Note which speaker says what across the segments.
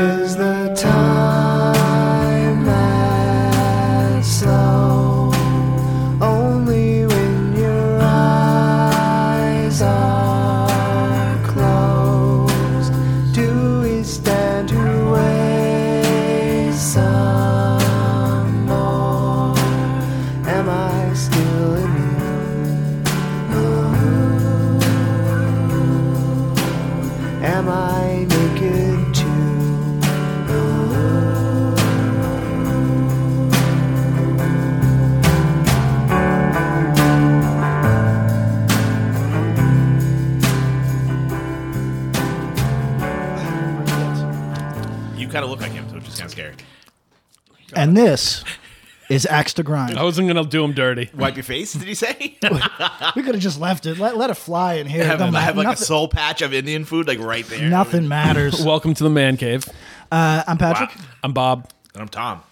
Speaker 1: is the time that slow only when your eyes are closed do we stand to waste some more am I still in Am I naked too?
Speaker 2: You kind of look like him, so it's just kind of scary.
Speaker 3: And this is Axe to Grind.
Speaker 4: I wasn't gonna do him dirty.
Speaker 2: Wipe your face, did you say?
Speaker 3: We could have just left it. Let, let it fly in here.
Speaker 2: I have,
Speaker 3: Don't
Speaker 2: I have
Speaker 3: matter.
Speaker 2: like a
Speaker 3: nothing,
Speaker 2: soul patch of Indian food, like right there.
Speaker 3: nothing matters.
Speaker 4: Welcome to the man cave.
Speaker 3: Uh, I'm Patrick.
Speaker 2: Wow.
Speaker 4: I'm Bob.
Speaker 2: And I'm Tom.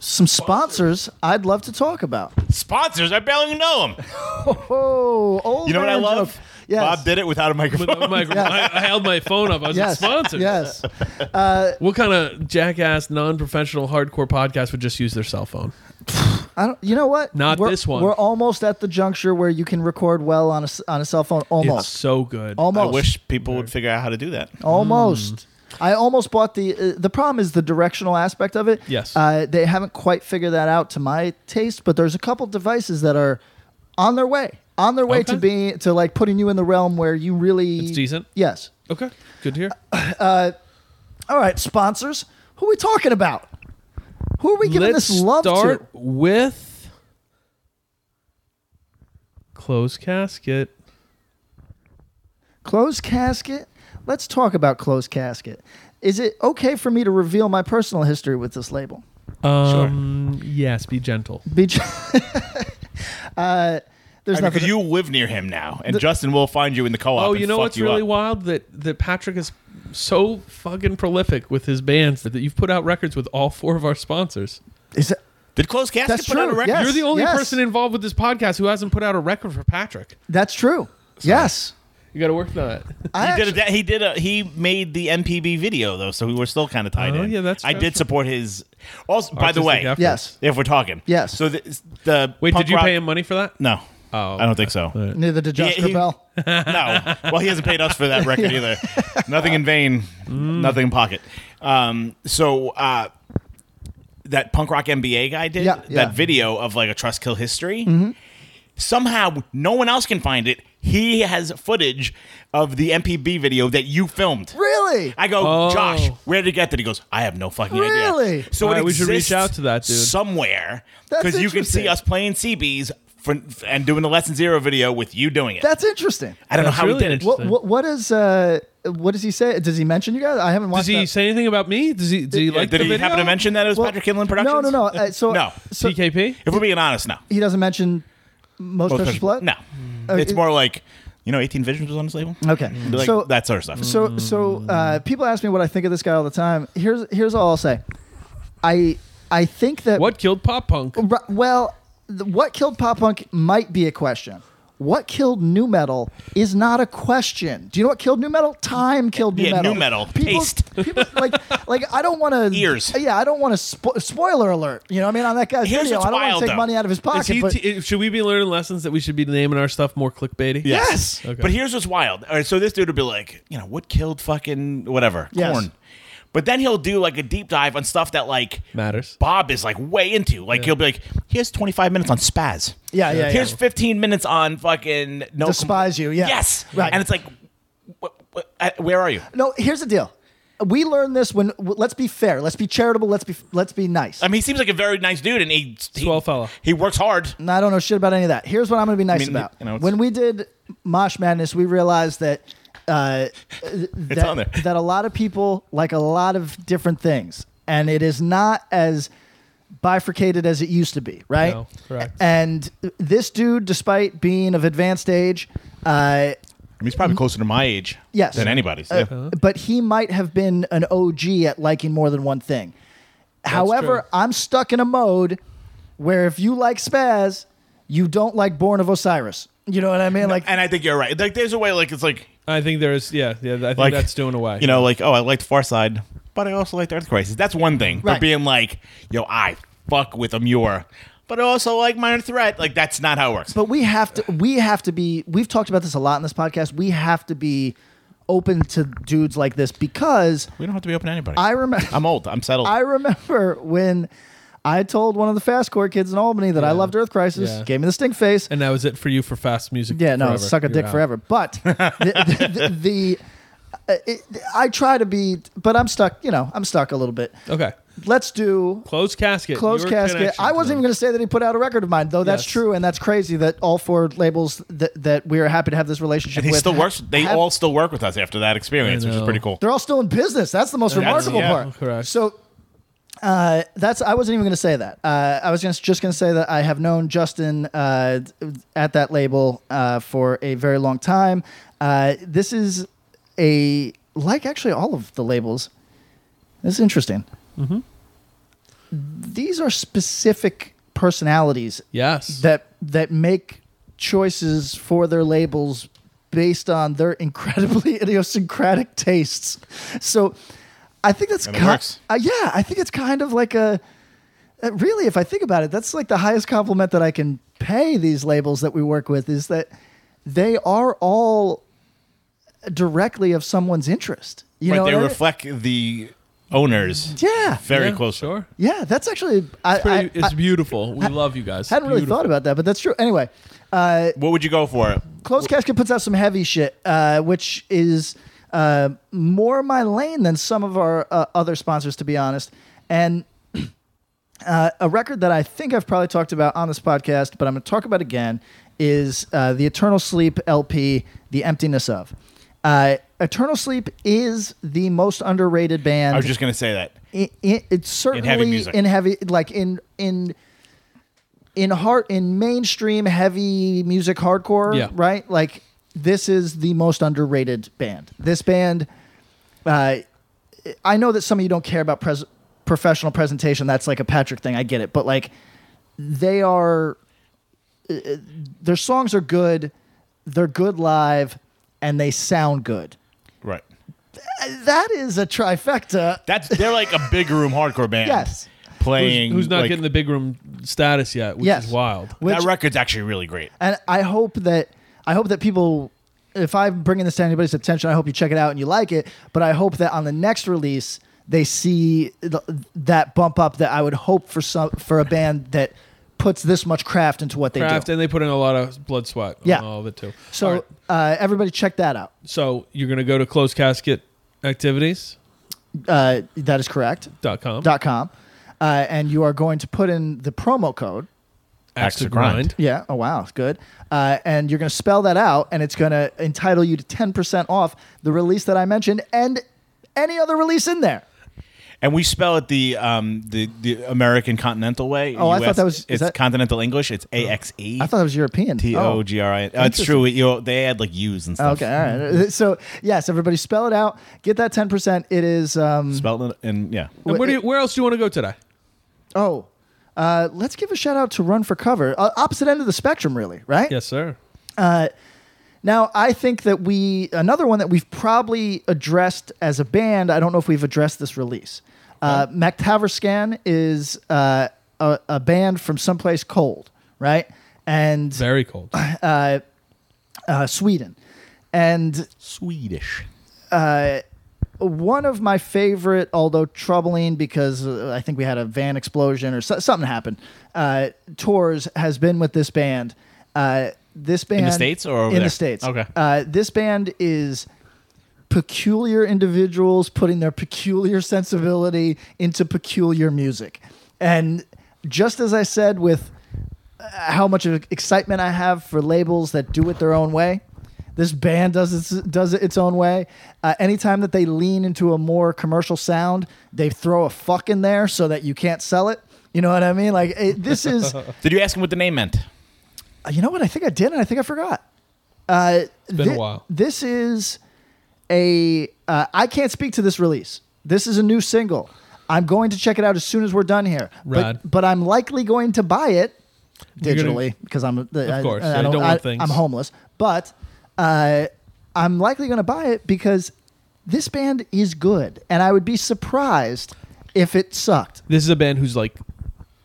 Speaker 3: Some sponsors I'd love to talk about.
Speaker 5: Sponsors, I barely know them.
Speaker 3: Oh, old
Speaker 5: You know what I
Speaker 3: man
Speaker 5: love?
Speaker 3: joke. Yes.
Speaker 5: Bob did it without a
Speaker 4: With
Speaker 5: microphone.
Speaker 4: the mic- I, I held my phone up. I was
Speaker 3: Yes.
Speaker 4: like, sponsored.
Speaker 3: Yes.
Speaker 4: What kind of jackass, non-professional, hardcore podcast would just use their cell phone?
Speaker 3: I don't, you know what?
Speaker 4: Not
Speaker 3: We're-
Speaker 4: this one.
Speaker 3: We're almost at the juncture where you can record well on a, s- on a cell phone. Almost.
Speaker 4: It's so good.
Speaker 5: I
Speaker 3: almost.
Speaker 5: wish people would figure out how to do that.
Speaker 3: Almost.
Speaker 4: Hmm.
Speaker 3: I almost bought the. Uh, the problem is the directional aspect of it.
Speaker 4: Yes.
Speaker 3: Uh, they haven't quite figured that out to my taste, but there's a couple devices that are on their way, on their way to
Speaker 4: Okay.
Speaker 3: being to like putting you in the realm where you really.
Speaker 4: It's decent.
Speaker 3: Yes.
Speaker 4: Okay, good to hear.
Speaker 3: All right, sponsors. Who are we talking about? Who are we giving
Speaker 4: Let's
Speaker 3: this love
Speaker 4: start with closed casket.
Speaker 3: to? Closed casket. Let's talk about closed casket. Is it okay for me to reveal my personal history with this label?
Speaker 4: Um, Yes, be gentle.
Speaker 3: Be- uh, there's
Speaker 5: I mean,
Speaker 3: nothing.
Speaker 5: because you live near him now, and Justin will find you in the co-op.
Speaker 4: Oh,
Speaker 5: and
Speaker 4: you know
Speaker 5: fuck
Speaker 4: what's
Speaker 5: you
Speaker 4: really
Speaker 5: up.
Speaker 4: wild that that Patrick is so fucking prolific with his bands that, that you've put out records with all four of our sponsors.
Speaker 3: is it?
Speaker 5: Did Close Casket
Speaker 3: That's
Speaker 5: put out a
Speaker 3: true,
Speaker 5: record?
Speaker 3: yes.
Speaker 4: You're the only
Speaker 3: yes.
Speaker 4: person involved with this podcast who hasn't put out a record for Patrick.
Speaker 3: That's true. Yes.
Speaker 4: You got to work on it.
Speaker 3: I
Speaker 5: He
Speaker 3: actually,
Speaker 5: did, a, he did a he made the MPB video though, so we were still kind of tied
Speaker 4: Oh,
Speaker 5: in.
Speaker 4: yeah, that's
Speaker 5: I
Speaker 4: true.
Speaker 5: did support his. Also, by the
Speaker 4: Artistic
Speaker 5: way,
Speaker 4: effort.
Speaker 3: yes.
Speaker 5: if we're talking,
Speaker 3: Yes.
Speaker 5: So the, the
Speaker 4: Wait,
Speaker 5: punk
Speaker 4: did you
Speaker 5: rock-
Speaker 4: pay him money for that?
Speaker 5: No,
Speaker 4: Oh,
Speaker 5: I don't think so.
Speaker 4: right.
Speaker 3: Neither did Josh
Speaker 5: Yeah, he-
Speaker 3: Cabell.
Speaker 5: no. Well, he hasn't paid us for that record either. Nothing in vain, nothing in pocket. Um, so uh, that punk rock MBA guy did
Speaker 3: Yeah,
Speaker 5: that
Speaker 3: yeah. Mm-hmm.
Speaker 5: video of like a trust kill history. Somehow, no one else can find it. He has footage of the MPB video that you filmed.
Speaker 3: Really?
Speaker 5: I go,
Speaker 4: Oh.
Speaker 5: Josh, where did it get that? He goes, I have no fucking
Speaker 3: Really?
Speaker 5: idea. So
Speaker 4: All
Speaker 5: it
Speaker 4: right, we should reach
Speaker 5: exists
Speaker 4: out to that dude.
Speaker 5: somewhere
Speaker 3: That's
Speaker 5: because you can see
Speaker 3: interesting.
Speaker 5: us playing CBs for, and doing the lesson zero video with you doing it.
Speaker 3: That's interesting.
Speaker 5: I don't
Speaker 4: That's
Speaker 5: know how
Speaker 4: really
Speaker 5: he did it.
Speaker 4: interesting.
Speaker 3: What, what what is uh what does he say? Does he mention you guys? I haven't watched.
Speaker 4: Does he
Speaker 3: that.
Speaker 4: say anything about me? Does he? Did he
Speaker 5: Yeah,
Speaker 4: like?
Speaker 5: did
Speaker 4: the
Speaker 5: he
Speaker 4: video?
Speaker 5: happen to mention that it was
Speaker 3: Well,
Speaker 5: Patrick Kinlan Productions?
Speaker 3: No, no, no. Uh, so
Speaker 5: No.
Speaker 3: so
Speaker 4: TKP?
Speaker 5: If we're being honest, no.
Speaker 3: he doesn't mention
Speaker 5: Most
Speaker 3: most precious
Speaker 5: Precious-
Speaker 3: blood.
Speaker 5: No.
Speaker 3: Uh,
Speaker 5: it's
Speaker 3: it-
Speaker 5: more like, you know, 18 Visions was on his label?
Speaker 3: Okay.
Speaker 5: Mm-hmm. Like,
Speaker 3: so
Speaker 5: that sort of stuff.
Speaker 3: so so uh, people ask me what I think of this guy all the time. Here's here's all I'll say. I I think that
Speaker 4: What killed pop punk?
Speaker 3: Ru- Well, th- what killed pop punk might be a question. What killed new metal is not a question. Do you know what killed new metal? Time killed new
Speaker 5: Yeah,
Speaker 3: metal.
Speaker 5: nu metal.
Speaker 3: People,
Speaker 5: Taste.
Speaker 3: people- like, like I don't want to
Speaker 5: Ears.
Speaker 3: Yeah, I don't want to. Spo- spoiler alert. You know, what I mean, on that guy's
Speaker 5: Here's
Speaker 3: video,
Speaker 5: what's
Speaker 3: I don't want
Speaker 5: wild,
Speaker 3: to take
Speaker 5: though.
Speaker 3: money out of his
Speaker 4: Is
Speaker 3: pocket.
Speaker 4: he
Speaker 3: but
Speaker 4: t- should we be learning lessons that we should be naming our stuff more clickbaity? Yeah.
Speaker 3: yes,
Speaker 4: Okay.
Speaker 5: But here's what's wild. All right, so this dude would be like, you know, what killed fucking whatever,
Speaker 3: Yes.
Speaker 5: corn. But then he'll do like a deep dive on stuff that like
Speaker 4: Matters.
Speaker 5: Bob is like way into. Like he'll be like, here's 25 minutes on spaz.
Speaker 3: Yeah, yeah,
Speaker 5: Here's
Speaker 3: yeah.
Speaker 5: 15 minutes on fucking no
Speaker 3: Despise You, yeah.
Speaker 5: oh, Yes.
Speaker 3: Right.
Speaker 5: And it's like, wh- wh- uh, where are you?
Speaker 3: no. Here's the deal. We learned this when. w- Let's be fair. Let's be charitable. Let's be let's be nice.
Speaker 5: I mean, he seems like a very nice dude, and he, he
Speaker 4: Swell fella.
Speaker 5: He works hard.
Speaker 3: And I don't know shit about any of that. Here's what I'm going to be nice
Speaker 5: mean,
Speaker 3: about.
Speaker 5: you know, it's-
Speaker 3: when we did Mosh Madness, we realized that uh, that,
Speaker 5: on there.
Speaker 3: that a lot of people like a lot of different things, and it is not as bifurcated as it used to be, right?
Speaker 4: No, correct.
Speaker 3: And this dude, despite being of advanced age, uh,
Speaker 5: I mean, he's probably closer to my age
Speaker 3: Yes. Uh,
Speaker 5: than anybody's. yeah.
Speaker 6: Uh-huh.
Speaker 3: but he might have been an OG at liking more than one thing. However,
Speaker 4: true.
Speaker 3: I'm stuck in a mode where if you like spaz, you don't like Born of Osiris. You know what I mean? like
Speaker 6: and I think you're right. Like, there's a way. Like, it's like
Speaker 4: I think there's yeah yeah. I think
Speaker 6: like
Speaker 4: that's doing away.
Speaker 6: You know, like oh, I liked Far Side, but I also liked Earth Crisis. That's one thing.
Speaker 3: Right.
Speaker 6: But being like, yo, I fuck with a Muir, but I also like Minor Threat. Like, that's not how it works.
Speaker 3: but we have to we have to be we've talked about this a lot in this podcast. We have to be open to dudes like this because
Speaker 6: we don't have to be open to anybody.
Speaker 3: I remember
Speaker 6: I'm old. I'm settled.
Speaker 3: I remember when I told one of the fast core kids in Albany that I loved Earth Crisis,
Speaker 4: Yeah.
Speaker 3: gave me the stink face.
Speaker 4: and that was it for you for fast music.
Speaker 3: yeah, no,
Speaker 4: forever.
Speaker 3: suck a
Speaker 4: You're
Speaker 3: dick
Speaker 4: out.
Speaker 3: forever. But the, the, the, the- it, I try to be, but I'm stuck. You know, I'm stuck a little bit.
Speaker 4: Okay,
Speaker 3: Let's do
Speaker 4: closed casket.
Speaker 3: closed
Speaker 4: your
Speaker 3: casket.
Speaker 4: connection
Speaker 3: I
Speaker 4: to
Speaker 3: wasn't even
Speaker 4: them.
Speaker 3: going to say that he put out a record of mine, though. That's
Speaker 4: Yes.
Speaker 3: true, and that's crazy that all four labels that that we are happy to have this relationship
Speaker 6: and he
Speaker 3: with
Speaker 6: still
Speaker 3: ha-
Speaker 6: works. They
Speaker 3: have-
Speaker 6: all still work with us after that experience,
Speaker 4: I
Speaker 6: which is
Speaker 4: know.
Speaker 6: pretty cool.
Speaker 3: They're all still in business. That's the most remarkable
Speaker 6: yeah,
Speaker 3: part.
Speaker 4: correct.
Speaker 3: So uh, that's I wasn't even going to say that. Uh, I was gonna, just going to say that I have known Justin uh, at that label uh, for a very long time. Uh, this is a like actually all of the labels. This is interesting. These are specific personalities
Speaker 4: Yes.
Speaker 3: that that make choices for their labels based on their incredibly idiosyncratic tastes. So I think that's
Speaker 6: And it
Speaker 3: ki-
Speaker 6: works.
Speaker 3: uh, yeah, I think it's kind of like a uh, really if I think about it, that's like the highest compliment that I can pay these labels that we work with is that they are all directly of someone's interest. You
Speaker 6: right,
Speaker 3: know,
Speaker 6: they
Speaker 3: what I mean?
Speaker 6: reflect the owners
Speaker 3: yeah,
Speaker 6: very
Speaker 4: Yeah,
Speaker 6: close.
Speaker 4: Sure.
Speaker 3: yeah, that's actually I,
Speaker 4: Pretty,
Speaker 3: I,
Speaker 4: it's beautiful. We love you guys.
Speaker 3: I hadn't really
Speaker 4: Beautiful.
Speaker 3: thought about that, but that's true. Anyway, uh,
Speaker 6: What would you go for?
Speaker 3: Closed Casket puts out some heavy shit, uh, which is uh, more my lane than some of our uh, other sponsors, to be honest. And uh, a record that I think I've probably talked about on this podcast, but I'm going to talk about again, is uh, the Eternal Sleep LP, The Emptiness of. Uh, Eternal Sleep is the most underrated band.
Speaker 6: I was just gonna say that.
Speaker 3: I- I- it's certainly
Speaker 6: music.
Speaker 3: in heavy like in in in heart in mainstream heavy music hardcore
Speaker 4: Yeah.
Speaker 3: right like this is the most underrated band this band uh, i know that some of you don't care about pres- professional presentation that's like a patrick thing i get it but like they are uh, their songs are good they're good live and they sound good Uh,
Speaker 6: Right.
Speaker 3: that is a trifecta
Speaker 6: That's they're like a big room hardcore band.
Speaker 3: Yes.
Speaker 6: Playing
Speaker 4: Who's, who's not
Speaker 6: like,
Speaker 4: getting the big room status yet? Which
Speaker 3: Yes.
Speaker 4: is wild.
Speaker 3: Which-
Speaker 6: that record's actually really great.
Speaker 3: and I hope that I hope that people if I'm bringing this to anybody's attention, I hope you check it out and you like it. But I hope that on the next release, they see th- that bump up that I would hope for some for a band that puts this much craft into what they
Speaker 4: Craft
Speaker 3: do.
Speaker 4: and they put in a lot of blood, sweat. on
Speaker 3: Yeah.
Speaker 4: all of it too.
Speaker 3: So
Speaker 4: All right.
Speaker 3: uh, everybody, check that out.
Speaker 4: so you're gonna go to closed casket activities.
Speaker 3: Uh, that is correct.
Speaker 4: Dot com.
Speaker 3: dot com, uh, and you are going to put in the promo code.
Speaker 4: Axe to
Speaker 6: to grind.
Speaker 4: grind.
Speaker 3: Yeah. Oh wow, it's good. Uh, and you're going to spell that out, and it's going to entitle you to ten percent off the release that I mentioned and any other release in there.
Speaker 6: And we spell it the um the, the American Continental way.
Speaker 3: Oh, I thought that was- is
Speaker 6: it's
Speaker 3: that- Oh.
Speaker 6: Continental English. It's A X E
Speaker 3: I thought it was European.
Speaker 6: T
Speaker 3: Oh.
Speaker 6: O G R I. N. Oh, It's true. You know, they add like U's and stuff.
Speaker 3: Okay. All right. So yes, everybody, spell it out. Get that ten percent. It is. Um,
Speaker 6: Spelled it and yeah.
Speaker 4: And where, do you, where else do you want to go today?
Speaker 3: oh. Uh, let's give a shout out to Run for Cover, uh, opposite end of the spectrum, really, right?
Speaker 4: Yes, sir.
Speaker 3: Now, I think that we another one that we've probably addressed as a band. I don't know if we've addressed this release. Uh, MacTaverscan is uh, a, a band from someplace cold, right? And
Speaker 4: Very cold.
Speaker 3: uh, Sweden, and
Speaker 6: Swedish.
Speaker 3: Uh, one of my favorite, although troubling because uh, I think we had a van explosion or so, something happened. Uh, tours has been with this band. Uh, this band
Speaker 6: States or over
Speaker 3: in
Speaker 6: there?
Speaker 3: the states.
Speaker 6: Okay.
Speaker 3: Uh, this band is peculiar individuals putting their peculiar sensibility into peculiar music, and just as I said with uh, how much of excitement I have for labels that do it their own way. This band does its, does it its own way. Uh, anytime that they lean into a more commercial sound, they throw a fuck in there so that you can't sell it. You know what I mean? Like it, this is.
Speaker 6: Did you ask him what the name meant?
Speaker 3: Uh, you know what? I think I did, and I think I forgot. Uh, it's
Speaker 4: been a while.
Speaker 3: This is a. Uh, I can't speak to this release. This is a new single. I'm going to check it out as soon as we're done here.
Speaker 4: Rad.
Speaker 3: But, but I'm likely going to buy it
Speaker 4: You're gonna-
Speaker 3: digitally because I'm of
Speaker 4: course, yeah, you don't want things.
Speaker 3: I'm homeless, but uh, I'm likely going to buy it because this band is good, and I would be surprised if it sucked.
Speaker 4: This is a band who's like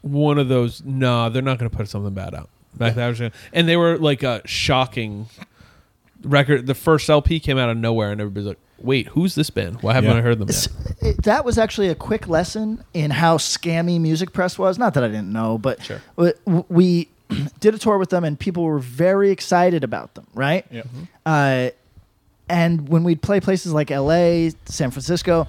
Speaker 4: one of those. Nah, they're not going to put something bad out. Like, that was gonna- and they were like a shocking record. The first LP came out of nowhere, and everybody's like, "Wait, who's this band? Why haven't
Speaker 5: Yeah.
Speaker 4: I heard them?" Yet?
Speaker 3: S- it- that was actually a quick lesson in how scammy music press was. Not that I didn't know, but
Speaker 4: Sure.
Speaker 3: w- w- we did a tour with them, and people were very excited about them, right?
Speaker 5: Yeah.
Speaker 4: Mm-hmm.
Speaker 3: Uh, and when we'd play places like LA, San Francisco,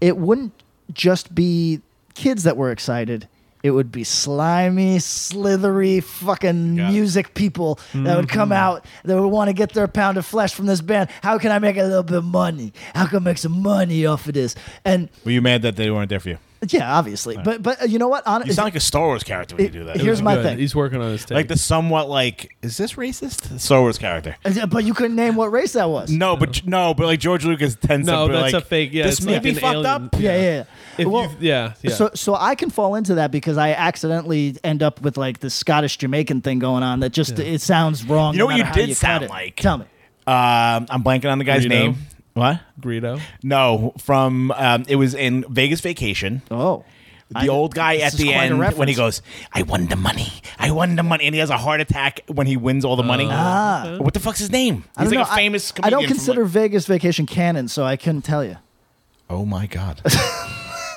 Speaker 3: it wouldn't just be kids that were excited. It would be slimy, slithery fucking
Speaker 5: Got it. Mm-hmm.
Speaker 3: music people that would come out that would want to get their pound of flesh from this band. How can I make a little bit of money? How can I make some money off of this? And
Speaker 5: Were you mad that they weren't there for you?
Speaker 3: yeah, obviously. But but uh, you know what? Hon-
Speaker 5: You sound like a Star Wars character when you do that.
Speaker 3: It- here's
Speaker 4: It's
Speaker 3: my
Speaker 4: good.
Speaker 3: thing.
Speaker 4: He's working on his tape.
Speaker 5: like the somewhat like is this racist? The Star Wars character.
Speaker 3: but you couldn't name what race that was.
Speaker 5: No, but no, but like George Lucas tends
Speaker 4: No,
Speaker 5: to be
Speaker 4: that's
Speaker 5: like,
Speaker 4: a fake- yeah,
Speaker 5: this
Speaker 4: it's
Speaker 5: may
Speaker 4: like
Speaker 5: be
Speaker 4: an
Speaker 5: fucked
Speaker 4: alien-
Speaker 5: up.
Speaker 3: Yeah, yeah. yeah.
Speaker 4: If
Speaker 3: Well-
Speaker 4: you've- yeah, yeah.
Speaker 3: So so I can fall into that because I accidentally end up with like the Scottish Jamaican thing going on that just it sounds wrong.
Speaker 5: You know
Speaker 3: no
Speaker 5: what you
Speaker 3: matter how
Speaker 5: did
Speaker 3: cut
Speaker 5: sound
Speaker 3: it.
Speaker 5: like?
Speaker 3: Tell me.
Speaker 5: Um, I'm blanking on the guy's
Speaker 4: Greedo?
Speaker 5: name. What?
Speaker 4: Greedo.
Speaker 5: No, from um, it was in Vegas Vacation.
Speaker 3: Oh,
Speaker 5: The old guy
Speaker 3: this
Speaker 5: at
Speaker 3: is
Speaker 5: the
Speaker 3: quite a
Speaker 5: end when he
Speaker 3: reference.
Speaker 5: goes, "I won the money, I won the money," and he has a heart attack when he wins all the money.
Speaker 4: Oh.
Speaker 3: Ah.
Speaker 5: What the fuck's his name?
Speaker 3: I
Speaker 5: He's
Speaker 3: don't
Speaker 5: like
Speaker 3: know.
Speaker 5: a famous.
Speaker 3: I, I
Speaker 5: Comedian
Speaker 3: don't
Speaker 5: from,
Speaker 3: consider
Speaker 5: like-
Speaker 3: Vegas Vacation canon, so I couldn't tell you.
Speaker 5: oh my god,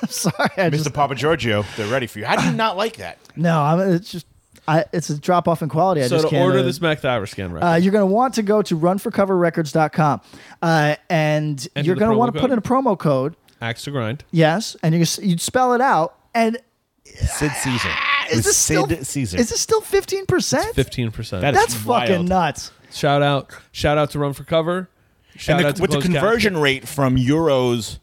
Speaker 3: Sorry, I just
Speaker 5: Mr. Papa Giorgio, they're ready for you. How do you not like that?
Speaker 3: no. I'm, it's just I, it's a drop off in quality. I
Speaker 4: So
Speaker 3: just
Speaker 4: to
Speaker 3: can't
Speaker 4: order
Speaker 3: uh,
Speaker 4: this MacThyver skin record,
Speaker 3: Uh, you're going to want to go to runforcoverrecords.com uh, and
Speaker 4: Enter
Speaker 3: you're
Speaker 4: the
Speaker 3: going to
Speaker 4: promo
Speaker 3: want to put
Speaker 4: code.
Speaker 3: in a promo code.
Speaker 4: axe to grind.
Speaker 3: Yes. And you're, you'd spell it out. And uh,
Speaker 5: Sid Caesar.
Speaker 3: is
Speaker 5: With
Speaker 3: this
Speaker 5: Sid
Speaker 3: still,
Speaker 5: Caesar.
Speaker 3: Is this still 15%?
Speaker 4: Fifteen percent.
Speaker 5: That is
Speaker 3: That's
Speaker 5: wild.
Speaker 3: fucking nuts.
Speaker 4: shout out shout out to run for cover shout
Speaker 5: and the,
Speaker 4: out to Mm.
Speaker 5: with the
Speaker 4: Closed
Speaker 5: conversion
Speaker 4: Casket.
Speaker 5: rate from euros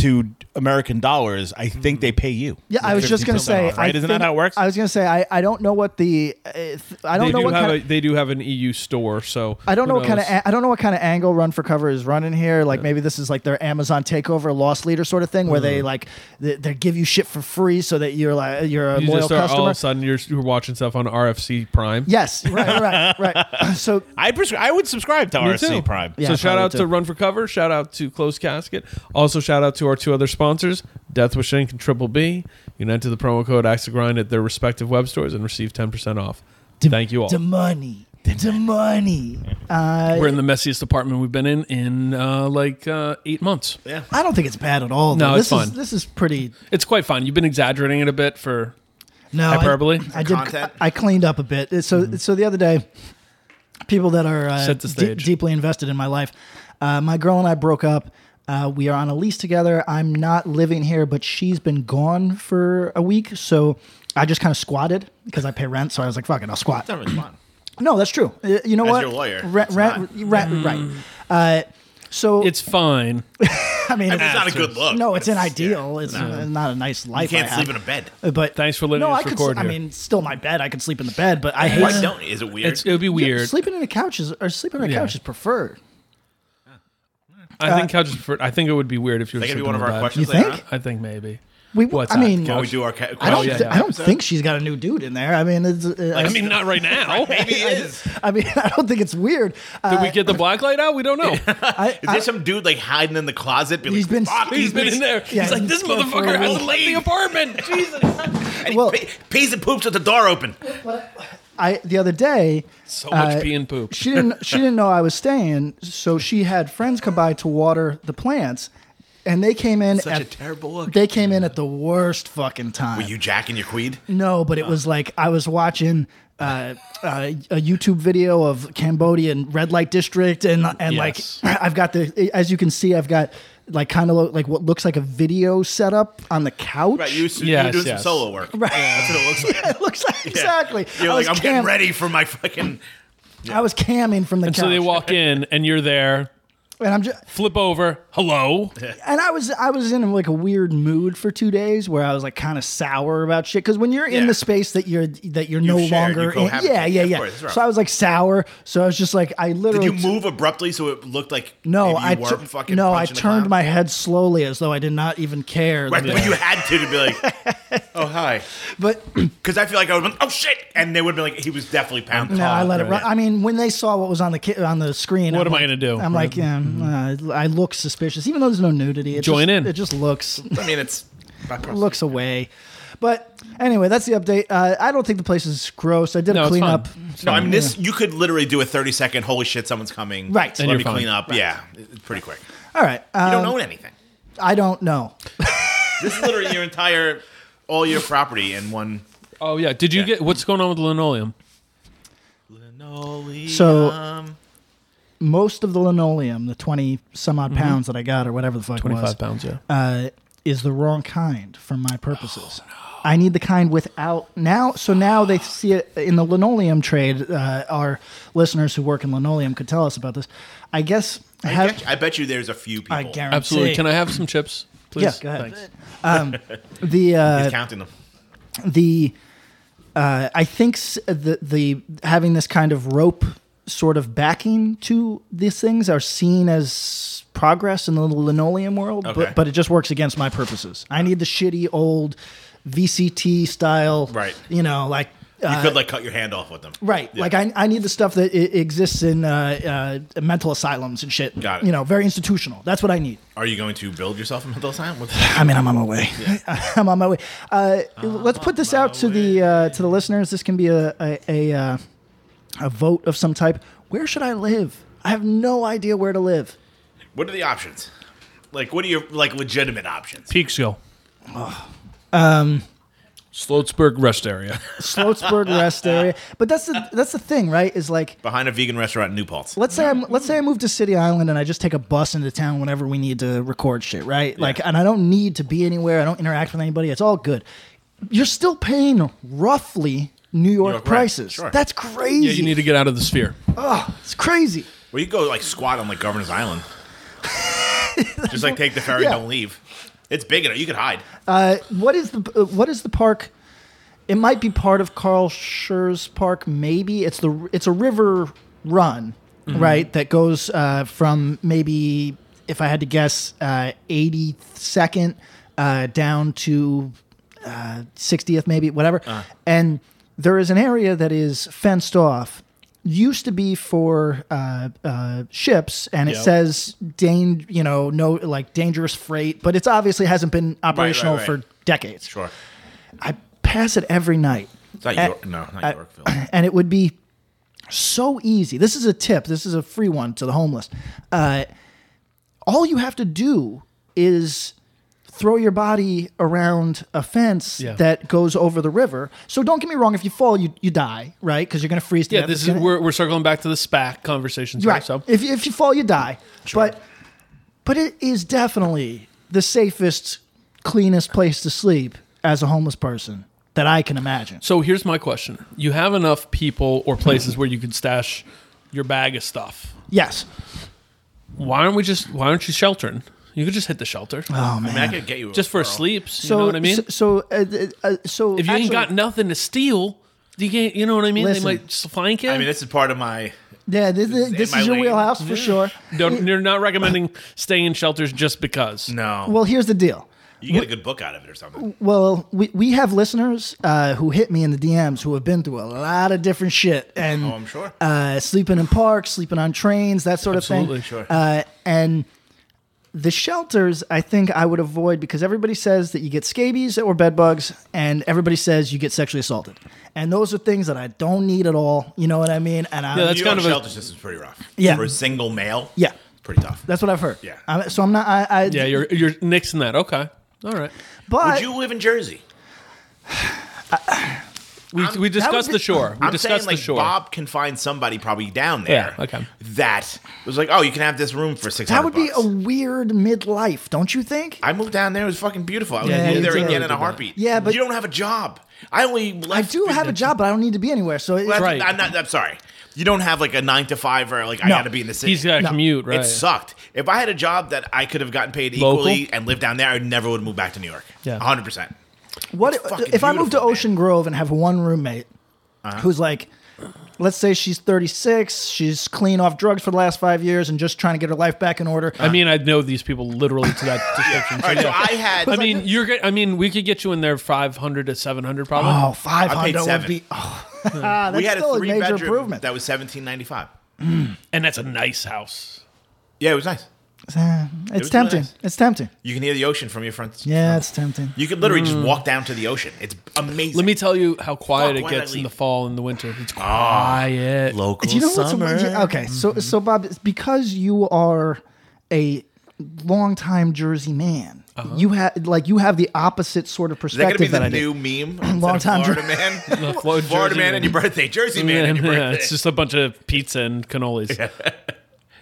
Speaker 5: to American dollars, I
Speaker 4: Mm.
Speaker 5: think they pay you.
Speaker 3: Yeah, I was just gonna
Speaker 5: 50%
Speaker 3: say.
Speaker 5: off, right?
Speaker 3: I
Speaker 5: Isn't that
Speaker 3: think-
Speaker 5: how it works?
Speaker 3: I was gonna say I, I don't know what the uh, th- I don't
Speaker 4: they
Speaker 3: know
Speaker 4: do
Speaker 3: what
Speaker 4: have
Speaker 3: kind
Speaker 4: a,
Speaker 3: of
Speaker 4: they do have an eu store so
Speaker 3: I don't
Speaker 4: who
Speaker 3: know what kind of
Speaker 4: knows?
Speaker 3: a- I don't know what kind of angle Run for Cover is running here. Like maybe this is like their Amazon takeover, lost leader sort of thing, where
Speaker 5: Mm.
Speaker 3: they like they, they give you shit for free so that you're like you're a
Speaker 4: you
Speaker 3: loyal
Speaker 4: just are all
Speaker 3: customer.
Speaker 4: of a sudden you're, you're watching stuff on rfc prime
Speaker 3: yes, right, right, right. so
Speaker 5: I prescri- I would subscribe to
Speaker 4: Me
Speaker 5: RC
Speaker 4: too.
Speaker 5: Prime.
Speaker 3: Yeah,
Speaker 4: so shout
Speaker 3: probably
Speaker 4: out
Speaker 3: too.
Speaker 4: to Run for Cover. Shout out to Closed Casket. Also shout out to our two other sponsors, Death Wish Inc. and Triple B. You can enter the promo code Axe to Grind at their respective web stores and receive ten percent off. Thank you all.
Speaker 3: the money, the money. Uh,
Speaker 4: We're in the messiest apartment we've been in in uh, like uh, eight months.
Speaker 3: I don't think it's bad at all.
Speaker 4: No,
Speaker 3: though.
Speaker 4: it's
Speaker 3: this Is,
Speaker 4: fine.
Speaker 3: this is pretty.
Speaker 4: It's quite fun. You've been exaggerating it a bit for
Speaker 3: No,
Speaker 4: Hyperbole? Mm-hmm.
Speaker 3: I, I did.
Speaker 7: Content?
Speaker 3: I cleaned up a bit. Uh, So, so the other day, people that are uh,
Speaker 4: Set the
Speaker 3: de-
Speaker 4: stage.
Speaker 3: deeply invested in my life, uh, my girl and I broke up. Uh, we are on a lease together. I'm not living here, but she's been gone for a week, so I just kind of squatted because I pay rent. So I was like, "Fuck it, I'll squat."
Speaker 7: That was fun.
Speaker 3: No, that's true. Uh, You know
Speaker 7: As
Speaker 3: what?
Speaker 7: your lawyer,
Speaker 3: Re-
Speaker 7: it's
Speaker 3: re-
Speaker 7: not.
Speaker 3: re- right? Uh, so
Speaker 4: Mm. it's fine.
Speaker 3: I mean,
Speaker 7: It's not a good look.
Speaker 3: No, it's an
Speaker 7: It's-
Speaker 3: ideal. It's uh, not a nice life.
Speaker 7: You can't
Speaker 3: I have.
Speaker 7: sleep in a bed.
Speaker 3: Uh, But
Speaker 4: Thanks for letting
Speaker 3: no,
Speaker 4: us
Speaker 3: I could,
Speaker 4: record
Speaker 3: s- I
Speaker 4: here.
Speaker 3: mean, still my bed. I could sleep in the bed, but I hate
Speaker 7: Why don't? Is it weird?
Speaker 4: It's, it would be
Speaker 3: Yeah,
Speaker 4: weird.
Speaker 3: sleeping in a couch is or sleeping on a
Speaker 4: Yeah.
Speaker 3: couch is preferred.
Speaker 4: I think couch is preferred. I think it would be weird if you were
Speaker 7: that could be
Speaker 4: sleeping
Speaker 7: one of
Speaker 4: in
Speaker 7: our
Speaker 4: bed.
Speaker 7: questions
Speaker 3: You
Speaker 7: later
Speaker 3: think?
Speaker 7: on.
Speaker 4: I think maybe.
Speaker 3: We,
Speaker 4: What's
Speaker 3: I
Speaker 4: that?
Speaker 3: mean,
Speaker 7: Can we do our ca-
Speaker 3: I don't,
Speaker 4: yeah,
Speaker 7: questions?
Speaker 3: thi-
Speaker 4: yeah.
Speaker 3: I don't think she's got a new dude in there. I mean, it's, uh,
Speaker 4: I mean, not right now.
Speaker 7: Maybe it is.
Speaker 3: I mean, I don't think it's weird. Uh,
Speaker 4: Did we get the black light out? We don't know.
Speaker 3: I,
Speaker 7: Is
Speaker 3: I,
Speaker 7: there some dude like hiding in the closet? Be
Speaker 3: He's
Speaker 7: like,
Speaker 3: been-
Speaker 7: Fuck,
Speaker 4: He's been in there.
Speaker 3: Yeah,
Speaker 4: He's like,
Speaker 3: he's
Speaker 4: this
Speaker 3: been there for a
Speaker 4: motherfucker
Speaker 3: while.
Speaker 4: hasn't left the apartment. Jesus.
Speaker 7: And he
Speaker 3: Well-
Speaker 7: pa- pees and poops with the door open.
Speaker 3: I- the other day,
Speaker 4: So much
Speaker 3: Uh,
Speaker 4: pee and poop.
Speaker 3: she didn't she didn't know I was staying, so she had friends come by to water the plants, and they came in
Speaker 7: Such
Speaker 3: at
Speaker 7: a terrible look.
Speaker 3: They came in at the worst fucking time.
Speaker 7: Were you jacking your queed?
Speaker 3: No, but it was like I was watching uh, uh, a YouTube video of Cambodian red light district, and and
Speaker 4: Yes.
Speaker 3: like I've got the as you can see, I've got like kind of lo- like what looks like a video setup on the couch.
Speaker 7: Right, you, you
Speaker 4: Yes,
Speaker 7: were doing
Speaker 4: yes.
Speaker 7: some solo work. Right. That's what it looks like.
Speaker 3: it looks like
Speaker 7: Yeah.
Speaker 3: exactly.
Speaker 7: You're
Speaker 3: I was
Speaker 7: like, I'm
Speaker 3: cam-
Speaker 7: getting ready for my fucking.
Speaker 3: I was camming from the
Speaker 4: And
Speaker 3: couch.
Speaker 4: so they walk in, and you're there,
Speaker 3: And I'm just
Speaker 4: Flip over. Hello.
Speaker 3: and I was I was in like a weird mood for two days where I was like kind of sour about shit because when you're in
Speaker 5: Yeah.
Speaker 3: the space that you're that you're no
Speaker 5: shared, you
Speaker 3: longer in,
Speaker 5: cohabitate. Yeah,
Speaker 3: yeah yeah
Speaker 5: of
Speaker 3: yeah.
Speaker 5: course, it's rough.
Speaker 3: so I was like sour. So I was just like I
Speaker 5: Did
Speaker 3: literally
Speaker 5: you move abruptly so it looked like
Speaker 3: no
Speaker 5: maybe you
Speaker 3: I
Speaker 5: were
Speaker 3: tu-
Speaker 5: fucking
Speaker 3: no I
Speaker 5: punching the
Speaker 3: turned
Speaker 5: clown?
Speaker 3: my head slowly as though I did not even care.
Speaker 5: Right,
Speaker 3: that-
Speaker 5: but you had to to be like, oh hi,
Speaker 3: But
Speaker 5: because I feel like I would have been, oh shit, and they would be like, he was definitely pounding.
Speaker 3: no, I let it
Speaker 5: Oh, Right.
Speaker 3: run. I mean, when they saw what was on the ki- on the screen,
Speaker 4: What
Speaker 3: I'm
Speaker 4: am I
Speaker 3: like-
Speaker 4: gonna do? Mm-hmm.
Speaker 3: I'm like, yeah, mm, uh, I look suspicious, even though there's no nudity. It
Speaker 4: Join
Speaker 3: just-
Speaker 4: in.
Speaker 3: It just looks
Speaker 5: I mean, it's by process.
Speaker 3: looks away. But anyway, that's the update. Uh, I don't think the place is gross. I did
Speaker 4: No,
Speaker 3: a
Speaker 4: it's fine.
Speaker 3: cleanup.
Speaker 5: No, I mean this. You could literally do a thirty second. Holy shit, someone's coming.
Speaker 3: Right.
Speaker 5: Let
Speaker 3: And
Speaker 4: you're
Speaker 5: me
Speaker 4: fine.
Speaker 5: clean up. Yeah, it's pretty quick.
Speaker 3: All right.
Speaker 5: You
Speaker 3: Uh,
Speaker 5: don't own anything.
Speaker 3: I don't know.
Speaker 5: This is literally your entire, all your property in one.
Speaker 4: Oh yeah. Did you get what's going on with the linoleum?
Speaker 3: So most of the linoleum, the 20 some odd pounds that I got or whatever the fuck it was,
Speaker 4: Mm-hmm. pounds. Yeah.
Speaker 3: uh, is the wrong kind for my purposes. I need the kind without now. So now they see it in the linoleum trade. Uh, our listeners who work in linoleum could tell us about this. I guess I
Speaker 5: I,
Speaker 3: have.
Speaker 5: bet, I bet you there's a few people.
Speaker 3: I guarantee.
Speaker 4: Absolutely. Can I have some chips, please?
Speaker 3: Yeah, go ahead. Um,
Speaker 4: Thanks.
Speaker 3: The uh,
Speaker 5: He's counting them.
Speaker 3: the uh, I think s- the the having this kind of rope sort of backing to these things are seen as progress in the linoleum world,
Speaker 5: Okay.
Speaker 3: but but it just works against my purposes. I need the shitty old VCT style,
Speaker 5: Right.
Speaker 3: You know, like.
Speaker 5: You
Speaker 3: Uh,
Speaker 5: could like cut your hand off with them.
Speaker 3: Right,
Speaker 5: Yeah.
Speaker 3: like I, I need the stuff that i- exists in uh, uh, mental asylums and shit.
Speaker 5: Got it.
Speaker 3: You know, very institutional. That's what I need.
Speaker 5: Are you going to build yourself a mental asylum? What's
Speaker 3: I mean, I'm on my way. I'm on my way. Uh, let's put this out to the uh, to the listeners. This can be a a a, uh, a vote of some type. Where should I live? I have no idea where to live.
Speaker 5: What are the options? Like, what are your like legitimate options?
Speaker 4: Peekskill. Sloatsburg rest area.
Speaker 3: Slotesburg rest area. But that's the that's the thing, right? Is like
Speaker 5: Behind a vegan restaurant in New Paltz.
Speaker 3: let's say I'm let's say I move to City Island and I just take a bus into town whenever we need to record shit, right? Like, and I don't need to be anywhere. I don't interact with anybody. It's all good. You're still paying roughly New
Speaker 5: York,
Speaker 3: York,
Speaker 5: right.
Speaker 3: prices.
Speaker 5: Sure.
Speaker 3: That's crazy.
Speaker 4: yeah, you need to get out of the sphere.
Speaker 3: it's crazy.
Speaker 5: Well, you go like squat on like Governor's Island. Just like take the ferry,
Speaker 3: Yeah.
Speaker 5: don't leave. It's big enough. You could hide.
Speaker 3: Uh, what is the uh, what is the park? It might be part of Carl Schurz Park. Maybe it's the it's a river run,
Speaker 5: Mm-hmm.
Speaker 3: right? That goes uh, from maybe if I had to guess, eighty second uh, 82nd, uh, down to uh, sixtieth, maybe whatever.
Speaker 5: Ah.
Speaker 3: And there is an area that is fenced off. Used to be for uh, uh, ships, and it
Speaker 4: Yep.
Speaker 3: says dang, you know, no like dangerous freight, but it's obviously hasn't been operational
Speaker 5: right.
Speaker 3: for decades.
Speaker 5: Sure.
Speaker 3: I pass it every night,
Speaker 5: It's not
Speaker 3: Uh,
Speaker 5: York. No, not
Speaker 3: uh,
Speaker 5: Yorkville.
Speaker 3: and it would be so easy. This is a tip. This is a free one to the homeless. Uh, all you have to do is throw your body around a fence
Speaker 4: Yeah.
Speaker 3: that goes over the river. So don't get me wrong. If you fall, you, you die, right? Because you're going to freeze to
Speaker 4: Yeah,
Speaker 3: death.
Speaker 4: this
Speaker 3: It's
Speaker 4: is
Speaker 3: gonna-
Speaker 4: we're, we're circling back to the SPAC conversations.
Speaker 3: right.
Speaker 4: So
Speaker 3: If, if you fall, you die. But but it is definitely the safest, cleanest place to sleep as a homeless person that I can imagine.
Speaker 4: So here's my question: You have enough people or places where you could stash your bag of stuff.
Speaker 3: Yes.
Speaker 4: Why aren't we just? Why aren't you sheltering? You could just hit the shelter
Speaker 3: Oh
Speaker 5: I
Speaker 3: man.
Speaker 5: mean, I could get you
Speaker 4: just for
Speaker 5: girl.
Speaker 4: sleeps.
Speaker 3: so
Speaker 4: you know what I mean?
Speaker 3: So so, uh, uh, so
Speaker 4: if you ain't got
Speaker 3: actually-
Speaker 4: nothing to steal, you can't. You know what I mean?
Speaker 3: Listen.
Speaker 4: they might just flank you.
Speaker 5: I mean, this is part of my.
Speaker 3: yeah, this, this,
Speaker 5: in
Speaker 3: this
Speaker 5: my
Speaker 3: is your
Speaker 5: lane.
Speaker 3: wheelhouse for sure.
Speaker 4: Don't, you're not recommending staying in shelters just because.
Speaker 5: No.
Speaker 3: Well, here's the deal.
Speaker 5: you get a good book out of it or something.
Speaker 3: Well, we, we have listeners uh, who hit me in the DMs who have been through a lot of different shit and
Speaker 5: Oh, I'm sure.
Speaker 3: uh, sleeping in parks, sleeping on trains, that sort
Speaker 4: Absolutely,
Speaker 3: of thing.
Speaker 4: sure.
Speaker 3: Uh, and the shelters, I think I would avoid because everybody says that you get scabies or bed bugs, and everybody says you get sexually assaulted, and those are things that I don't need at all. You know what I mean? And I,
Speaker 4: Yeah, that's
Speaker 5: New
Speaker 4: kind
Speaker 5: York
Speaker 4: of a-
Speaker 5: shelter system's pretty rough.
Speaker 3: Yeah.
Speaker 5: For a single male.
Speaker 3: Yeah.
Speaker 5: It's pretty tough.
Speaker 3: that's what I've heard.
Speaker 5: Yeah.
Speaker 3: I'm- so I'm not. I, I
Speaker 4: Yeah, you're you're nixing that. Okay, all right.
Speaker 3: But
Speaker 5: Would you live in Jersey?
Speaker 4: We, we discussed
Speaker 3: be-
Speaker 4: the shore. We
Speaker 5: I'm
Speaker 4: discussed
Speaker 5: saying like
Speaker 4: the shore.
Speaker 5: Bob can find somebody probably down there.
Speaker 4: Yeah, okay.
Speaker 5: That was like, oh, you can have this room for six.
Speaker 3: that would be
Speaker 5: bucks.
Speaker 3: a weird midlife, don't you think?
Speaker 5: I moved down there. It was fucking beautiful. I would
Speaker 3: Yeah,
Speaker 5: move
Speaker 3: you
Speaker 5: there
Speaker 3: did.
Speaker 5: again in a heartbeat.
Speaker 3: Yeah, but-
Speaker 5: you don't have a job. I only.
Speaker 3: I
Speaker 5: Left
Speaker 3: do have a job, but I don't need to be anywhere. So it,
Speaker 5: Well, that's-
Speaker 4: Right.
Speaker 5: I'm not. I'm sorry. you don't have like a nine to five or like I
Speaker 3: No.
Speaker 5: got to be in the city.
Speaker 4: He's got to
Speaker 3: No.
Speaker 4: commute, right?
Speaker 5: It sucked. If I had a job that I could have gotten paid
Speaker 4: Local?
Speaker 5: equally and lived down there, I never would have moved back to New York.
Speaker 3: Yeah.
Speaker 5: 100%.
Speaker 3: What
Speaker 5: It's fucking
Speaker 3: if I moved
Speaker 5: beautiful,
Speaker 3: to
Speaker 5: man. Uh-huh.
Speaker 3: Ocean Grove and have one roommate who's like, let's say she's 36, she's clean off drugs for the last five years and just trying to get her life back in order.
Speaker 4: I mean, I know these people literally to that description.
Speaker 5: All right, so I had.
Speaker 4: I mean, you're. get- I mean, we could get you in there five hundred to seven hundred, probably.
Speaker 3: oh,
Speaker 5: I paid
Speaker 3: 500 would
Speaker 5: seven.
Speaker 3: be. Oh, that's
Speaker 5: we had
Speaker 3: still
Speaker 5: a
Speaker 3: a
Speaker 5: three
Speaker 3: major
Speaker 5: bedroom
Speaker 3: improvement.
Speaker 5: that was seventeen ninety five.
Speaker 4: and that's a nice house.
Speaker 5: Yeah, it was nice.
Speaker 3: Eh, it's
Speaker 5: was
Speaker 3: tempting.
Speaker 5: nice.
Speaker 3: It's tempting.
Speaker 5: You can hear the ocean from your front.
Speaker 3: Yeah, it's tempting.
Speaker 5: You could literally just walk down to the ocean. It's amazing.
Speaker 4: Mm. Let me tell you how quiet
Speaker 5: why
Speaker 4: it
Speaker 5: did I
Speaker 4: gets in
Speaker 5: leave? Ah.
Speaker 4: the fall and the winter. It's quiet.
Speaker 5: local
Speaker 3: Do you know what's amazing? Okay,
Speaker 5: Mm-hmm.
Speaker 3: so so Bob, it's because you are a longtime Jersey man. You had like you have the opposite sort of
Speaker 5: Uh-huh. Is that gonna
Speaker 3: perspective
Speaker 5: be the
Speaker 3: I do.
Speaker 5: new meme?
Speaker 3: Long
Speaker 5: Instead of
Speaker 3: time
Speaker 5: Florida man,
Speaker 4: Flo-
Speaker 5: Florida
Speaker 4: Jersey
Speaker 5: man, and your birthday, Jersey man, and your
Speaker 4: Yeah,
Speaker 5: birthday.
Speaker 4: it's just a bunch of pizza and cannolis.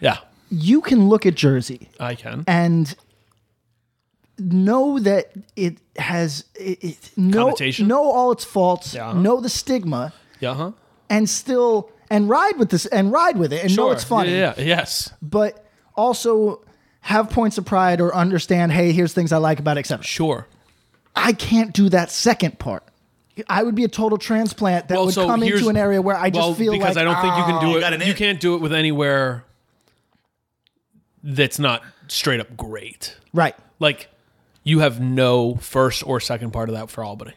Speaker 4: Yeah,
Speaker 3: You can look at Jersey
Speaker 4: I can.
Speaker 3: and know that it has it, it, know,
Speaker 4: Connotation?
Speaker 3: know all its faults,
Speaker 4: Yeah.
Speaker 3: know the stigma,
Speaker 4: Yeah, huh?
Speaker 3: and still and ride with this and ride with it and know Oh, it's funny,
Speaker 4: Yeah, yeah, yes,
Speaker 3: but also have points of pride or understand. Hey, here's things I like about it, etc.
Speaker 4: sure.
Speaker 3: I can't do that second part. I would be a total transplant that would come
Speaker 4: here's-
Speaker 3: into an area where I just
Speaker 4: well,
Speaker 3: feel
Speaker 4: because
Speaker 3: like "Oh."
Speaker 4: I don't think you can do
Speaker 5: "Ah, you got
Speaker 4: it.
Speaker 5: an
Speaker 4: You,
Speaker 5: in."
Speaker 4: can't do it with anywhere that's not straight up great.
Speaker 3: right.
Speaker 4: Like you have no first or second part of that for Albany.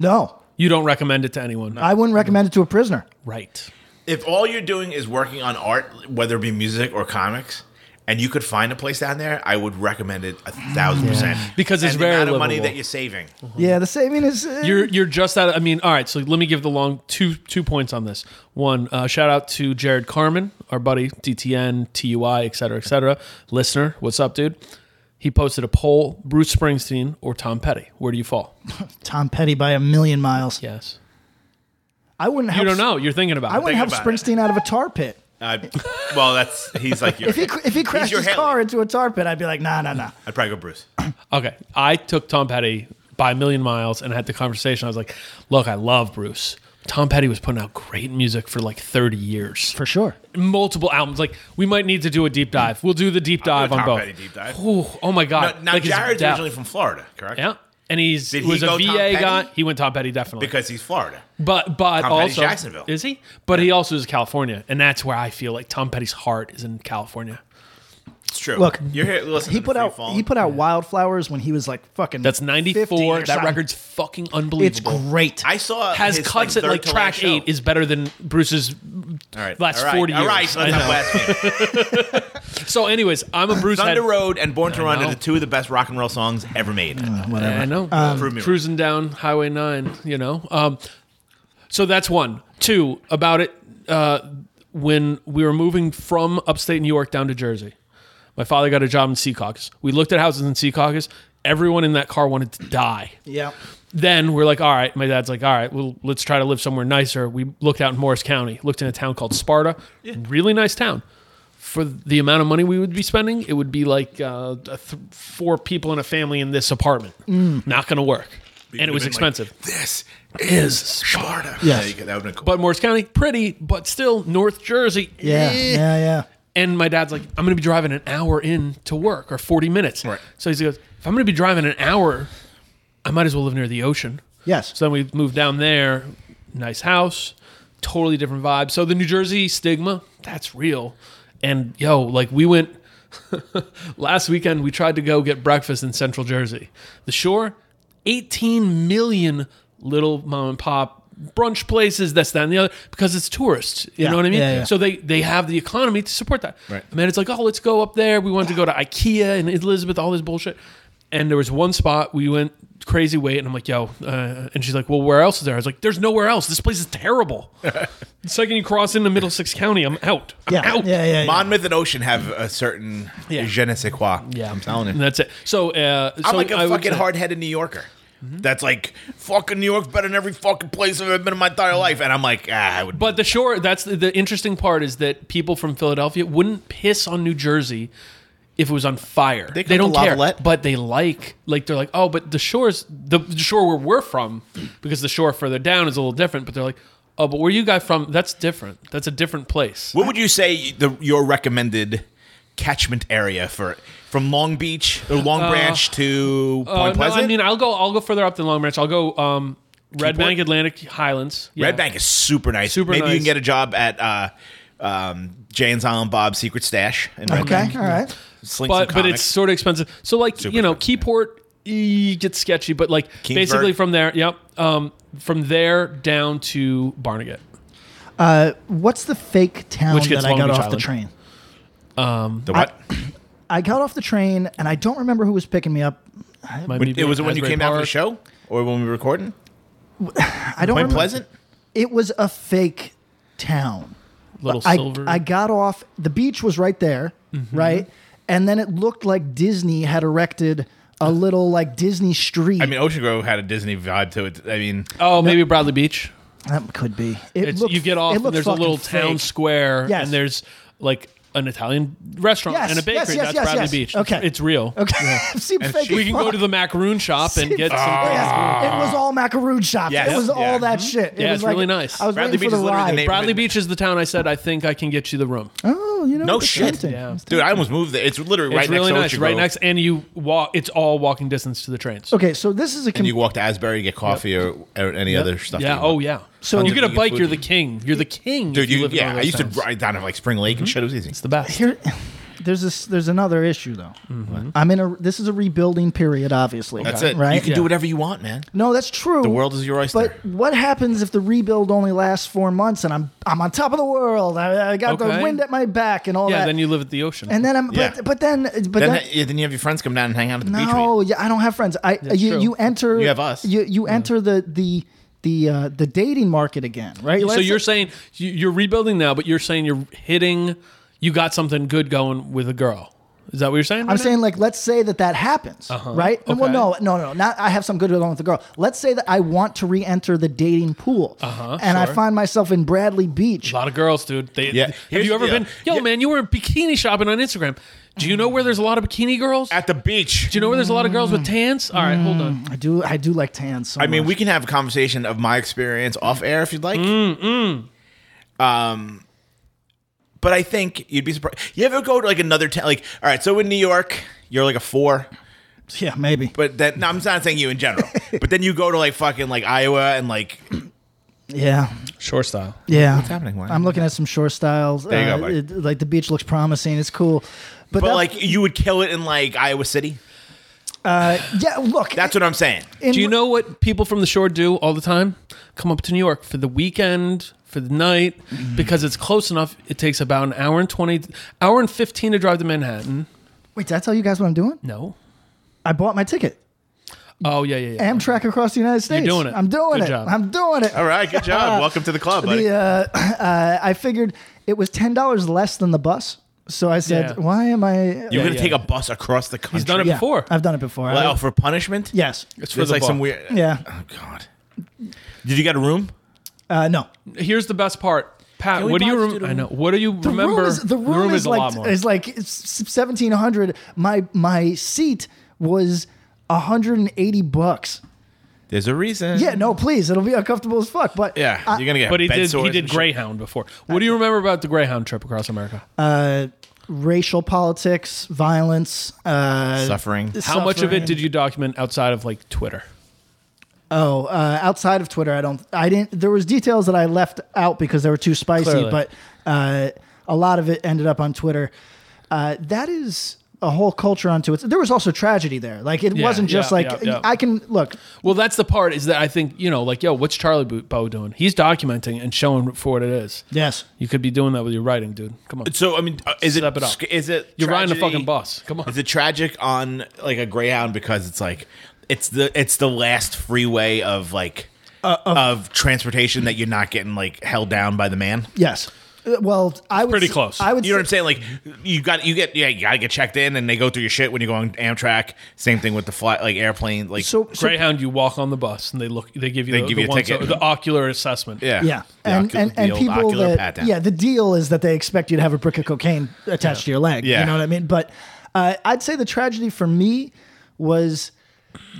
Speaker 3: No,
Speaker 4: You don't recommend it to anyone,
Speaker 3: I wouldn't recommend it to a prisoner.
Speaker 4: right?
Speaker 5: if all you're doing is working on art, whether it be music or comics, and you could find a place down there, I would recommend it a thousand percent
Speaker 4: Because it's
Speaker 5: and
Speaker 4: very
Speaker 5: the amount of money
Speaker 4: livable.
Speaker 5: that you're saving.
Speaker 3: Yeah, the saving is uh,
Speaker 4: You're you're just out. Of, I mean, all right. So let me give the long two two points on this. One, uh, shout out to Jared Carmen, our buddy DTN TUI, et cetera, et cetera. Listener, what's up, dude? He posted a poll: Bruce Springsteen or Tom Petty? Where do you fall?
Speaker 3: Tom Petty by a million miles.
Speaker 4: Yes,
Speaker 3: I wouldn't.
Speaker 4: you
Speaker 3: Help,
Speaker 4: don't know. You're thinking
Speaker 3: I
Speaker 4: about. it.
Speaker 3: wouldn't help
Speaker 5: about it.
Speaker 3: Springsteen out of a tar pit.
Speaker 5: Uh, well, that's he's like your,
Speaker 3: If he if he crashed
Speaker 5: your
Speaker 3: his
Speaker 5: Haley.
Speaker 3: car into a tar pit, I'd be like, nah, nah, nah.
Speaker 5: I'd probably go Bruce.
Speaker 4: Uh, Okay, I took Tom Petty by a million miles and had the conversation. I was like, "Look, I love Bruce. Tom Petty was putting out great music for like 30 years,
Speaker 3: For sure.
Speaker 4: multiple albums. Like, we might need to do a deep
Speaker 5: Hmm.
Speaker 4: dive. We'll do the deep
Speaker 5: I'll
Speaker 4: dive
Speaker 5: do a
Speaker 4: on
Speaker 5: Tom
Speaker 4: both.
Speaker 5: Petty deep dive.
Speaker 4: Ooh, oh my
Speaker 5: Now,
Speaker 4: god!
Speaker 5: now
Speaker 4: Like, his
Speaker 5: Jared's
Speaker 4: depth.
Speaker 5: originally from Florida, correct?
Speaker 4: Yeah. And he's
Speaker 5: Did he
Speaker 4: was
Speaker 5: go Tom
Speaker 4: a VA guy.
Speaker 5: Petty?
Speaker 4: He went Tom Petty definitely.
Speaker 5: Because he's Florida.
Speaker 4: but but
Speaker 5: Tom Petty's
Speaker 4: also
Speaker 5: Jacksonville.
Speaker 4: is he? But he also is California, and that's where I feel like Tom Petty's heart is in California.
Speaker 5: It's true.
Speaker 3: Look,
Speaker 5: you're here. Listen,
Speaker 3: He put out he put out wildflowers when he was like fucking.
Speaker 4: That's
Speaker 3: 15 or
Speaker 4: 94. That
Speaker 3: something.
Speaker 4: record's fucking
Speaker 3: It's
Speaker 4: unbelievable.
Speaker 3: great.
Speaker 5: I saw
Speaker 4: Has
Speaker 5: his,
Speaker 4: cuts
Speaker 5: like,
Speaker 4: at like
Speaker 5: third to last
Speaker 4: track
Speaker 5: show.
Speaker 4: eight is better than Bruce's.
Speaker 5: all right,
Speaker 4: last
Speaker 5: all right,
Speaker 4: 40
Speaker 5: All right, let's
Speaker 4: years. I
Speaker 5: not
Speaker 4: know.
Speaker 5: blaspheme.
Speaker 4: So, anyways, I'm a Bruce.
Speaker 5: Thunder
Speaker 4: head.
Speaker 5: Road and Born to Run are
Speaker 4: know. Uh,
Speaker 5: the two of the best rock and roll songs ever made.
Speaker 4: Yeah, I know.
Speaker 5: Prove me wrong.
Speaker 4: Cruising down Highway 9, you know. Um, so that's one. Two, about it, uh, when we were moving from upstate New York down to Jersey, my father got a job in Secaucus. We looked at houses in Secaucus. Everyone in that car wanted to die.
Speaker 3: yeah.
Speaker 4: Then we're like, all right, my dad's like, all right, well, let's try to live somewhere nicer. We looked out in Morris County, looked in a town called Sparta. Really nice town. For the amount of money we would be spending, it would be like uh, a th- four people in a family in this apartment. Not going to work. and it was
Speaker 5: been Mm. like-
Speaker 4: expensive.
Speaker 5: This is Sparta.
Speaker 3: Yes.
Speaker 5: Yeah, you could- that would have been cool.
Speaker 4: but Morris County, pretty, but still North Jersey.
Speaker 3: Yeah.
Speaker 4: eh.
Speaker 3: Yeah. Yeah.
Speaker 4: And my dad's like, I'm going to be driving an hour in to work or 40 minutes.
Speaker 5: Right.
Speaker 4: So he goes, if I'm going to be driving an hour, I might as well live near the ocean.
Speaker 3: Yes.
Speaker 4: So then we moved down there, nice house, totally different vibe. So the New Jersey stigma, that's real. And yo, like we went last weekend, we tried to go get breakfast in Central Jersey. The shore, 18 million little mom and pop brunch places, this, that, and the other, because it's tourists. You
Speaker 3: Yeah.
Speaker 4: know what I mean?
Speaker 3: Yeah, yeah.
Speaker 4: So they they have the economy to support that.
Speaker 5: Right.
Speaker 4: And then it's like, oh, let's go up there. We wanted to go to IKEA and Elizabeth, all this bullshit. And there was one spot we went crazy wait, and I'm like, yo. Uh, and she's like, well, where else is there? I was like, there's nowhere else. This place is terrible. the second you cross into Middlesex County, I'm out. I'm
Speaker 3: Yeah.
Speaker 4: out.
Speaker 3: Yeah. Yeah. yeah.
Speaker 5: Monmouth and Ocean have a certain
Speaker 4: Yeah.
Speaker 5: je ne sais quoi.
Speaker 4: Yeah.
Speaker 5: I'm telling
Speaker 4: And
Speaker 5: you.
Speaker 4: that's it. So, uh,
Speaker 5: I'm
Speaker 4: so
Speaker 5: like a
Speaker 4: I would
Speaker 5: fucking
Speaker 4: say- Mm-hmm.
Speaker 5: hard headed New Yorker. That's like fucking New York's better than every fucking place I've ever been in my entire life, and I'm like, ah, I would.
Speaker 4: But the shore, that's the, the interesting part is that people from Philadelphia wouldn't piss on New Jersey if it was on fire. They,
Speaker 5: got
Speaker 4: don't
Speaker 5: the
Speaker 4: care.
Speaker 5: lavalette.
Speaker 4: But they like, like, they're like, oh, but the shore's, the, the shore where we're from, because the shore further down is a little different, but they're like, Oh, but where you got from? That's different. That's a different place.
Speaker 5: What would you say the, your recommended catchment area for from Long Beach or Long Branch to
Speaker 4: Uh,
Speaker 5: Point
Speaker 4: no,
Speaker 5: Pleasant?
Speaker 4: I mean, I'll go. I'll go further up than Long Branch. I'll go um, Red
Speaker 5: Keyport?
Speaker 4: Bank, Atlantic Highlands. Yeah.
Speaker 5: Red Bank is super nice.
Speaker 4: Super
Speaker 5: Maybe you
Speaker 4: nice.
Speaker 5: can get a job at uh, um, Jane's Island Bob's Secret Stash in Red
Speaker 3: Okay,
Speaker 5: Bank.
Speaker 3: all right.
Speaker 5: Sling some
Speaker 4: but but
Speaker 5: comics.
Speaker 4: it's sort of expensive. So like
Speaker 5: Super
Speaker 4: you know,
Speaker 5: expensive,
Speaker 4: Keyport eh, gets sketchy, but like
Speaker 5: Kingsburg.
Speaker 4: basically from there, yep, um, from there down to Barnegat.
Speaker 3: Uh, What's the fake town
Speaker 4: Which gets
Speaker 3: that I
Speaker 4: Long
Speaker 3: got
Speaker 4: Beach
Speaker 3: off the
Speaker 4: Island.
Speaker 3: train?
Speaker 5: the what?
Speaker 3: I got off the train and I don't remember who was picking me up.
Speaker 4: Might
Speaker 5: When-
Speaker 4: be
Speaker 5: it was when you
Speaker 4: Asbury
Speaker 5: came out for the
Speaker 4: Park.
Speaker 5: show or when we were recording?
Speaker 3: I
Speaker 5: Point
Speaker 3: don't remember.
Speaker 5: Pleasant?
Speaker 3: It was a fake town.
Speaker 4: Little
Speaker 3: I,
Speaker 4: Silver. Mm-hmm.
Speaker 3: I got off. The beach was right there, right? And then it looked like Disney had erected a little like Disney street.
Speaker 5: I mean, Ocean Grove had a Disney vibe to it. I mean,
Speaker 4: oh, maybe Bradley Beach.
Speaker 3: that could be. It
Speaker 4: It's,
Speaker 3: looked,
Speaker 4: you get off
Speaker 3: it
Speaker 4: and
Speaker 3: looked
Speaker 4: there's a
Speaker 3: fucking
Speaker 4: little
Speaker 3: fake.
Speaker 4: town square
Speaker 3: Yes.
Speaker 4: and there's like an Italian restaurant
Speaker 3: Yes,
Speaker 4: and a bakery.
Speaker 3: yes, yes,
Speaker 4: That's
Speaker 3: yes,
Speaker 4: Bradley
Speaker 3: yes.
Speaker 4: Beach.
Speaker 3: Okay.
Speaker 4: It's real.
Speaker 3: Okay, I've seen fake.
Speaker 4: We can go to the macaroon shop and get
Speaker 3: Oh,
Speaker 4: some.
Speaker 3: Yes, it was all macaroon shops.
Speaker 5: Yes.
Speaker 3: It was
Speaker 5: Yeah.
Speaker 3: all that shit. It
Speaker 4: Mm-hmm. Yeah,
Speaker 3: was
Speaker 4: it's
Speaker 3: like-
Speaker 4: really nice.
Speaker 3: I was
Speaker 5: Bradley
Speaker 3: waiting
Speaker 5: Beach
Speaker 3: for
Speaker 5: is
Speaker 3: the
Speaker 5: literally the
Speaker 3: ride.
Speaker 5: name-
Speaker 4: Bradley Beach is the town I said I think I can get you the room.
Speaker 3: Oh, you know,
Speaker 5: no
Speaker 3: that's
Speaker 5: shit.
Speaker 3: tempting.
Speaker 4: Yeah.
Speaker 3: That's
Speaker 5: Dude, I almost moved there. It's literally right
Speaker 4: It's really
Speaker 5: next
Speaker 4: nice.
Speaker 5: to Ocean
Speaker 4: Right
Speaker 5: Grove.
Speaker 4: next, and you walk. It's all walking distance to the trains.
Speaker 3: Okay, so this is a
Speaker 5: And
Speaker 3: com-
Speaker 5: you walk to Asbury to get coffee or, or any other stuff. that
Speaker 4: Yeah.
Speaker 5: you want.
Speaker 4: Oh, yeah.
Speaker 3: So-
Speaker 4: So you get a
Speaker 5: Food.
Speaker 4: bike, you're the king. You're the king.
Speaker 5: Dude,
Speaker 4: if you
Speaker 5: you,
Speaker 4: live in one
Speaker 5: yeah,
Speaker 4: of
Speaker 5: I
Speaker 4: those
Speaker 5: used
Speaker 4: towns. Mm-hmm.
Speaker 5: to ride down to like Spring Lake and shit. It was easy.
Speaker 4: It's the best.
Speaker 3: here. There's this. There's another issue though.
Speaker 4: Mm-hmm.
Speaker 3: I'm in a. This is a rebuilding period, obviously.
Speaker 5: That's it.
Speaker 3: Right.
Speaker 5: You can
Speaker 4: Yeah.
Speaker 5: do whatever you want, man.
Speaker 3: no, that's true.
Speaker 5: The world is your oyster.
Speaker 3: But what happens if the rebuild only lasts four months and I'm I'm on top of the world? I, I got the
Speaker 4: Okay.
Speaker 3: wind at my back and all
Speaker 4: yeah.
Speaker 3: that.
Speaker 4: Then you live at the ocean.
Speaker 3: and then I'm.
Speaker 5: Yeah.
Speaker 3: But, but then. But
Speaker 5: then,
Speaker 3: that-
Speaker 5: yeah, then you have your friends come down and hang out at the beach. with you.
Speaker 3: No, yeah, I don't have friends. I you,
Speaker 4: true.
Speaker 3: you enter.
Speaker 5: You have us.
Speaker 3: You you enter the the the uh, the dating market again, right?
Speaker 4: so
Speaker 3: Let's-
Speaker 4: you're saying you- you're rebuilding now, but you're saying you're hitting. You got something good going with a girl. Is that what you're saying?
Speaker 3: I'm saying like let's say that that happens, right? And, Well,
Speaker 4: Uh-huh. okay.
Speaker 3: no, no, no, not. I have some good along with the girl. Let's say that I want to re-enter the dating pool,
Speaker 4: Uh-huh,
Speaker 3: and I find myself in Bradley Beach.
Speaker 4: a lot of girls, dude. They,
Speaker 5: Yeah.
Speaker 4: Have
Speaker 5: Here's
Speaker 4: you ever
Speaker 5: the
Speaker 4: been?
Speaker 5: deal.
Speaker 4: Yo,
Speaker 5: Yeah.
Speaker 4: man, you were bikini shopping on Instagram. Do you know where there's a lot of bikini girls?
Speaker 5: At the beach.
Speaker 4: Do you know where there's a lot of girls
Speaker 3: Mm.
Speaker 4: with tans? All right, hold on.
Speaker 3: I do, I do like tans. So
Speaker 5: I mean,
Speaker 3: much.
Speaker 5: we can have a conversation of my experience off air if you'd like. Um, mm. but I think you'd be surprised. You ever go to like another town? Like, all right, so in New York, you're like a four,
Speaker 3: yeah, maybe.
Speaker 5: but then no, I'm not saying you in general. but then you go to like fucking like Iowa and like
Speaker 3: Yeah,
Speaker 4: Shore style.
Speaker 3: yeah. What's
Speaker 5: happening, Wayne?
Speaker 3: I'm looking at some shore styles. Uh,
Speaker 5: There you go, buddy.
Speaker 3: it- like the beach looks promising. It's cool, but,
Speaker 5: But
Speaker 3: that-
Speaker 5: like you would kill it in like Iowa City.
Speaker 3: uh, yeah, look,
Speaker 5: That's what I'm saying.
Speaker 3: in-
Speaker 4: Do you know what people from the shore do all the time? Come up to New York for the weekend, for the night,
Speaker 3: Mm-hmm.
Speaker 4: because it's close enough. It takes about an hour and 20, hour and 15 to drive to Manhattan.
Speaker 3: Wait, did I tell you guys what I'm doing?
Speaker 4: No.
Speaker 3: I bought my ticket. Mm.
Speaker 4: Oh, yeah, yeah, yeah.
Speaker 3: Amtrak across the United States.
Speaker 4: doing it.
Speaker 3: I'm doing
Speaker 4: Good
Speaker 3: it.
Speaker 4: job.
Speaker 3: I'm doing it.
Speaker 5: All right, good job. Welcome to the club, buddy.
Speaker 3: The, uh, uh, I figured it was ten dollars less than the bus, so I said,
Speaker 4: Yeah.
Speaker 3: "Why am I?" uh,
Speaker 5: You're gonna
Speaker 4: yeah.
Speaker 5: take a bus across the country.
Speaker 4: He's done it
Speaker 3: Yeah,
Speaker 4: before.
Speaker 3: I've done it before. I-
Speaker 5: Well, for punishment?
Speaker 3: yes.
Speaker 5: It's
Speaker 4: for the
Speaker 5: like
Speaker 4: bar.
Speaker 5: some weird.
Speaker 3: Yeah.
Speaker 5: Oh God. Did you get a room?
Speaker 3: Uh, no.
Speaker 4: Here's the best part. Pat,
Speaker 5: we
Speaker 4: what do you
Speaker 5: buy
Speaker 4: remember?
Speaker 5: student-
Speaker 4: I know. What do you
Speaker 3: The
Speaker 4: remember?
Speaker 3: room is, the room is,
Speaker 4: a lot
Speaker 3: like
Speaker 4: more.
Speaker 3: is like seventeen hundred. My my seat was hundred and eighty bucks.
Speaker 5: There's a reason.
Speaker 3: Yeah. No, please. It'll be uncomfortable as fuck. But
Speaker 5: Yeah,
Speaker 3: I-
Speaker 5: you're gonna get.
Speaker 4: but he
Speaker 5: bed
Speaker 4: did,
Speaker 5: sores
Speaker 4: he did
Speaker 5: and shit.
Speaker 4: Greyhound before. What do you remember about the Greyhound trip across America?
Speaker 3: uh, racial politics, violence. Uh,
Speaker 5: suffering.
Speaker 4: How much of it
Speaker 3: suffering.
Speaker 4: did you document outside of like Twitter?
Speaker 3: Oh, uh, outside of Twitter, I don't. I didn't. There was details that I left out because they were too spicy,
Speaker 4: Clearly.
Speaker 3: but uh, a lot of it ended up on Twitter. Uh, that is a whole culture onto it. There was also tragedy there. Like it
Speaker 4: Yeah,
Speaker 3: wasn't just
Speaker 4: yeah,
Speaker 3: like
Speaker 4: yeah, yeah.
Speaker 3: I can look.
Speaker 4: Well, that's the part is that I think, you know, like, yo, what's Charlie Bo- Bo doing? He's documenting and showing for what it is.
Speaker 3: Yes.
Speaker 4: You could be doing that with your writing, dude. Come on.
Speaker 5: So I mean, uh, is it,
Speaker 4: Step it up.
Speaker 5: is it
Speaker 4: You're riding a
Speaker 5: tragedy-
Speaker 4: fucking bus. Come on.
Speaker 5: Is it tragic on like a Greyhound because it's like it's the it's the last freeway of like
Speaker 3: Uh,
Speaker 5: of, transportation that you're not getting like held down by the man.
Speaker 3: Yes. Uh, Well, I would
Speaker 4: pretty
Speaker 3: s-
Speaker 4: close.
Speaker 3: I would.
Speaker 5: You know what I'm
Speaker 3: s-
Speaker 5: saying? Like you got you get yeah you gotta get checked in and they go through your shit when you go on Amtrak. Same thing with the fly like airplane like
Speaker 3: So, so
Speaker 4: Greyhound, you walk on the bus and they look. They give you.
Speaker 5: They
Speaker 4: the,
Speaker 5: give
Speaker 4: the
Speaker 5: you a
Speaker 4: ones
Speaker 5: ticket.
Speaker 4: that- the ocular assessment.
Speaker 5: yeah
Speaker 3: yeah,
Speaker 5: The
Speaker 3: and
Speaker 5: ocu-
Speaker 3: and,
Speaker 5: the
Speaker 3: and
Speaker 5: old
Speaker 3: people
Speaker 5: ocular
Speaker 3: that
Speaker 5: pat-down.
Speaker 3: yeah, the deal is that they expect you to have a brick of cocaine attached to your leg.
Speaker 5: Yeah.
Speaker 3: you know what I mean. But uh, I'd say the tragedy for me was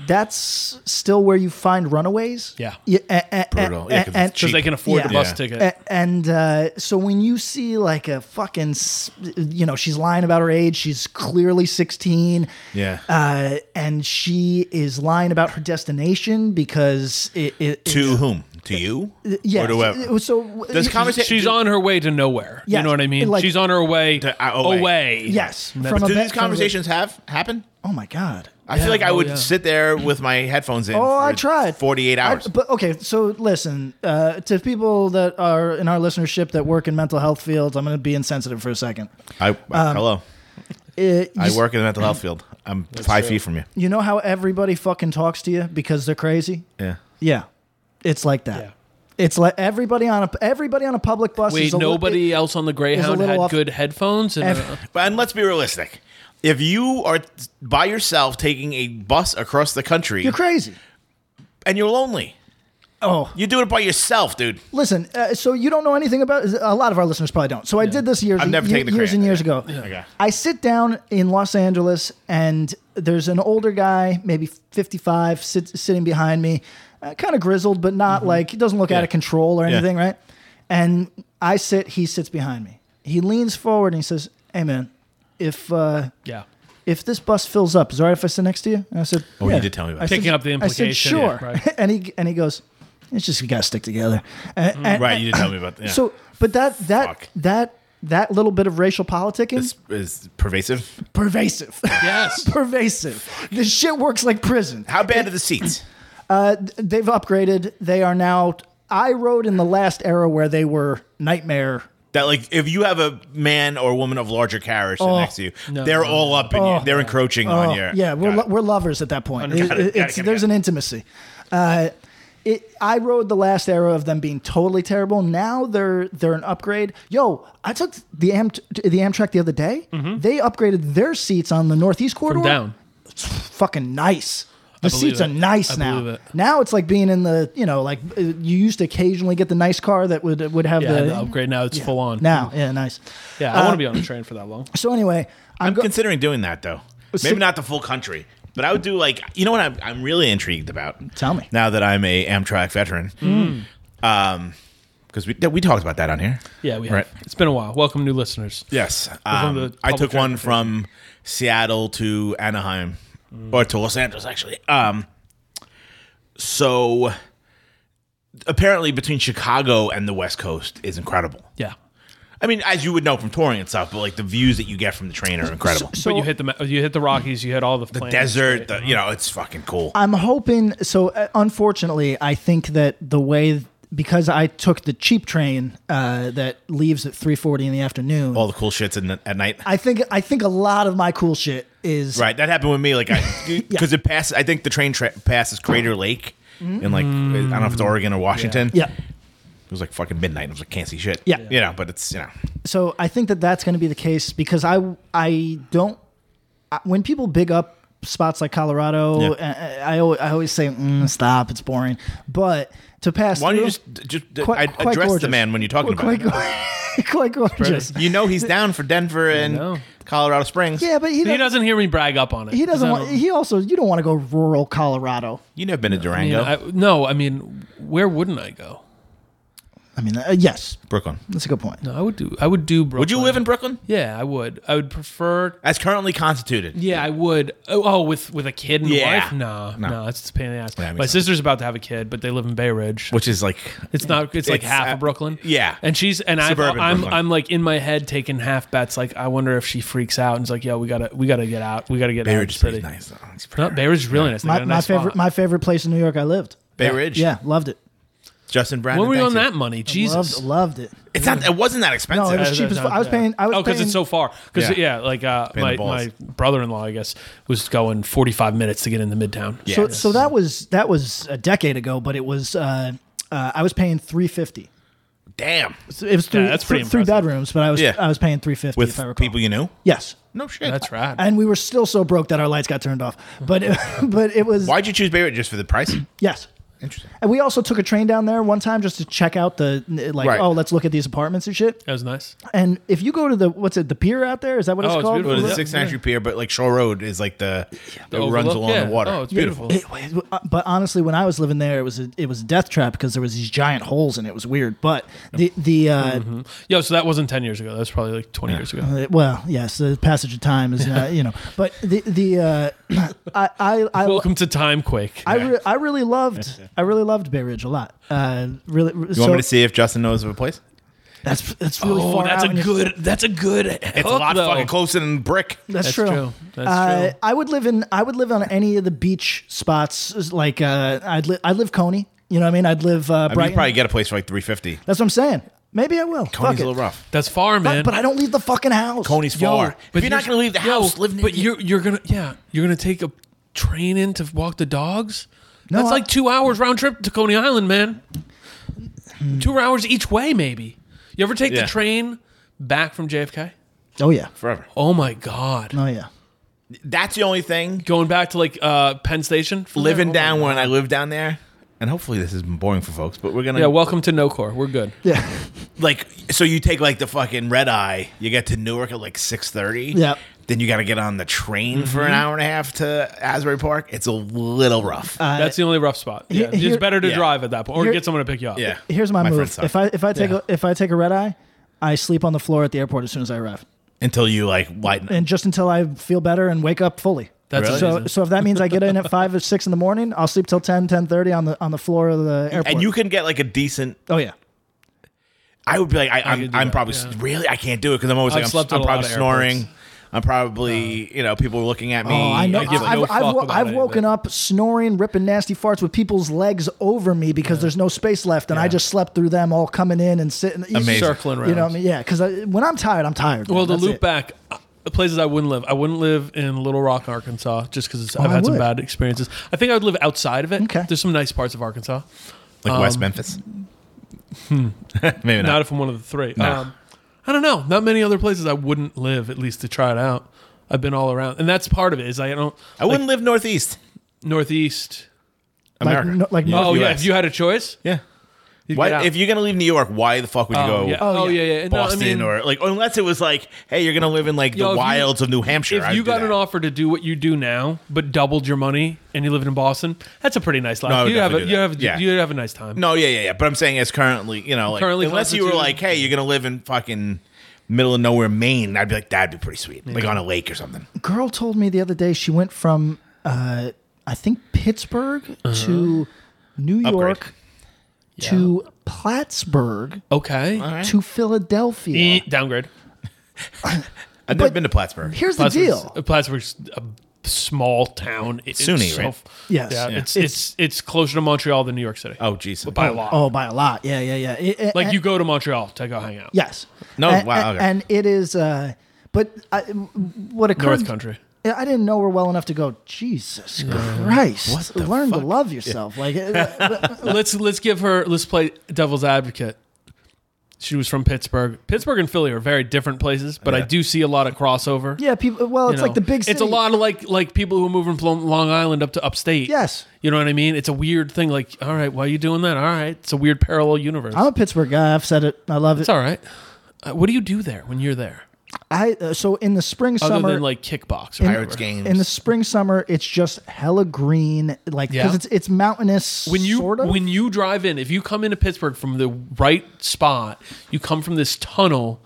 Speaker 3: that's still where you find Runaways.
Speaker 4: Yeah.
Speaker 3: yeah a- a-
Speaker 5: Brutal.
Speaker 3: a-
Speaker 5: Yeah, 'cause it's
Speaker 3: and-
Speaker 4: because they
Speaker 5: cheap.
Speaker 4: can afford the
Speaker 3: Yeah.
Speaker 4: bus
Speaker 5: Yeah.
Speaker 4: ticket.
Speaker 3: A- and uh, so when you see like a fucking, s- you know, she's lying about her age. She's clearly 16.
Speaker 5: Yeah.
Speaker 3: Uh, and she is lying about her destination because it. it
Speaker 5: to whom? To you?
Speaker 3: yeah.
Speaker 5: Or to whoever?
Speaker 3: Uh, so, so-
Speaker 5: This conversation.
Speaker 4: She's on her way to nowhere.
Speaker 3: Yes,
Speaker 4: You know what I mean?
Speaker 3: like-
Speaker 4: She's on her way
Speaker 5: To- uh, away.
Speaker 3: Yes. From
Speaker 5: Do
Speaker 3: a ba-
Speaker 5: these
Speaker 3: from a-
Speaker 5: conversations have happen?
Speaker 3: Oh my god.
Speaker 5: I feel like I
Speaker 4: oh,
Speaker 5: would
Speaker 4: yeah.
Speaker 5: sit there with my headphones in.
Speaker 3: Oh,
Speaker 5: for
Speaker 3: I tried.
Speaker 5: 48 hours.
Speaker 3: I- but okay, so listen uh, to people that are in our listenership that work in mental health fields. I'm going to be insensitive for a second.
Speaker 5: I, uh, hello.
Speaker 3: It, you,
Speaker 5: I work in the mental health field. I'm five feet from you.
Speaker 3: You know how everybody fucking talks to you because they're crazy.
Speaker 5: Yeah.
Speaker 3: Yeah, it's like that.
Speaker 4: Yeah.
Speaker 3: It's like everybody on a everybody on a public bus.
Speaker 4: Wait,
Speaker 3: is a li- eh,
Speaker 4: nobody
Speaker 3: it-
Speaker 4: else on the Greyhound
Speaker 3: little
Speaker 4: had
Speaker 3: off-
Speaker 4: good headphones and
Speaker 3: Ev-
Speaker 4: uh,
Speaker 5: But and let's be realistic. If you are t- by yourself taking a bus across the country
Speaker 3: you're crazy.
Speaker 5: and you're lonely,
Speaker 3: Oh,
Speaker 5: you do it by yourself, dude.
Speaker 3: listen. Uh, so you don't know anything about. A lot of our listeners probably don't. So I did this years,
Speaker 5: I've never
Speaker 3: ye-
Speaker 5: taken the
Speaker 3: years
Speaker 5: crayon.
Speaker 3: and years ago.
Speaker 5: Okay.
Speaker 3: I sit down in Los Angeles, and there's an older guy, maybe 55, sit, sitting behind me, uh, kind of grizzled, but not
Speaker 5: Mm-hmm.
Speaker 3: like he doesn't look out of control or anything, right? And I sit, he sits behind me. He leans forward and he says, "Hey, man, if uh,
Speaker 4: yeah.
Speaker 3: if this bus fills up, is it all right if I sit next to you? And I said, Oh,
Speaker 5: you did tell me about
Speaker 3: I
Speaker 5: that.
Speaker 3: said-
Speaker 4: Picking up the
Speaker 3: I said,
Speaker 4: implication,
Speaker 3: sure.
Speaker 4: yeah, right.
Speaker 3: and he and he goes, It's just you gotta stick together. And-
Speaker 4: Mm,
Speaker 3: and-
Speaker 5: Right, you did tell me about that.
Speaker 3: So but that that
Speaker 5: Fuck.
Speaker 3: that that little bit of racial politicking
Speaker 5: This is pervasive.
Speaker 3: pervasive.
Speaker 4: Yes.
Speaker 3: pervasive. This shit works like prison.
Speaker 5: How bad are the seats?
Speaker 3: Uh, th- they've upgraded. They are now I rode in the last era where they were nightmare
Speaker 5: That like if you have a man or woman of larger carriage
Speaker 3: Oh,
Speaker 5: sitting next to you, they're all up in you. They're encroaching on you.
Speaker 3: Yeah, we're,
Speaker 5: Got
Speaker 3: lo-
Speaker 5: it.
Speaker 3: we're lovers at that point. It-
Speaker 5: Got it,
Speaker 3: it's-
Speaker 5: got it, got it,
Speaker 3: there's
Speaker 5: got
Speaker 3: an intimacy. Uh, it, I rode the last era of them being totally terrible. Now they're they're an upgrade. Yo, I took the Am the Amtrak the other day. They upgraded their seats on the Northeast corridor.
Speaker 4: down.
Speaker 3: It's fucking nice. The
Speaker 4: believe
Speaker 3: seats are
Speaker 4: it.
Speaker 3: nice
Speaker 4: I
Speaker 3: now.
Speaker 4: believe it.
Speaker 3: Now it's like being in the you know like uh, you used to occasionally get the nice car that would would have
Speaker 4: Yeah,
Speaker 3: the,
Speaker 4: the upgrade now it's full on.
Speaker 3: Now, yeah, nice.
Speaker 4: yeah, I want to be on a train for that long.
Speaker 3: So anyway, I'm,
Speaker 5: I'm
Speaker 3: go-
Speaker 5: considering doing that though. Maybe not the full country, but I would do like you know what I'm I'm really intrigued about.
Speaker 3: Tell me. Hmm.
Speaker 5: now that I'm a Amtrak veteran. Um, because we we talked about that on here.
Speaker 4: Yeah, we have.
Speaker 5: Right.
Speaker 4: It's been a while. Welcome new listeners.
Speaker 5: Yes,
Speaker 4: one
Speaker 5: um,
Speaker 4: of the
Speaker 5: I
Speaker 4: public
Speaker 5: took one from Seattle to Anaheim
Speaker 4: Hmm.
Speaker 5: or to Los Angeles, actually. Um, so apparently, between Chicago and the West Coast is incredible.
Speaker 4: Yeah.
Speaker 5: I mean, as you would know from touring and stuff, but like the views that you get from the train are incredible.
Speaker 4: but you hit the ma- you hit the Rockies, you hit all the, plains,
Speaker 5: Desert,
Speaker 4: right?
Speaker 5: the, you know, it's fucking cool.
Speaker 3: I'm hoping. So, uh, unfortunately, I think that the way because I took the cheap train uh, that leaves at 3:40 in the afternoon.
Speaker 5: All the cool shits in the, at night.
Speaker 3: I think I think a lot of my cool shit is
Speaker 5: Right, that happened with me. Like, because it passes. I think the train tra- passes Crater Lake, in like I don't know if it's Oregon or Washington.
Speaker 3: Yeah.
Speaker 5: it was like fucking midnight. I was like, can't see shit.
Speaker 3: Yeah.
Speaker 5: you know, but it's you know,
Speaker 3: So I think that that's going to be the case because I I don't I, when people big up spots like Colorado,
Speaker 5: Yeah.
Speaker 3: uh, I, I, always, I always say mm, stop, it's boring. But to pass
Speaker 5: why don't you
Speaker 3: through-
Speaker 5: just just
Speaker 3: Quite-
Speaker 5: I,
Speaker 3: quite
Speaker 5: address the
Speaker 3: gorgeous.
Speaker 5: man when you're talking about?
Speaker 3: quite,
Speaker 5: it.
Speaker 3: quite gorgeous.
Speaker 5: You know he's down for Denver
Speaker 4: know.
Speaker 5: and Colorado Springs.
Speaker 3: Yeah, but he,
Speaker 4: He
Speaker 3: doesn't.
Speaker 4: doesn't hear me brag up on it.
Speaker 3: He doesn't
Speaker 4: I
Speaker 3: want.
Speaker 4: don't-
Speaker 3: He also. You don't want to go rural Colorado.
Speaker 5: you never been to
Speaker 4: I mean,
Speaker 5: Durango,
Speaker 4: I, no, I mean, where wouldn't I go?
Speaker 3: I mean, uh, yes,
Speaker 5: Brooklyn.
Speaker 3: that's a good point.
Speaker 4: No, I would do. I would do. Brooklyn.
Speaker 5: Would you live in Brooklyn?
Speaker 4: Yeah, I would. I would prefer.
Speaker 5: As currently constituted.
Speaker 4: Yeah, I would. Oh, oh with with a kid and
Speaker 5: Yeah.
Speaker 4: a wife? Nah,
Speaker 5: No.
Speaker 4: no, it's just a pain in the ass.
Speaker 5: that makes
Speaker 4: My
Speaker 5: sense.
Speaker 4: sister's about to have a kid, but they live in Bay Ridge.
Speaker 5: Which is like
Speaker 4: It's not. It's like
Speaker 5: It's,
Speaker 4: half
Speaker 5: uh,
Speaker 4: of Brooklyn.
Speaker 5: yeah.
Speaker 4: and she's and I,
Speaker 5: Suburban
Speaker 4: I'm
Speaker 5: Brooklyn.
Speaker 4: I'm like in my head taking half bets. Like I wonder if she freaks out and is like, "Yo, we gotta we gotta get out. We gotta get
Speaker 5: Bay
Speaker 4: out." of
Speaker 5: Ridge
Speaker 4: the
Speaker 5: is pretty
Speaker 4: city."
Speaker 5: nice. though. It's pretty
Speaker 4: No, Bay Ridge is really nice. They
Speaker 3: My,
Speaker 4: got a
Speaker 3: my
Speaker 4: nice
Speaker 3: favorite.
Speaker 4: spot.
Speaker 3: My favorite place in New York. I lived.
Speaker 5: Bay Ridge.
Speaker 3: Yeah, loved it.
Speaker 5: Justin Brandon.
Speaker 4: when were we
Speaker 5: thanks
Speaker 4: on
Speaker 5: you.
Speaker 4: that money? Jesus.
Speaker 3: Loved, loved it.
Speaker 5: It's not. It wasn't that expensive.
Speaker 3: No, it was
Speaker 4: that-
Speaker 3: cheap as
Speaker 4: that-
Speaker 3: fuck. I was
Speaker 4: that-
Speaker 3: paying. I was
Speaker 4: Oh, because
Speaker 3: paying-
Speaker 4: it's so far. Because
Speaker 5: Yeah.
Speaker 4: yeah. like uh,
Speaker 5: the
Speaker 4: my
Speaker 5: balls.
Speaker 4: my brother in law, I guess, was going forty five minutes to get into Midtown.
Speaker 5: Yeah.
Speaker 3: So, so that was that was a decade ago, but it was. Uh, uh, I was paying three fifty.
Speaker 5: Damn.
Speaker 3: It was three,
Speaker 4: that's pretty
Speaker 3: th- three
Speaker 4: impressive.
Speaker 3: bedrooms, but I was
Speaker 5: Yeah.
Speaker 3: I was paying three fifty
Speaker 5: With
Speaker 3: if I recall.
Speaker 5: people you knew.
Speaker 3: yes,
Speaker 5: No shit.
Speaker 4: that's right.
Speaker 3: and we were still so broke that our lights got turned off. But it, but it was
Speaker 5: Why'd you choose Bay Ridge just for the price?
Speaker 3: yes.
Speaker 6: Interesting.
Speaker 3: And we also took a train down there one time just to check out the like
Speaker 5: Right.
Speaker 3: oh let's look at these apartments and shit.
Speaker 4: That was nice.
Speaker 3: And if you go to the what's it the pier out there is that what it's
Speaker 4: Oh, it's
Speaker 3: called?
Speaker 4: beautiful.
Speaker 5: But
Speaker 4: Yeah.
Speaker 5: the Sixth Century Pier, but like Shore Road is like the that runs
Speaker 4: overlook,
Speaker 5: along
Speaker 4: yeah.
Speaker 5: the water.
Speaker 4: Oh, it's beautiful.
Speaker 3: It, it- but honestly, when I was living there, it was a, it was a death trap because there was these giant holes and it was weird. But the the uh,
Speaker 4: Yo, so that wasn't 10 years ago. That was probably like 20 years ago.
Speaker 3: Uh, Well, yes, the passage of time is not, you know, but the the uh, I I I,
Speaker 4: Welcome to Timequake.
Speaker 3: I, re- I really loved I really loved Bay Ridge a lot. Uh, really,
Speaker 5: You want me to see if Justin knows of a place?
Speaker 3: that's that's really
Speaker 4: oh,
Speaker 3: far.
Speaker 4: that's
Speaker 3: out
Speaker 4: a
Speaker 3: and it's-
Speaker 4: good. That's a good.
Speaker 5: It's a lot fucking closer than brick.
Speaker 3: That's,
Speaker 4: That's
Speaker 3: true.
Speaker 4: true. That's
Speaker 3: uh,
Speaker 4: true.
Speaker 3: I would live in I would live on any of the beach spots. Like uh, I'd li- I'd live Coney. You know what I mean? I'd live uh,
Speaker 5: I mean, you
Speaker 3: Brighton.
Speaker 5: probably get a place for like three fifty.
Speaker 3: that's what I'm saying. Maybe I will. Fuck
Speaker 5: Coney's
Speaker 3: it.
Speaker 5: a little rough.
Speaker 4: That's far, man.
Speaker 3: But, but I don't leave the fucking house.
Speaker 5: Coney's far. If you're not
Speaker 4: here's-
Speaker 5: gonna leave the
Speaker 4: yo,
Speaker 5: house, live in
Speaker 4: But you're you're gonna yeah, you're gonna take a train in to walk the dogs.
Speaker 3: No,
Speaker 4: That's
Speaker 3: I-
Speaker 4: like two hours round trip to Coney Island, man. Two hours each way, maybe. You ever take
Speaker 5: Yeah.
Speaker 4: the train back from JFK?
Speaker 3: Oh yeah.
Speaker 5: forever.
Speaker 4: Oh my god!
Speaker 3: Oh yeah.
Speaker 5: That's the only thing.
Speaker 4: Going back to like uh, Penn Station, from
Speaker 5: Living
Speaker 4: there?
Speaker 5: down when I live down there, and hopefully this has been boring for folks, but we're gonna
Speaker 4: Yeah, welcome to Nocor. We're good.
Speaker 3: Yeah.
Speaker 5: like so you take like the fucking red eye you get to newark at like 6.30
Speaker 3: Yep.
Speaker 5: then you got to get on the train for an hour and a half to asbury park it's a little rough
Speaker 4: That's the only rough spot. Yeah,
Speaker 3: here-
Speaker 4: it's better to
Speaker 5: Yeah.
Speaker 4: drive at that point, or
Speaker 3: Here-
Speaker 4: get someone to pick you up.
Speaker 5: yeah
Speaker 3: Here's my,
Speaker 5: friend
Speaker 3: move.
Speaker 5: sucked.
Speaker 3: If I if I take
Speaker 4: Yeah.
Speaker 3: a if I take a red eye, I sleep on the floor at the airport as soon as I arrive,
Speaker 5: until you like lighten
Speaker 3: and just until I feel better and wake up fully.
Speaker 4: That's
Speaker 5: Really?
Speaker 3: so.
Speaker 4: amazing.
Speaker 3: So if that means I get in at five or six in the morning, I'll sleep till 10, 10.30 on the on the floor of the airport.
Speaker 5: and you can get like a decent
Speaker 3: oh yeah,
Speaker 5: i would be like I,
Speaker 4: could
Speaker 5: i'm,
Speaker 4: do
Speaker 5: I'm
Speaker 4: that,
Speaker 5: probably
Speaker 4: yeah.
Speaker 5: really i can't do it because i'm always
Speaker 4: I've
Speaker 5: like i'm,
Speaker 4: slept at
Speaker 5: I'm
Speaker 4: a lot
Speaker 5: probably
Speaker 4: of
Speaker 5: snoring
Speaker 4: airports.
Speaker 5: i'm probably you know people are looking at me
Speaker 3: oh I know. I
Speaker 4: I give no
Speaker 3: have I've,
Speaker 4: fuck
Speaker 3: wo-
Speaker 4: about
Speaker 3: I've
Speaker 4: any of
Speaker 3: woken
Speaker 4: that.
Speaker 3: up snoring, ripping nasty farts with people's legs over me because there's no space left, and I just slept through them all coming in and sitting.
Speaker 5: Amazing.
Speaker 4: Circling
Speaker 3: You know what I
Speaker 4: rounds.
Speaker 3: mean? Yeah, because when I'm tired, I'm tired.
Speaker 4: Well,
Speaker 3: man.
Speaker 4: to
Speaker 3: That's
Speaker 4: loop
Speaker 3: it.
Speaker 4: back, uh, the places I wouldn't live, I wouldn't live in Little Rock, Arkansas, just because I've
Speaker 3: I
Speaker 4: had some
Speaker 3: would.
Speaker 4: bad experiences. I think I would live outside of it.
Speaker 3: Okay.
Speaker 4: There's some nice parts of Arkansas.
Speaker 5: like west memphis maybe
Speaker 4: Not
Speaker 5: not,
Speaker 4: if I'm one of the three. Um, I don't know. Not many other places I wouldn't live, at least to try it out. I've been all around, and that's part of it. Is I don't
Speaker 5: i wouldn't live northeast
Speaker 4: northeast.
Speaker 5: america
Speaker 3: no- like
Speaker 5: Yeah.
Speaker 3: no-
Speaker 4: Oh yeah,
Speaker 5: US.
Speaker 4: if you had a choice,
Speaker 5: yeah
Speaker 4: you'd get
Speaker 5: Why,
Speaker 4: out.
Speaker 5: if you're gonna leave New York, why the fuck would you
Speaker 4: Oh,
Speaker 5: go?
Speaker 4: yeah. Oh, yeah, yeah. No, I
Speaker 5: Boston
Speaker 4: mean-
Speaker 5: or like unless it was like, hey, you're gonna live in like
Speaker 4: Yo, if
Speaker 5: the
Speaker 4: you-
Speaker 5: wilds of New Hampshire.
Speaker 4: if
Speaker 5: I'd
Speaker 4: you
Speaker 5: do
Speaker 4: got
Speaker 5: that.
Speaker 4: an offer to do what you do now, but doubled your money, and you lived in Boston, that's a pretty nice life.
Speaker 5: No, I would
Speaker 4: you have a,
Speaker 5: definitely
Speaker 4: you
Speaker 5: do
Speaker 4: have
Speaker 5: that. Yeah.
Speaker 4: you have a nice time.
Speaker 5: no, yeah, yeah, yeah. But I'm saying as currently, you know, like
Speaker 4: Currently
Speaker 5: unless you were
Speaker 4: constituted-
Speaker 5: like, hey, you're gonna live in fucking middle of nowhere Maine, I'd be like, that'd be pretty sweet, like on a lake or something.
Speaker 3: girl told me the other day she went from uh, I think Pittsburgh
Speaker 4: Uh-huh.
Speaker 3: to New
Speaker 5: Upgrade.
Speaker 3: York to Plattsburgh
Speaker 4: Okay.
Speaker 3: to Philadelphia.
Speaker 4: Eh, Downgrade.
Speaker 5: I've never been to Plattsburgh.
Speaker 3: Here's the
Speaker 4: Plattsburgh's-
Speaker 3: deal.
Speaker 4: uh, Plattsburgh's a small town. It- It's
Speaker 5: SUNY, right?
Speaker 3: Yes.
Speaker 4: Yeah,
Speaker 3: Yeah.
Speaker 4: It's, it's it's closer to Montreal than New York City.
Speaker 5: Oh, Jesus.
Speaker 4: by a lot.
Speaker 3: Oh, by a lot. Yeah, yeah, yeah. It- eh, it-
Speaker 4: like you
Speaker 3: and-
Speaker 4: go to Montreal to go hang out.
Speaker 3: Yes.
Speaker 5: No,
Speaker 3: And,
Speaker 5: wow,
Speaker 3: And,
Speaker 5: okay.
Speaker 3: and it is. Uh, but I, what occurred?
Speaker 4: North Country.
Speaker 3: Yeah, I didn't know her well enough to go. Jesus Christ! Learn to love yourself. Like, uh,
Speaker 4: let's let's give her let's play devil's advocate. She was from Pittsburgh. Pittsburgh and Philly are very different places, but I do see a lot of crossover.
Speaker 3: yeah, people. Well, it's
Speaker 4: You know,
Speaker 3: like the big. City.
Speaker 4: It's a lot of like like people who are moving from Long Island up to upstate.
Speaker 3: Yes.
Speaker 4: You know what I mean? It's a weird thing. Like, all right, why are you doing that? All right, it's a weird parallel universe.
Speaker 3: I'm a Pittsburgh guy. I've said it. I love it.
Speaker 4: it's all right. Uh, what do you do there when you're there,
Speaker 3: I uh, so in the spring
Speaker 4: other
Speaker 3: summer
Speaker 4: than like kickbox or
Speaker 5: Pirates
Speaker 4: whatever?
Speaker 5: games.
Speaker 3: in the spring summer it's just hella green like because
Speaker 4: Yeah.
Speaker 3: it's it's mountainous
Speaker 4: when you
Speaker 3: sort of
Speaker 4: when you drive in if you come into pittsburgh from the right spot you come from this tunnel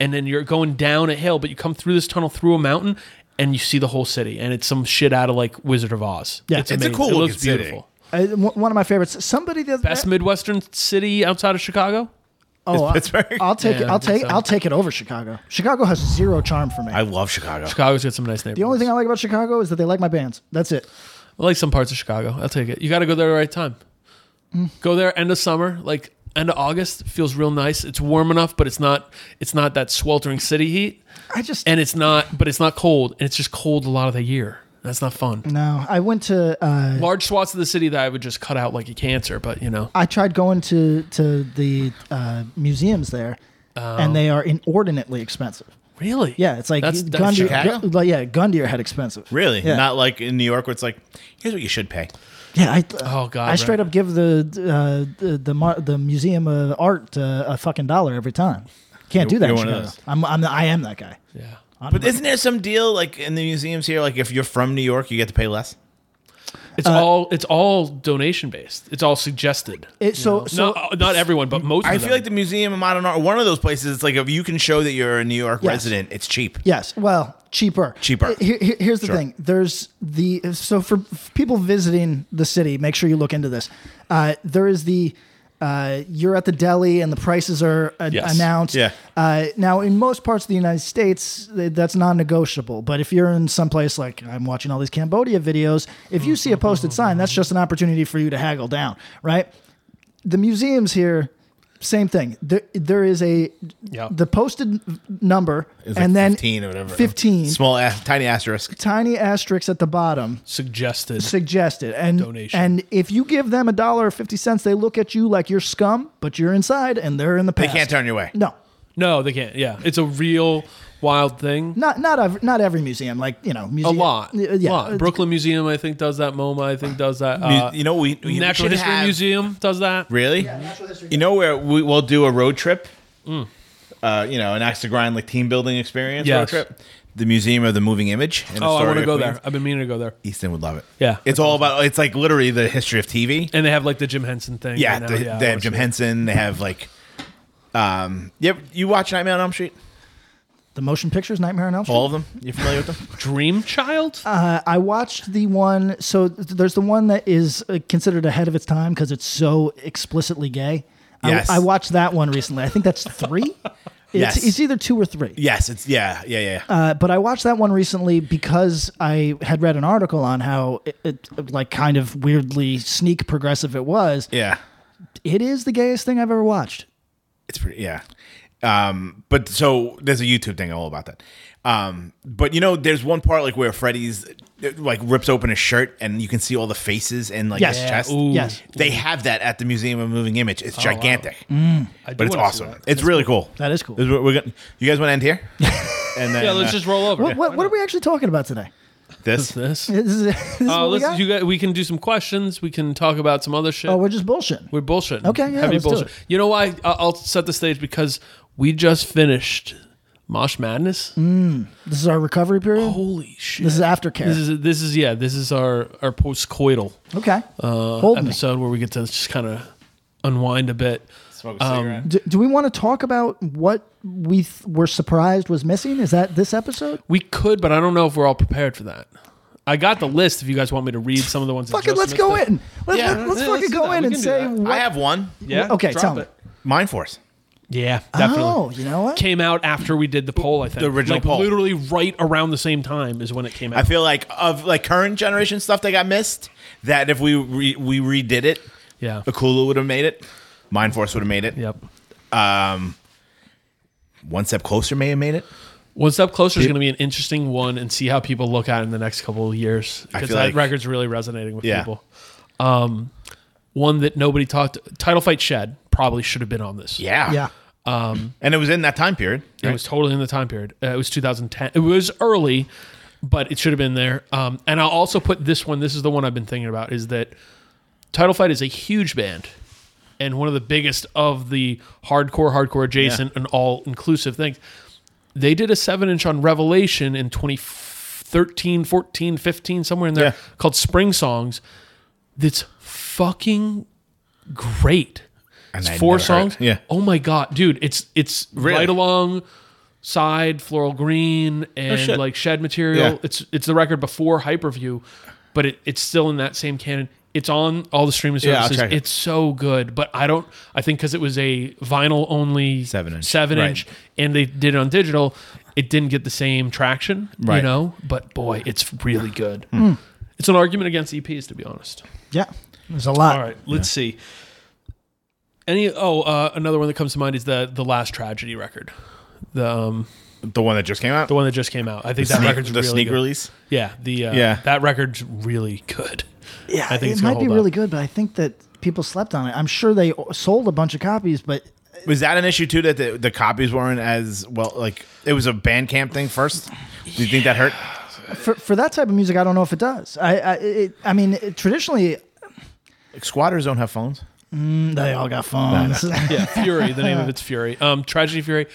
Speaker 4: and then you're going down a hill but you come through this tunnel through a mountain and you see the whole city and it's some shit out of like wizard of oz
Speaker 3: Yeah.
Speaker 4: it's,
Speaker 5: It's a
Speaker 4: amazing.
Speaker 5: cool
Speaker 4: it looks
Speaker 5: looking city.
Speaker 4: beautiful
Speaker 3: I- w- one of my favorites somebody the other
Speaker 4: best midwestern city outside of chicago
Speaker 3: oh I-
Speaker 5: Pittsburgh.
Speaker 3: I'll take
Speaker 4: Yeah,
Speaker 3: it
Speaker 4: I
Speaker 3: I'll
Speaker 4: think
Speaker 3: take
Speaker 4: so.
Speaker 3: I'll take it over Chicago Chicago has zero charm for me
Speaker 5: I love Chicago.
Speaker 4: chicago's got some nice neighborhoods
Speaker 3: the only thing I like about Chicago is that they like my bands that's it
Speaker 4: I like some parts of Chicago. I'll take it. You got to go there at the right time.
Speaker 3: Mm.
Speaker 4: Go there end of summer, like end of August. Feels real nice. It's warm enough, but it's not. It's not that sweltering city heat.
Speaker 3: I just-
Speaker 4: and it's not, but it's not cold, and it's just cold a lot of the year. That's not fun.
Speaker 3: no I went to uh,
Speaker 4: Large swaths of the city that I would just cut out like a cancer, but you know,
Speaker 3: I tried going
Speaker 4: Oh.
Speaker 3: to to the uh, museums there and they are inordinately expensive
Speaker 4: Really?
Speaker 3: Yeah, it's like
Speaker 4: That's-
Speaker 3: gun,
Speaker 4: that's
Speaker 3: to your,
Speaker 5: Chicago?
Speaker 3: gun- like, yeah, gun to your head expensive.
Speaker 5: Really?
Speaker 3: Yeah.
Speaker 5: Not like in New York where it's like, here's what you should pay.
Speaker 3: Yeah, I,
Speaker 4: Oh, God,
Speaker 3: I
Speaker 4: right.
Speaker 3: straight up give the uh, the the, mar- the Museum of Art uh, a fucking dollar every time. Can't do that.
Speaker 5: You're
Speaker 3: in
Speaker 5: one of
Speaker 3: Chicago.
Speaker 5: those.
Speaker 3: I'm, I'm I am that guy.
Speaker 4: Yeah.
Speaker 5: But isn't there some deal like in the museums here? Like if you're from New York, you get to pay less.
Speaker 4: It's
Speaker 3: uh,
Speaker 4: all it's all donation based. It's all suggested.
Speaker 3: It, so so
Speaker 4: not, not everyone, but most.
Speaker 5: I
Speaker 4: of
Speaker 5: feel
Speaker 4: them.
Speaker 5: like the Museum of Modern Art, one of those places, it's like if you can show that you're a New York
Speaker 3: Yes.
Speaker 5: resident, it's cheap.
Speaker 3: Yes. Well, cheaper.
Speaker 5: Cheaper.
Speaker 3: Uh, Here, here- here's the
Speaker 5: Sure.
Speaker 3: thing. There's the so for f- people visiting the city, make sure you look into this. Uh, there is the uh, you're at the deli and the prices are uh,
Speaker 4: Yes.
Speaker 3: announced.
Speaker 5: Yeah.
Speaker 3: Uh, now, in most parts of the United States, th- that's non-negotiable. But if you're in some place like I'm watching all these Cambodia videos, if you see a posted sign, that's just an opportunity for you to haggle down, right? the museums here same thing there, there is a
Speaker 4: Yeah.
Speaker 3: the posted number
Speaker 5: It's like
Speaker 3: and then
Speaker 5: 15 or whatever. Oh.
Speaker 3: 15
Speaker 5: Small, a- tiny asterisk.
Speaker 3: tiny asterisks at the bottom
Speaker 4: suggested.
Speaker 3: suggested and
Speaker 4: Donation.
Speaker 3: and if you give them a dollar or 50 cents they look at you like you're scum but you're inside and they're in the
Speaker 5: They
Speaker 3: past
Speaker 5: can't turn your way.
Speaker 3: no
Speaker 4: no, they can't. Yeah, it's a real wild thing.
Speaker 3: not not ev- not every museum like you know
Speaker 4: A
Speaker 3: museum,
Speaker 4: lot.
Speaker 3: Y- yeah
Speaker 4: A lot. Brooklyn Museum, I think, does that. MoMA, I think, does that.
Speaker 5: Mu-
Speaker 4: Uh,
Speaker 5: you know, we, we
Speaker 4: Natural
Speaker 5: should
Speaker 4: History
Speaker 5: have-
Speaker 4: Museum does that.
Speaker 5: Really? you know where we will do a road trip?
Speaker 4: Mm.
Speaker 5: Uh, you know, an axe to grind like team building experience road
Speaker 4: Yes.
Speaker 5: trip. The Museum of the Moving Image. in
Speaker 4: Oh, I
Speaker 5: Astoria,
Speaker 4: want to go
Speaker 5: Queens.
Speaker 4: there. I've been meaning to go there.
Speaker 5: Easton would love it.
Speaker 4: Yeah.
Speaker 5: It's all about, it's like literally the history of TV.
Speaker 4: And they have like the Jim Henson thing.
Speaker 5: Yeah.
Speaker 4: right now.
Speaker 5: they,
Speaker 4: I
Speaker 5: they
Speaker 4: wanna
Speaker 5: have Jim
Speaker 4: see it.
Speaker 5: Henson. They have like, um, yep. You watch Nightmare on Elm Street?
Speaker 3: the motion pictures nightmare on elm Street
Speaker 5: All of them? You familiar with them?
Speaker 4: Dream Child.
Speaker 3: Uh, I watched the one. So th- there's the one that is uh, considered ahead of its time because it's so explicitly gay. I-
Speaker 5: Yes.
Speaker 3: I, watched that one recently. I think that's three. It's,
Speaker 5: Yes.
Speaker 3: it's either two or three.
Speaker 5: Yes, it's yeah, yeah, yeah.
Speaker 3: Uh, but I watched that one recently because I had read an article on how it, it like kind of weirdly sneak progressive it was.
Speaker 5: yeah.
Speaker 3: It is the gayest thing I've ever watched.
Speaker 5: It's pretty yeah. Um but so there's a YouTube thing all about that. Um but you know there's one part like where Freddy's uh, like rips open his shirt and you can see all the faces and like
Speaker 3: Yes.
Speaker 5: his chest.
Speaker 4: Ooh. Oh,
Speaker 3: Yes.
Speaker 5: They have that at the Museum of Moving Image. It's gigantic.
Speaker 4: Mm, I do
Speaker 5: But it's
Speaker 4: wanna see
Speaker 5: awesome.
Speaker 4: that.
Speaker 5: It's really cool.
Speaker 3: That is cool.
Speaker 5: This what we're gonna, you guys want to end here? and then
Speaker 4: Yeah, let's
Speaker 5: uh,
Speaker 4: just roll over.
Speaker 3: What, what, what are we actually talking about today?
Speaker 5: this.
Speaker 4: this?
Speaker 3: This is, this is
Speaker 4: Uh,
Speaker 3: what we
Speaker 4: let's,
Speaker 3: got?
Speaker 4: you got, we can do some questions. We can talk about some other shit.
Speaker 3: oh, we're just bullshitting.
Speaker 4: We're bullshitting.
Speaker 3: Okay, yeah,
Speaker 4: heavy
Speaker 3: let's do
Speaker 4: bullshit.
Speaker 3: it.
Speaker 4: You know why? I- I'll set the stage because we just finished Mosh Madness.
Speaker 3: this is our recovery period.
Speaker 4: Holy shit!
Speaker 3: this is aftercare.
Speaker 4: This is this is yeah. This is our our postcoital
Speaker 3: okay.
Speaker 4: uh,
Speaker 3: Hold me.
Speaker 4: episode where we get to just kind of unwind a bit. Um,
Speaker 5: Smoke a cigarette.
Speaker 3: Do, do we want to talk about what we th- were surprised was missing? Is that this episode?
Speaker 4: We could, but I don't know if we're all prepared for that. I got the list. If you guys want me to read some of the ones, that
Speaker 3: Fucking
Speaker 4: just
Speaker 3: let's
Speaker 4: missed
Speaker 3: go
Speaker 4: it.
Speaker 3: in. Let,
Speaker 5: Yeah,
Speaker 3: let, us
Speaker 4: yeah,
Speaker 3: fucking
Speaker 4: let's do
Speaker 3: go
Speaker 4: that.
Speaker 3: in and
Speaker 4: We can do
Speaker 3: say
Speaker 4: that.
Speaker 3: what.
Speaker 5: I have one.
Speaker 4: Yeah.
Speaker 3: okay,
Speaker 4: drop
Speaker 3: tell me.
Speaker 4: it.
Speaker 5: Mind Force.
Speaker 4: Yeah, definitely.
Speaker 3: Oh, you know what?
Speaker 4: Came out after we did the poll. I think
Speaker 5: The original
Speaker 4: like,
Speaker 5: poll.
Speaker 4: literally right around the same time is when it came out.
Speaker 5: I feel like of like current generation stuff that got missed. That if we re- we redid it,
Speaker 4: yeah.
Speaker 5: Akula would have made it. Mind Force would have made it.
Speaker 4: Yep.
Speaker 5: One Step Closer may have made it.
Speaker 4: One Step Closer is going to be an interesting one and see how people look at it in the next couple of years
Speaker 5: I
Speaker 4: because
Speaker 5: feel
Speaker 4: that
Speaker 5: like-
Speaker 4: record's really resonating with
Speaker 5: Yeah.
Speaker 4: people. Um, one that nobody talked Title Fight Shed probably should have been on this.
Speaker 5: Yeah.
Speaker 3: yeah.
Speaker 5: And it was in that time period.
Speaker 4: It was totally in the time period. Uh, it was 2010. It was early, but it should have been there. Um, and I'll also put this one. This is the one I've been thinking about. Is that Title Fight is a huge band, and one of the biggest of the hardcore, hardcore adjacent, and all inclusive things. They did a seven inch on Revelation in 2013, 14, 15, somewhere in there,
Speaker 5: Yeah.
Speaker 4: called Spring Songs. That's fucking great.
Speaker 5: And
Speaker 4: It's
Speaker 5: I
Speaker 4: four
Speaker 5: never heard it.
Speaker 4: songs.
Speaker 5: Yeah.
Speaker 4: Oh my god, dude! It's it's
Speaker 5: Really?
Speaker 4: right along side floral green and
Speaker 5: shit.
Speaker 4: like shed material.
Speaker 5: Yeah.
Speaker 4: It's it's the record before Hyperview, but it, it's still in that same canon. It's on all the streaming
Speaker 5: Yeah, I'll
Speaker 4: services.
Speaker 5: check it.
Speaker 4: it's so good, but I don't. I think because it was a vinyl only
Speaker 5: Seven inch.
Speaker 4: seven
Speaker 5: Right.
Speaker 4: inch, and they did it on digital. It didn't get the same traction, you
Speaker 5: Right.
Speaker 4: know. But boy, it's really good. It's an argument against EPs, to be honest.
Speaker 3: Yeah. There's a lot.
Speaker 4: All right, let's see. Any oh uh, another one that comes to mind is the the last tragedy record, the um,
Speaker 5: The one that just came out.
Speaker 4: the one that just came out. I think that
Speaker 5: Sneak-
Speaker 4: record's
Speaker 5: the
Speaker 4: really
Speaker 5: sneak
Speaker 4: good.
Speaker 5: release.
Speaker 4: Yeah, the uh,
Speaker 5: Yeah.
Speaker 4: that record's really good.
Speaker 3: Yeah.
Speaker 4: I think
Speaker 3: it
Speaker 4: it's gonna
Speaker 3: might be
Speaker 4: hold up.
Speaker 3: really good, but I think that people slept on it. I'm sure they o- sold a bunch of copies, but
Speaker 5: Was that an issue too that the, the copies weren't as well? Like it was a Bandcamp thing first. Do you think that hurt?
Speaker 3: for, for that type of music, I don't know if it does. I I, it, I mean, it, traditionally
Speaker 5: Like, squatters don't have phones.
Speaker 3: they all got phones.
Speaker 4: yeah, Fury. The name of it's Fury. Um, Tragedy Fury.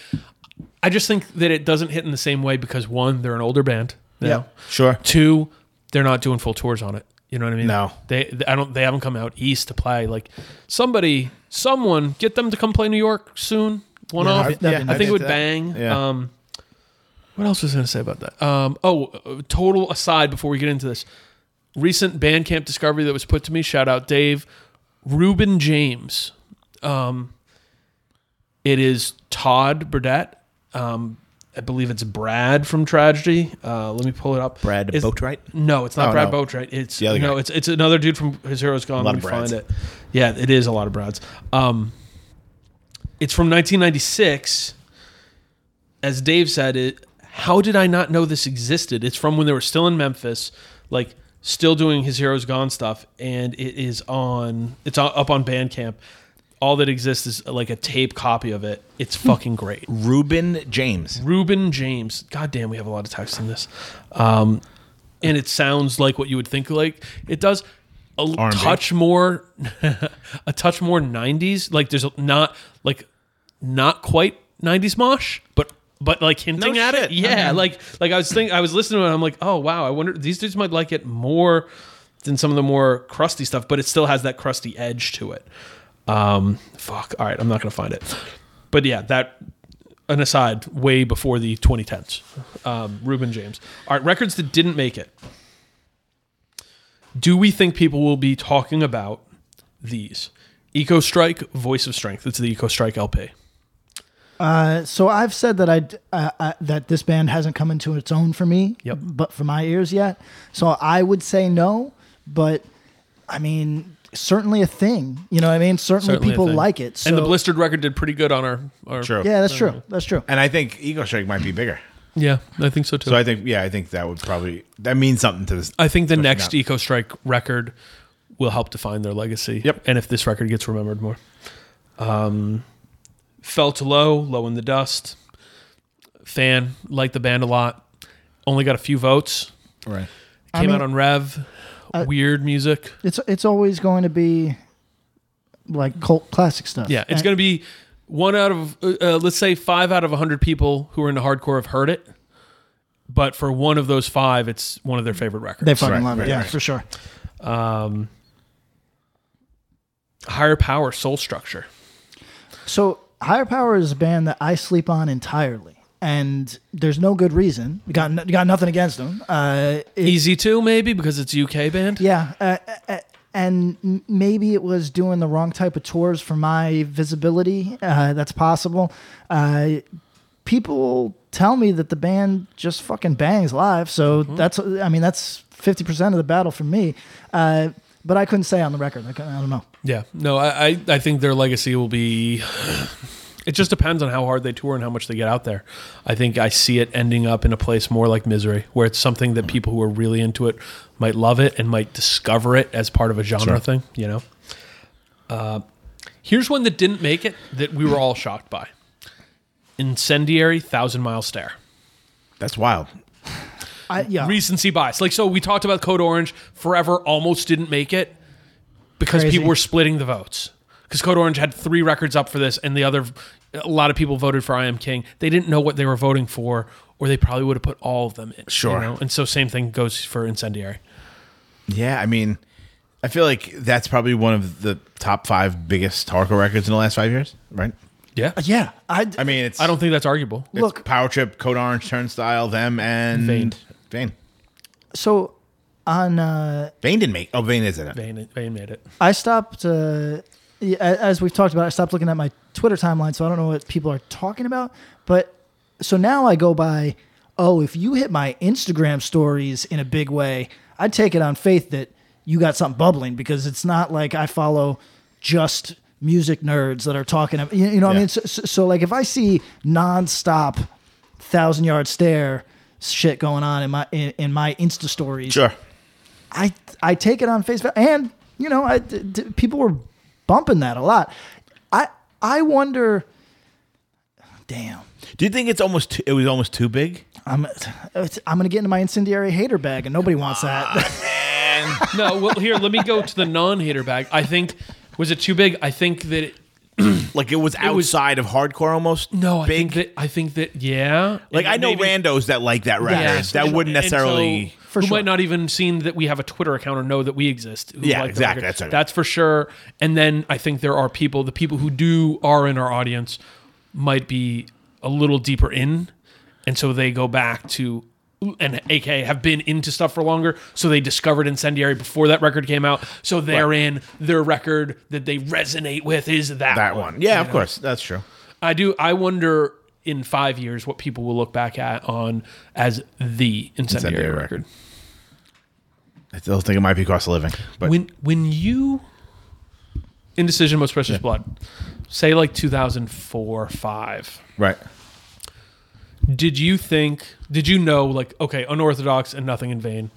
Speaker 4: I just think that it doesn't hit in the same way because one, they're an older band. now.
Speaker 3: Yeah.
Speaker 5: Sure.
Speaker 4: Two, they're not doing full tours on it. You know what I mean?
Speaker 5: No.
Speaker 4: They, th- I don't. They haven't come out east to play. Like somebody, someone, get them to come play New York soon. One off.
Speaker 3: that'd be
Speaker 4: I
Speaker 3: nice.
Speaker 4: think it would
Speaker 5: Yeah.
Speaker 4: bang.
Speaker 5: Yeah.
Speaker 4: Um, what else was I going to say about that? Um, oh, uh, total aside before we get into this. Recent Bandcamp discovery that was put to me. Shout out Dave, Ruben James. Um, it is Todd Burdett. Um, I believe it's Brad from Tragedy. Uh, let me pull it up.
Speaker 5: Brad
Speaker 4: Is-
Speaker 5: Boatwright?
Speaker 4: No, it's not
Speaker 5: Oh,
Speaker 4: Brad
Speaker 5: no.
Speaker 4: Boatwright. It's
Speaker 5: The other
Speaker 4: no,
Speaker 5: guy.
Speaker 4: it's it's another dude from His Heroes Gone.
Speaker 5: lot
Speaker 4: Let me
Speaker 5: of Brads.
Speaker 4: find it. Yeah, it is a lot of Brads. Um, it's from 1996. As Dave said, it. How did I not know this existed? It's from when they were still in Memphis, like still doing His Heroes Gone stuff, and it is on. It's on, up on Bandcamp. All that exists is like a tape copy of it. It's fucking great.
Speaker 5: Ruben James.
Speaker 4: Ruben James. God damn, we have a lot of text in this. Um, and it sounds like what you would think like it does. A l-
Speaker 5: R&B.
Speaker 4: touch more, a touch more '90s. Like there's not like not quite '90s mosh, but but like hinting
Speaker 5: No
Speaker 4: at
Speaker 5: shit.
Speaker 4: it. Yeah,
Speaker 5: I mean-
Speaker 4: like like I was thinking, I was listening to it. And I'm like, oh wow, I wonder these dudes might like it more than some of the more crusty stuff, but it still has that crusty edge to it. Um, fuck. All right, I'm not gonna find it. But yeah, that an aside way before the 2010s. Um, Reuben James. All right, records that didn't make it. Do we think people will be talking about these? Eco Strike, Voice of Strength. It's the Eco Strike LP.
Speaker 3: Uh, so I've said that I, d- uh, I- that this band hasn't come into its own for me,
Speaker 4: Yep.
Speaker 3: but for my ears yet. So I would say no, but I mean certainly a thing. You know what I mean? Certainly,
Speaker 4: Certainly a
Speaker 3: people
Speaker 4: thing.
Speaker 3: like it. So,
Speaker 4: and the Blistered record did pretty good on our. our
Speaker 5: True.
Speaker 3: Yeah, that's true. That's true.
Speaker 5: And I think Ego Strike might be bigger.
Speaker 4: Yeah, I think so too.
Speaker 5: So
Speaker 4: I,
Speaker 5: I think yeah, I think that would probably that means something to this.
Speaker 4: think the next
Speaker 5: not.
Speaker 4: Eco Strike record will help define their legacy.
Speaker 5: Yep.
Speaker 4: And if this record gets remembered more. Um, Fell to Low, Low in the Dust. Fan, liked the band a lot. Only got a few votes.
Speaker 5: Right.
Speaker 4: Came
Speaker 3: mean-
Speaker 4: out on Rev. Weird music.
Speaker 3: It's it's always going to be like cult classic stuff.
Speaker 4: Yeah, it's
Speaker 3: And-
Speaker 4: going to be one out of uh, uh, let's say five out of a hundred people who are into hardcore have heard it, but for one of those five, it's one of their favorite records.
Speaker 3: They fucking
Speaker 5: Right,
Speaker 3: love it.
Speaker 5: right,
Speaker 3: yeah,
Speaker 5: right.
Speaker 3: for sure.
Speaker 4: um, higher power, soul structure.
Speaker 3: So Higher Power is a band that I sleep on entirely, and there's no good reason. You got no, got nothing against them. Uh, it-
Speaker 4: Easy too, maybe because it's a UK band.
Speaker 3: yeah, uh, uh, and m- maybe it was doing the wrong type of tours for my visibility. Uh, that's possible. Uh, people tell me that the band just fucking bangs live, so that's I mean that's fifty percent of the battle for me. Uh, but I couldn't say on the record. I, couldn't- I don't know.
Speaker 4: Yeah, no, I, I I think their legacy will be. It just depends on how hard they tour and how much they get out there. I think I see it ending up in a place more like Misery, where it's something that people who are really into it might love it and might discover it as part of a genre thing. You know. Uh, here's one that didn't make it that we were all shocked by: Incendiary, Thousand Mile Stare
Speaker 5: That's wild.
Speaker 3: I,
Speaker 5: Oh.
Speaker 3: yeah,
Speaker 4: recency bias. Like so, we talked about Code Orange forever almost didn't make it because
Speaker 3: Crazy.
Speaker 4: people were splitting the votes. Because Code Orange had three records up for this, and the other, a lot of people voted for I Am King. They didn't know what they were voting for, or they probably would have put all of them in. you
Speaker 5: Sure.
Speaker 4: know? And so, same thing goes for Incendiary.
Speaker 5: Yeah, I mean, I feel like that's probably one of the top five biggest hardcore records in the last five years, right?
Speaker 4: Yeah.
Speaker 3: yeah. I,
Speaker 5: I mean, it's
Speaker 4: I don't think that's arguable.
Speaker 5: it's
Speaker 3: look-
Speaker 5: Power Trip, Code Orange, Turnstile, them, and
Speaker 4: Vane.
Speaker 5: Vane.
Speaker 3: so on. Uh,
Speaker 5: Vane didn't make. Oh, Vane is in it.
Speaker 4: Vane, Vane made it.
Speaker 3: I stopped, uh, yeah, a- as we've talked about, I stopped looking at my Twitter timeline, so I don't know what people are talking about. But so now I go by, oh, if you hit my Instagram stories in a big way, I take it on faith that you got something bubbling because it's not like I follow just music nerds that are talking. ab- You you know what
Speaker 5: Yeah.
Speaker 3: I mean? So, so, so, like, if I see nonstop thousand yard stare shit going on in my in, in my Insta stories,
Speaker 5: Sure.
Speaker 3: I I take it on Facebook, and you know, I d- d- people were bumping that a lot. I I wonder Damn.
Speaker 5: Do you think it's almost too, it was almost too big?
Speaker 3: I'm it's, I'm gonna get into my incendiary hater bag, and nobody wants
Speaker 5: Ah,
Speaker 3: that.
Speaker 4: No, well, here, let me go to the non-hater bag. I think was it too big? I think that it,
Speaker 5: Like it was outside of hardcore almost.
Speaker 4: no, I
Speaker 5: big.
Speaker 4: think that I think that yeah.
Speaker 5: like I know randos that like that record.
Speaker 4: Yeah,
Speaker 5: that wouldn't necessarily.
Speaker 4: for
Speaker 3: For
Speaker 4: who
Speaker 3: sure.
Speaker 4: might not even seen that we have a Twitter account or know that we exist. who
Speaker 5: Yeah,
Speaker 4: like the
Speaker 5: exactly,
Speaker 4: record.
Speaker 5: that's what I mean.
Speaker 4: That's for sure. And then I think there are people, the people who do are in our audience, might be a little deeper in, and so they go back to. And AK have been into stuff for longer, so they discovered Incendiary before that record came out. So therein, their record that they resonate with is that
Speaker 5: that one. Yeah, of course, that's true.
Speaker 4: I do. I wonder in five years what people will look back at on as the incendiary,
Speaker 5: Incendiary
Speaker 4: record.
Speaker 5: record. I still think it might be cost of living, but
Speaker 4: When when you indecision, most precious blood, say like two thousand four five.
Speaker 5: right.
Speaker 4: Did you think? Did you know? Like okay, unorthodox and nothing in vain.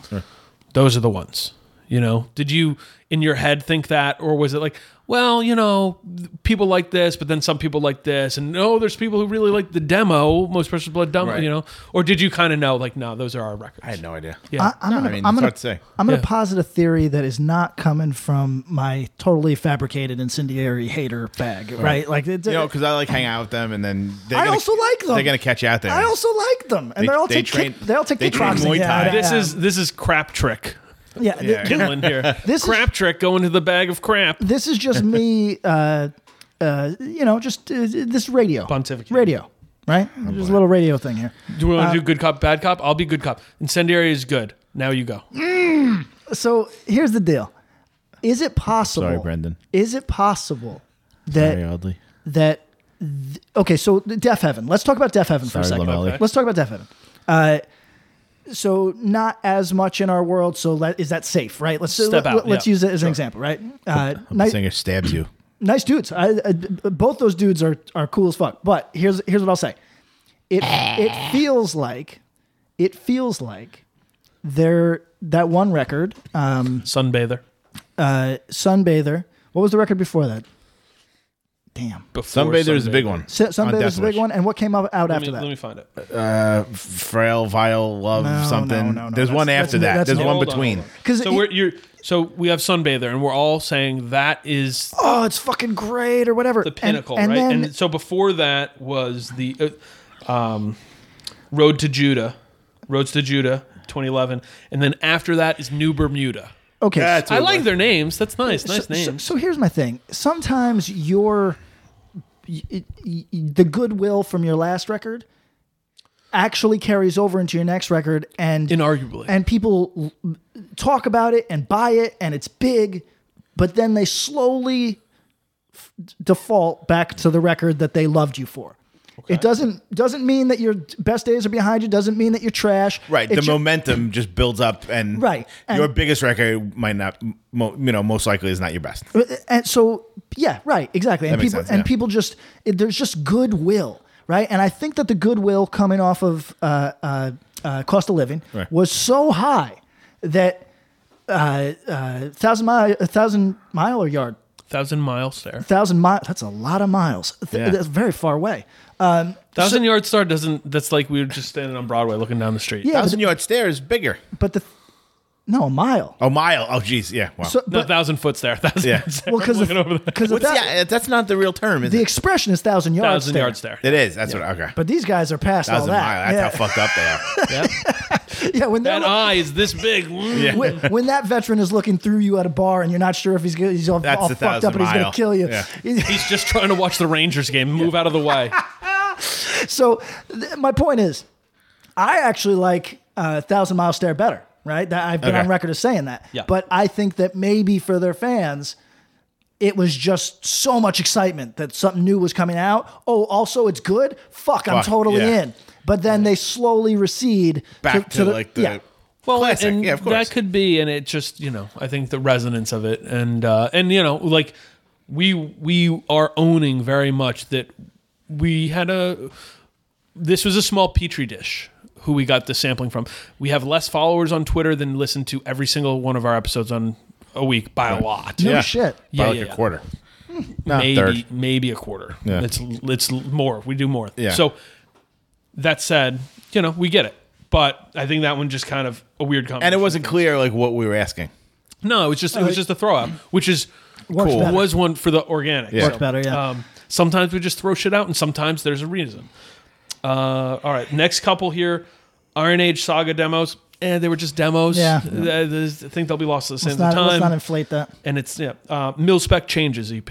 Speaker 4: Those are the ones. You know? Did you in your head think that, or was it like? Well, you know, th- people like this, but then some people like this, and no, there's people who really like the demo, most precious blood demo,
Speaker 5: Right.
Speaker 4: you know. Or did you kind of know, like, no, those are our records?
Speaker 5: I had no idea.
Speaker 4: Yeah.
Speaker 3: I, am gonna,
Speaker 5: I mean,
Speaker 3: I'm
Speaker 5: it's
Speaker 3: gonna,
Speaker 5: hard to say.
Speaker 3: I'm gonna
Speaker 4: Yeah.
Speaker 3: posit a theory that is not coming from my totally fabricated incendiary hater bag, right? Like, it,
Speaker 5: You know, because I like hang out with them, and then they're
Speaker 3: I
Speaker 5: gonna,
Speaker 3: also like them.
Speaker 5: They're gonna catch you out there.
Speaker 3: I also like them, and
Speaker 5: They-
Speaker 3: they, all
Speaker 5: they
Speaker 3: take
Speaker 5: train-
Speaker 3: kick, they all take
Speaker 5: they train
Speaker 3: kickboxing.
Speaker 5: Muay Thai.
Speaker 3: Yeah,
Speaker 4: this
Speaker 3: yeah.
Speaker 4: is this is crap trick
Speaker 3: yeah, th-
Speaker 5: Yeah.
Speaker 4: killing here.
Speaker 3: This
Speaker 4: this
Speaker 3: is-
Speaker 4: crap trick going to the bag of crap.
Speaker 3: this is just me, uh, uh, you know, just uh, this radio,
Speaker 4: Pontificate.
Speaker 3: radio, right? just a little radio thing here.
Speaker 4: Do we want to
Speaker 3: Uh,
Speaker 4: do good cop, bad cop? I'll be good cop. Incendiary is good. Now you go.
Speaker 3: So here's the deal: Is it possible?
Speaker 5: Sorry, Brendan. uh,
Speaker 3: Is it possible that
Speaker 5: Very oddly.
Speaker 3: that? th- okay, so Deaf Heaven. Let's talk about Deaf Heaven for a
Speaker 5: Sorry,
Speaker 3: second.
Speaker 5: Lamelli.
Speaker 3: Let's talk about Deaf Heaven. Uh, so not as much in our world. So let, is that safe? Right. Let's
Speaker 4: Step
Speaker 3: let,
Speaker 4: out,
Speaker 3: us
Speaker 4: yeah.
Speaker 3: use it as an example. Right. Uh,
Speaker 5: The
Speaker 3: nice,
Speaker 5: singer stabs you.
Speaker 3: nice dudes. I, I, both those dudes are are cool as fuck. But here's here's what I'll say. It it feels like it feels like there that one record. Um,
Speaker 4: Sunbather.
Speaker 3: uh, Sunbather. What was the record before that? Damn.
Speaker 4: Before
Speaker 5: Sunbather is a
Speaker 4: Sunbather.
Speaker 5: big one.
Speaker 3: S- Sunbather's
Speaker 5: Death
Speaker 3: the big
Speaker 5: Wish.
Speaker 3: one. And what came out, out
Speaker 4: Let
Speaker 3: after
Speaker 4: me,
Speaker 3: that?
Speaker 4: let me find it.
Speaker 5: Frail, vile, love,
Speaker 3: No,
Speaker 5: something.
Speaker 3: no, no, no.
Speaker 5: There's one
Speaker 3: That's-
Speaker 5: after
Speaker 3: that's-
Speaker 5: that.
Speaker 3: that's
Speaker 5: There's
Speaker 3: not-
Speaker 5: one
Speaker 4: Hold on,
Speaker 5: between.
Speaker 4: hold on.
Speaker 3: 'Cause
Speaker 4: so
Speaker 3: it-
Speaker 4: we're you're so we have Sunbather, and we're all saying that is
Speaker 3: oh, it's fucking great or whatever.
Speaker 4: the pinnacle,
Speaker 3: and, and
Speaker 4: right?
Speaker 3: Then,
Speaker 4: and so before that was the uh, um, Road to Judah, Roads to Judah, 2011, and then after that is New Bermuda.
Speaker 3: okay.
Speaker 5: That's
Speaker 4: I
Speaker 5: what it
Speaker 4: like
Speaker 5: was.
Speaker 4: their names. That's nice. Nice
Speaker 3: so,
Speaker 4: names.
Speaker 3: So, so here's my thing. Sometimes your y- y- y- the goodwill from your last record actually carries over into your next record, and
Speaker 4: Inarguably.
Speaker 3: and people l- talk about it and buy it, and it's big, but then they slowly f- default back to the record that they loved you for. It doesn't doesn't mean that your best days are behind you. Doesn't mean that you're trash.
Speaker 5: Right.
Speaker 3: It
Speaker 5: the
Speaker 3: ju-
Speaker 5: momentum just builds up, and
Speaker 3: Right, and-
Speaker 5: your biggest record might not, mo- you know, most likely is not your best.
Speaker 3: and so yeah right exactly and
Speaker 5: That makes
Speaker 3: people
Speaker 5: sense,
Speaker 3: and
Speaker 5: yeah.
Speaker 3: people just it, there's just goodwill right and i think that the goodwill coming off of uh, uh, uh, cost of living
Speaker 5: Right.
Speaker 3: was so high that uh, uh, thousand mile a thousand mile or yard
Speaker 4: Thousand miles there.
Speaker 3: thousand mile that's a lot of miles Th-
Speaker 5: Yeah.
Speaker 3: that's very far away um,
Speaker 4: Thousand Yard Star doesn't. That's like we were just standing on Broadway looking down the street.
Speaker 3: yeah
Speaker 5: Thousand
Speaker 3: but,
Speaker 5: yard stare is bigger.
Speaker 3: but the no a mile
Speaker 5: A mile. Oh, geez. Yeah. Wow.
Speaker 3: so
Speaker 4: No,
Speaker 3: but,
Speaker 4: thousand foot's there. Thousand
Speaker 5: Yeah.
Speaker 4: foot's there.
Speaker 3: well because
Speaker 4: Looking over there.
Speaker 5: yeah, that's not the uh, real term, is
Speaker 3: the
Speaker 5: it?
Speaker 3: expression is thousand yards
Speaker 4: thousand
Speaker 3: there.
Speaker 4: yards there.
Speaker 5: It is. That's what. Okay.
Speaker 3: but these guys are past all
Speaker 5: Thousand
Speaker 3: that
Speaker 5: mile. That's
Speaker 3: yeah.
Speaker 5: how fucked up they are.
Speaker 3: yeah when they're
Speaker 4: That
Speaker 3: like-
Speaker 4: eye is this big.
Speaker 5: Yeah.
Speaker 3: when, when that veteran is looking through you at a bar and you're not sure if he's gonna, he's all,
Speaker 5: That's
Speaker 3: all
Speaker 5: the
Speaker 3: fucked up
Speaker 5: thousand
Speaker 3: and he's going
Speaker 5: mile.
Speaker 3: to kill you.
Speaker 5: Yeah.
Speaker 4: He's just trying to watch the Rangers game. Move out of the way.
Speaker 3: so th- my point is, I actually like uh, Thousand Mile Stare better. Right? That I've been
Speaker 5: Okay.
Speaker 3: on record as saying that.
Speaker 4: Yeah.
Speaker 3: But I think that maybe for their fans. It was just so much excitement that something new was coming out. Oh, also it's good. Fuck, I'm
Speaker 5: Fuck,
Speaker 3: totally
Speaker 5: yeah.
Speaker 3: in. But then they slowly recede
Speaker 5: Back to, like the
Speaker 3: yeah.
Speaker 4: Well,
Speaker 5: classic.
Speaker 4: and
Speaker 5: yeah, of course.
Speaker 4: that could be, and it just you know, I think the resonance of it, and uh, and you know, like we we are owning very much that we had a this was a small petri dish who we got the sampling from. We have less followers on Twitter than listen to every single one of our episodes on a week by a lot.
Speaker 3: no
Speaker 5: Yeah.
Speaker 3: shit.
Speaker 5: By
Speaker 4: Yeah,
Speaker 5: like
Speaker 4: yeah,
Speaker 5: a
Speaker 4: yeah.
Speaker 5: quarter.
Speaker 4: maybe
Speaker 6: third.
Speaker 4: maybe a quarter.
Speaker 6: Yeah.
Speaker 4: It's it's more. We do more.
Speaker 6: Yeah.
Speaker 4: So that said, you know, we get it. But I think that one just kind of a weird comment.
Speaker 5: and it wasn't clear like what we were asking.
Speaker 4: No, it was just it was just a throw up, which is
Speaker 3: Works
Speaker 4: cool.
Speaker 3: better.
Speaker 4: Was one for the organic.
Speaker 6: Yeah.
Speaker 3: Worked better, yeah.
Speaker 4: Um, sometimes we just throw shit out, and sometimes there's a reason. Uh, all right, next couple here, Iron Age Saga demos. Eh, they were just demos.
Speaker 3: Yeah.
Speaker 4: Uh, I think they'll be lost at the
Speaker 3: Let's
Speaker 4: same
Speaker 3: not, let's
Speaker 4: time.
Speaker 3: not inflate that.
Speaker 4: and it's yeah, uh, Mill Spec Changes EP.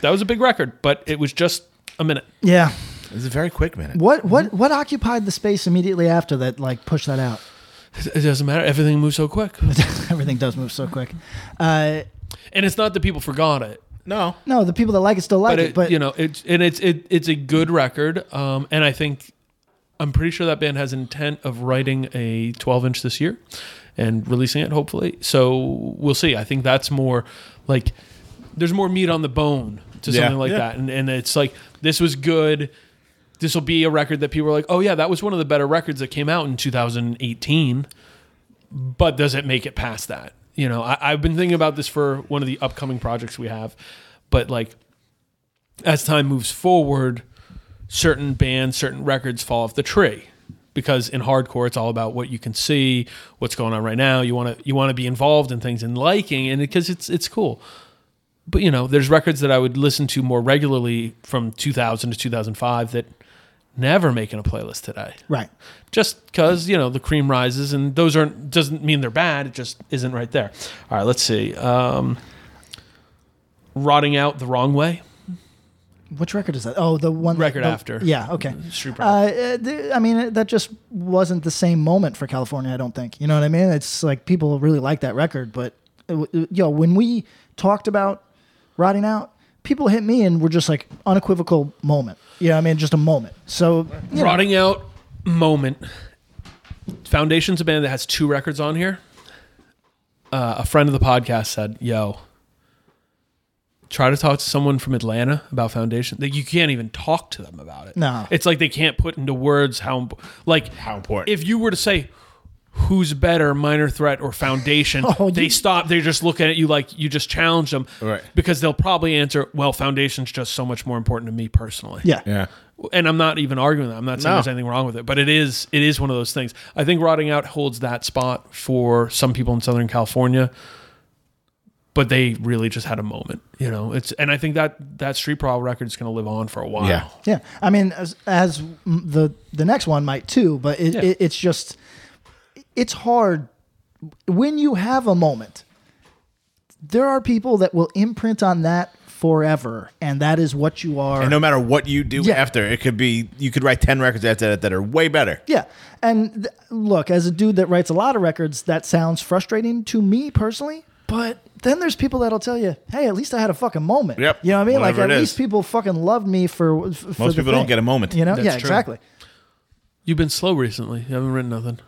Speaker 4: That was a big record, but it was just a minute.
Speaker 3: Yeah.
Speaker 5: It was a very quick minute.
Speaker 3: What what
Speaker 4: Mm-hmm.
Speaker 3: what occupied the space immediately after that? Like pushed that out.
Speaker 4: It doesn't matter. Everything moves so quick,
Speaker 3: Everything does move so quick. Uh,
Speaker 4: and it's not that people forgot it.
Speaker 5: No,
Speaker 3: no, the people that like it still like
Speaker 4: but,
Speaker 3: it,
Speaker 4: it,
Speaker 3: but
Speaker 4: you know, it's and it's it, it's a good record. Um, and I think I'm pretty sure that band has intent of writing a 12 inch this year and releasing it hopefully. So we'll see. I think that's more like there's more meat on the bone to
Speaker 5: Yeah.
Speaker 4: something like
Speaker 5: Yeah.
Speaker 4: that, and and it's like this was good. This will be a record that people are like, oh yeah, that was one of the better records that came out in 2018. But does it make it past that? You know, I, I've been thinking about this for one of the upcoming projects we have, but like as time moves forward, certain bands, certain records fall off the tree because in hardcore it's all about what you can see, what's going on right now. You want to you want to be involved in things and liking and because it's it's cool. But you know, there's records that I would listen to more regularly from 2000 to 2005 that never making a playlist today.
Speaker 3: right.
Speaker 4: Just cuz, you know, the cream rises and those aren't doesn't mean they're bad, it just isn't right there. All right, let's see. Um Rotting out the wrong way.
Speaker 3: Which record is that? Oh, the one
Speaker 4: Record
Speaker 3: the-
Speaker 4: after. Mm-hmm.
Speaker 3: Yeah. Okay.
Speaker 4: Street
Speaker 3: Uh,
Speaker 4: Profit.
Speaker 3: uh, th- I mean, that just wasn't the same moment for California. I don't think. You know what I mean? It's like people really like that record, but it w- it- yo, when we talked about rotting out, people hit me and were just like unequivocal moment. You know what I mean? Just a moment. So you know,
Speaker 4: Rotting out moment. Foundation's a band that has two records on here. Uh, a friend of the podcast said, "Yo, try to talk to someone from Atlanta about Foundation. That you can't even talk to them about it.
Speaker 3: No.
Speaker 4: it's like they can't put into words how imp- like
Speaker 5: How important.
Speaker 4: If you were to say." Who's better, Minor Threat or Foundation?
Speaker 3: Oh,
Speaker 4: they
Speaker 3: you-
Speaker 4: stop. They're just looking at you like you just challenged them,
Speaker 5: Right.
Speaker 4: Because they'll probably answer, "Well, Foundation's just so much more important to me personally."
Speaker 3: yeah.
Speaker 5: yeah,
Speaker 4: and I'm not even arguing that. I'm not saying
Speaker 5: No.
Speaker 4: there's anything wrong with it, but it is it is one of those things. I think rotting out holds that spot for some people in Southern California, but they really just had a moment, you know. It's and I think that that Street Brawl record is going to live on for a while.
Speaker 5: yeah.
Speaker 3: Yeah, I mean, as, as m- the the next one might too, but it,
Speaker 4: Yeah.
Speaker 3: it, it's just it's hard when you have a moment. There are people that will imprint on that forever, and that is what you are.
Speaker 5: And no matter what you do
Speaker 3: Yeah.
Speaker 5: after, it could be you could write ten records after that that are way better.
Speaker 3: yeah, and th- look, as a dude that writes a lot of records, that sounds frustrating to me personally. But then there's people that'll tell you, "Hey, at least I had a fucking moment."
Speaker 5: Yep.
Speaker 3: You know what I mean?
Speaker 5: Whatever
Speaker 3: like
Speaker 5: it
Speaker 3: at
Speaker 5: is.
Speaker 3: least people fucking loved me for. f- for
Speaker 5: Most
Speaker 3: the
Speaker 5: people don't
Speaker 3: thing.
Speaker 5: get a moment.
Speaker 3: You know?
Speaker 4: That's
Speaker 3: yeah,
Speaker 4: true.
Speaker 3: exactly.
Speaker 4: You've been slow recently. You haven't written nothing.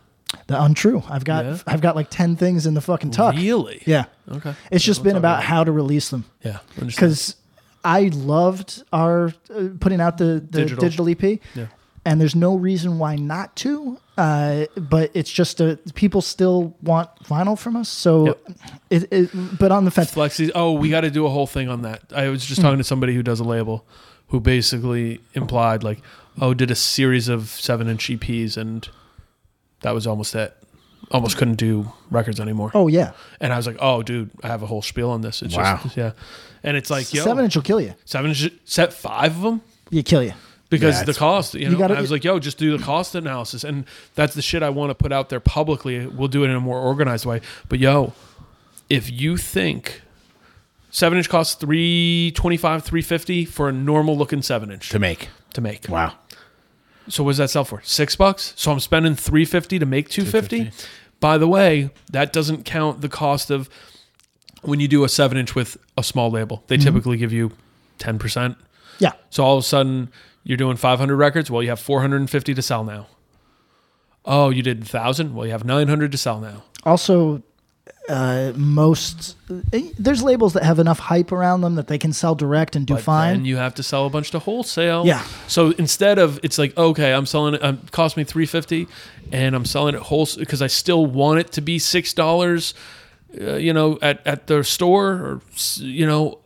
Speaker 3: The untrue. I've got
Speaker 4: Yeah.
Speaker 3: I've got like ten things in the fucking tuck.
Speaker 4: Really?
Speaker 3: Yeah.
Speaker 4: Okay.
Speaker 3: It's just been about how to release them
Speaker 4: Yeah. understand.
Speaker 3: because I loved our uh, putting out the, the
Speaker 4: Digital.
Speaker 3: digital. EP. And there's no reason why not to, uh, but it's just a, people still want vinyl from us. So,
Speaker 4: Yep.
Speaker 3: it, it, but on the fence,
Speaker 4: Flexi. Oh, we got to do a whole thing on that. I was
Speaker 3: Hmm.
Speaker 4: just talking to somebody who does a label, who basically implied like, oh, did a series of seven inch EPs, and that was almost it. Almost couldn't do records anymore.
Speaker 3: oh yeah,
Speaker 4: And I was like, oh, dude, I have a whole spiel on this. It's
Speaker 5: Wow.
Speaker 4: just yeah, and it's like yo,
Speaker 3: seven inch will kill you.
Speaker 4: seven inch, set five of them
Speaker 3: You kill you.
Speaker 4: because
Speaker 5: Yeah,
Speaker 4: the
Speaker 5: it's-
Speaker 4: cost. You know,
Speaker 3: gotta-
Speaker 4: I was like, yo, just do the cost analysis, and that's the shit I want to put out there publicly. We'll do it in a more organized way. But yo, if you think seven inch costs three twenty five, three fifty for a normal looking seven inch
Speaker 5: to make.
Speaker 4: to make,
Speaker 5: Wow.
Speaker 4: so what does that sell for? Six bucks. So I'm spending three fifty to make two fifty. By the way, that doesn't count the cost of when you do a seven inch with a small label. They typically give you ten percent.
Speaker 3: Yeah,
Speaker 4: So all of a sudden, you're doing 500 records. Well, you have 450 to sell now. Oh, you did 1,000. Well, you have 900 to sell now.
Speaker 3: also uh, most eh, there's labels that have enough hype around them that they can sell direct and do
Speaker 4: But
Speaker 3: fine.
Speaker 4: Then you have to sell a bunch to wholesale.
Speaker 3: Yeah.
Speaker 4: So instead of it's like okay, I'm selling it. Um, cost me 350, and I'm selling it wholesale because I still want it to be six dollars. Uh, you know, at at the store or s- you know.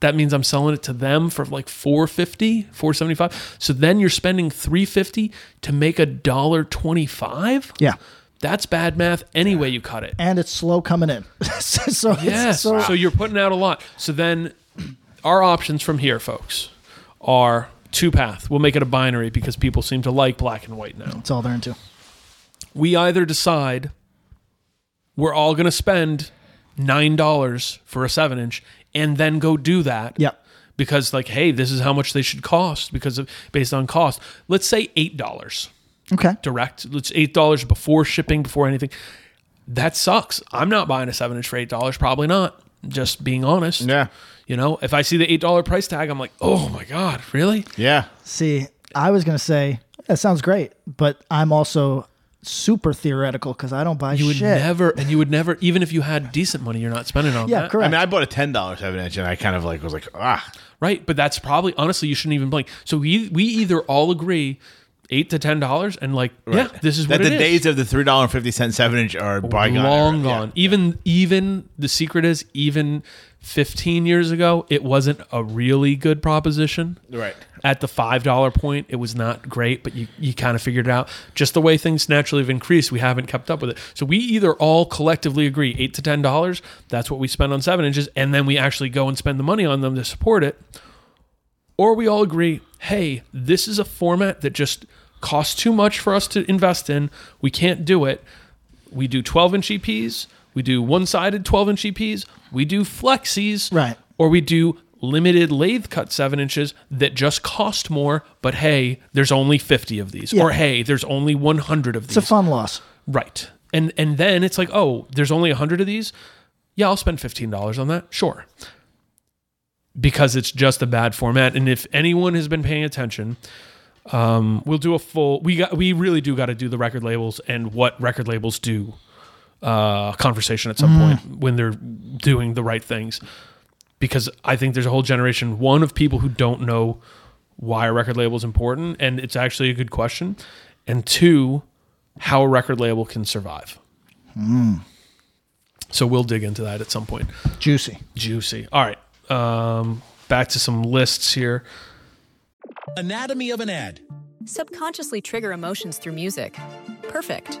Speaker 4: that means I'm selling it to them for like 450, 475. So then you're spending 350 to make a dollar 25?
Speaker 3: Yeah.
Speaker 4: That's bad math any way you cut it.
Speaker 3: and it's slow coming in. so, so it's-
Speaker 4: Yes.
Speaker 3: so,
Speaker 4: So you're putting out a lot. So then our options from here, folks, are two path. We'll make it a binary because people seem to like black and white now.
Speaker 3: that's all they're into.
Speaker 4: We either decide we're all going to spend $9 for a 7 inch and then go do that.
Speaker 3: Yep.
Speaker 4: Because, like, hey, this is how much they should cost because of based on cost. Let's say $8
Speaker 3: Okay.
Speaker 4: direct. It's eight dollars before shipping, before anything. That sucks. I'm not buying a seven inch for eight dollars. Probably not. Just being honest.
Speaker 6: Yeah.
Speaker 4: You know, if I see the eight dollar price tag, I'm like, oh my god, really?
Speaker 6: Yeah.
Speaker 3: See, I was gonna say that sounds great, but I'm also super theoretical because I don't buy
Speaker 4: You would
Speaker 3: shit.
Speaker 4: never, and you would never, even if you had decent money, you're not spending on
Speaker 3: yeah,
Speaker 4: that.
Speaker 3: correct.
Speaker 5: I mean, I bought a ten dollar seven inch, and I kind of like was like, ah,
Speaker 4: Right. But that's probably honestly, you shouldn't even blink. So we we either all agree eight to ten dollars, and like, yeah, this is
Speaker 5: that.
Speaker 4: what it
Speaker 5: the
Speaker 4: is.
Speaker 5: days of the three dollar fifty cent seven inch are bygone,
Speaker 4: long
Speaker 5: era.
Speaker 4: gone. Even even the secret is even 15 years ago, it wasn't a really good proposition.
Speaker 5: Right.
Speaker 4: At the five dollar point, it was not great, but you, you kind of figured it out. Just the way things naturally have increased, we haven't kept up with it. So we either all collectively agree eight to ten dollars, that's what we spend on seven inches, and then we actually go and spend the money on them to support it or we all agree, hey, this is a format that just costs too much for us to invest in. We can't do it. We do 12 inch EPs, we do one sided 12 inch EPs, we do flexies,
Speaker 3: Right.
Speaker 4: or we do limited lathe cut seven inches that just cost more, but hey, there's only 50 of these,
Speaker 3: Yeah.
Speaker 4: or hey, there's only 100 of these.
Speaker 3: it's a fun loss.
Speaker 4: Right. And and then it's like, oh, there's only 100 of these. Yeah, I'll spend $15 on that. Sure. Because it's just a bad format and if anyone has been paying attention, um, we'll do a full we got we really do got to do the record labels and what record labels do uh, conversation at some point when they're doing the right things. Because I think there's a whole generation one of people who don't know why a record label is important, and it's actually a good question. And two, how a record label can survive.
Speaker 3: Hmm.
Speaker 4: So we'll dig into that at some point.
Speaker 3: Juicy.
Speaker 4: Juicy. All right. Um, back to some lists here.
Speaker 8: Anatomy of an ad.
Speaker 9: Subconsciously trigger emotions through music. Perfect.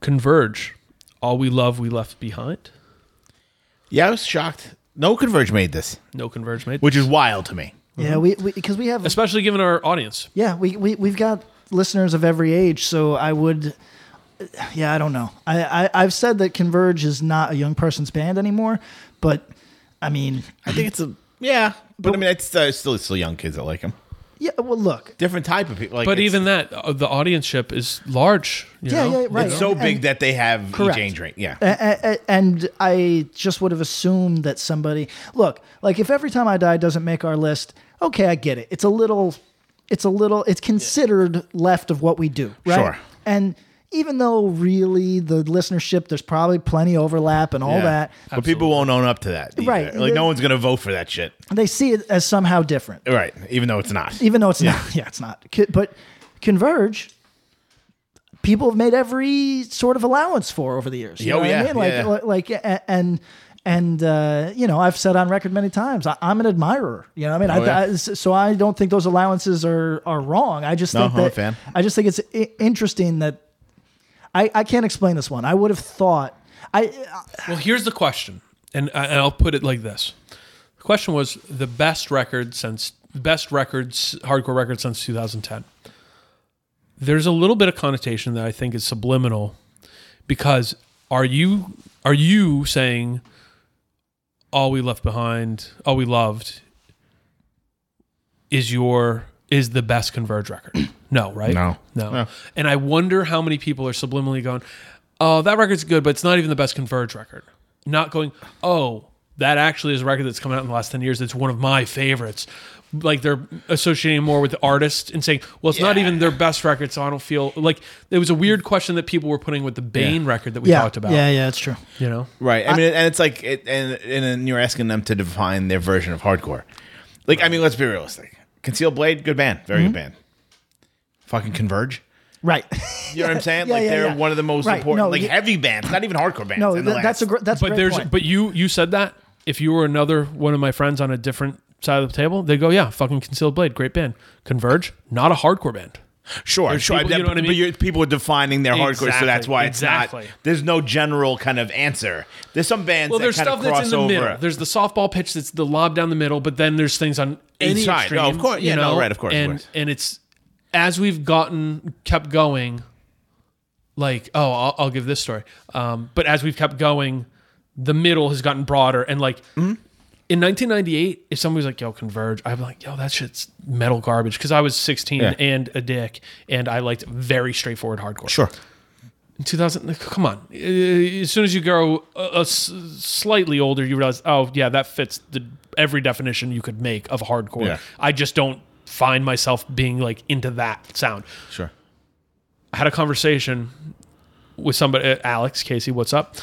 Speaker 4: Converge. All we love, we left behind.
Speaker 5: Yeah, I was shocked No Converge made this,
Speaker 4: No Converge made.
Speaker 5: which is wild to me.
Speaker 3: Yeah, we because we, have
Speaker 4: especially given our audience.
Speaker 3: yeah we, we we've got listeners of every age, so I would. Yeah, I don't know. I, I I've said that Converge is not a young person's band anymore, but I mean,
Speaker 5: I think it's a yeah, but, I mean, it's uh, still still young kids that like him.
Speaker 3: yeah. Well, look,
Speaker 5: Different type of people. Like,
Speaker 4: But
Speaker 5: it's-
Speaker 4: even that, uh, the audienceship is large. you
Speaker 3: Yeah,
Speaker 4: know?
Speaker 3: yeah, right.
Speaker 5: it's so
Speaker 3: And-
Speaker 5: big that they have
Speaker 3: Correct.
Speaker 5: each age rate. Yeah,
Speaker 3: A- a- a- and I just would have assumed that somebody look like if every time I die doesn't make our list. Okay, I get it. It's a little, it's a little, it's considered left of what we do, right?
Speaker 5: Sure.
Speaker 3: And even though really the listenership, there's probably plenty overlap and all
Speaker 5: Yeah.
Speaker 3: that,
Speaker 5: But people won't own up to that, either.
Speaker 3: Right.
Speaker 5: Like no one's gonna vote for that shit,
Speaker 3: they see it as somehow different,
Speaker 5: right? Even though it's not.
Speaker 3: even though it's not. Yeah, it's not. Co- But Converge. People have made every sort of allowance for over the years. You
Speaker 5: Oh,
Speaker 3: know what
Speaker 5: yeah,
Speaker 3: I mean? Like,
Speaker 5: yeah.
Speaker 3: li- like, a- and and uh, you know, I've said on record many times, I, I'm an admirer. You know, what I mean,
Speaker 5: Oh, yeah.
Speaker 3: I, I- s- so I don't think those allowances are are wrong. I just
Speaker 5: No,
Speaker 3: think
Speaker 5: I'm a
Speaker 3: that
Speaker 5: fan.
Speaker 3: I just think it's I- interesting that I I can't explain this one. I would have thought I
Speaker 4: Well, here's the question, and, I- and I'll put it like this: the question was the best record since the best records, hardcore record since 2010. There's a little bit of connotation that I think is subliminal, because are you are you saying all we left behind, all we loved, is your is the best Converge record? No, right?
Speaker 5: No.
Speaker 4: no, And I wonder how many people are subliminally going, "Oh, that record's good, but it's not even the best Converge record." Not going, "Oh, that actually is a record that's come out in the last ten years. It's one of my favorites." Like they're associating more with the artist and saying, "Well, it's not even their best record, so I don't feel like." It was a weird question that people were putting with the Bane record that we
Speaker 3: uh, yeah
Speaker 4: talked about.
Speaker 3: yeah yeah it's true.
Speaker 4: You know,
Speaker 5: Right. I, mean, and it's like, it, and and then you're asking them to define their version of hardcore. Like, I mean, let's be realistic. Concealed Blade, good band, very good
Speaker 4: Mhm.
Speaker 5: band. Fucking Converge.
Speaker 3: Right.
Speaker 5: You know what I'm saying?
Speaker 3: Yeah,
Speaker 5: like
Speaker 3: yeah,
Speaker 5: they're
Speaker 3: yeah.
Speaker 5: one of the most
Speaker 3: Right.
Speaker 5: important,
Speaker 3: No,
Speaker 5: like
Speaker 3: you-
Speaker 5: heavy bands, not even hardcore bands.
Speaker 3: no,
Speaker 5: in the
Speaker 3: th- that's a
Speaker 5: last-
Speaker 3: gr- that's a
Speaker 4: but
Speaker 3: great
Speaker 4: there's
Speaker 3: point.
Speaker 4: but you you said that if you were another one of my friends on a different side of the table, they go, "Yeah, fucking Concealed Blade, great band. Converge, not a hardcore band."
Speaker 5: sure,
Speaker 4: there's
Speaker 5: sure.
Speaker 4: people-
Speaker 5: that-
Speaker 4: you know what I
Speaker 5: but
Speaker 4: mean?
Speaker 5: you're- people are defining their hardcore, so
Speaker 4: Exactly,
Speaker 5: that's why it's
Speaker 4: exactly.
Speaker 5: not. There's no general kind of answer. There's some bands.
Speaker 4: Well,
Speaker 5: that
Speaker 4: there's
Speaker 5: kind
Speaker 4: stuff
Speaker 5: of
Speaker 4: that's
Speaker 5: cross
Speaker 4: in the
Speaker 5: over.
Speaker 4: middle. There's the softball pitch that's the lob down the middle, but then there's things on any
Speaker 5: Inside.
Speaker 4: extreme,
Speaker 5: Oh, of course. Yeah,
Speaker 4: you
Speaker 5: no,
Speaker 4: know?
Speaker 5: right, of course, of
Speaker 4: And
Speaker 5: course.
Speaker 4: and it's as we've gotten kept going, like oh, I'll, I'll give this story. Um, but as we've kept going, the middle has gotten broader, and like
Speaker 5: Mm-hmm.
Speaker 4: in 1998, if somebody was like, "Yo, Converge," I'm like, "Yo, that shit's metal garbage," because I was 16
Speaker 5: Yeah.
Speaker 4: and a dick, and I liked very straightforward hardcore.
Speaker 5: sure.
Speaker 4: 2000 come on Uh, as soon as you grow uh, uh, s- slightly older you realize oh yeah that fits the every definition you could make of hardcore
Speaker 5: Yeah.
Speaker 4: i just don't find myself being like into that sound
Speaker 5: Sure.
Speaker 4: I had a conversation with somebody, uh, Alex Casey. What's up?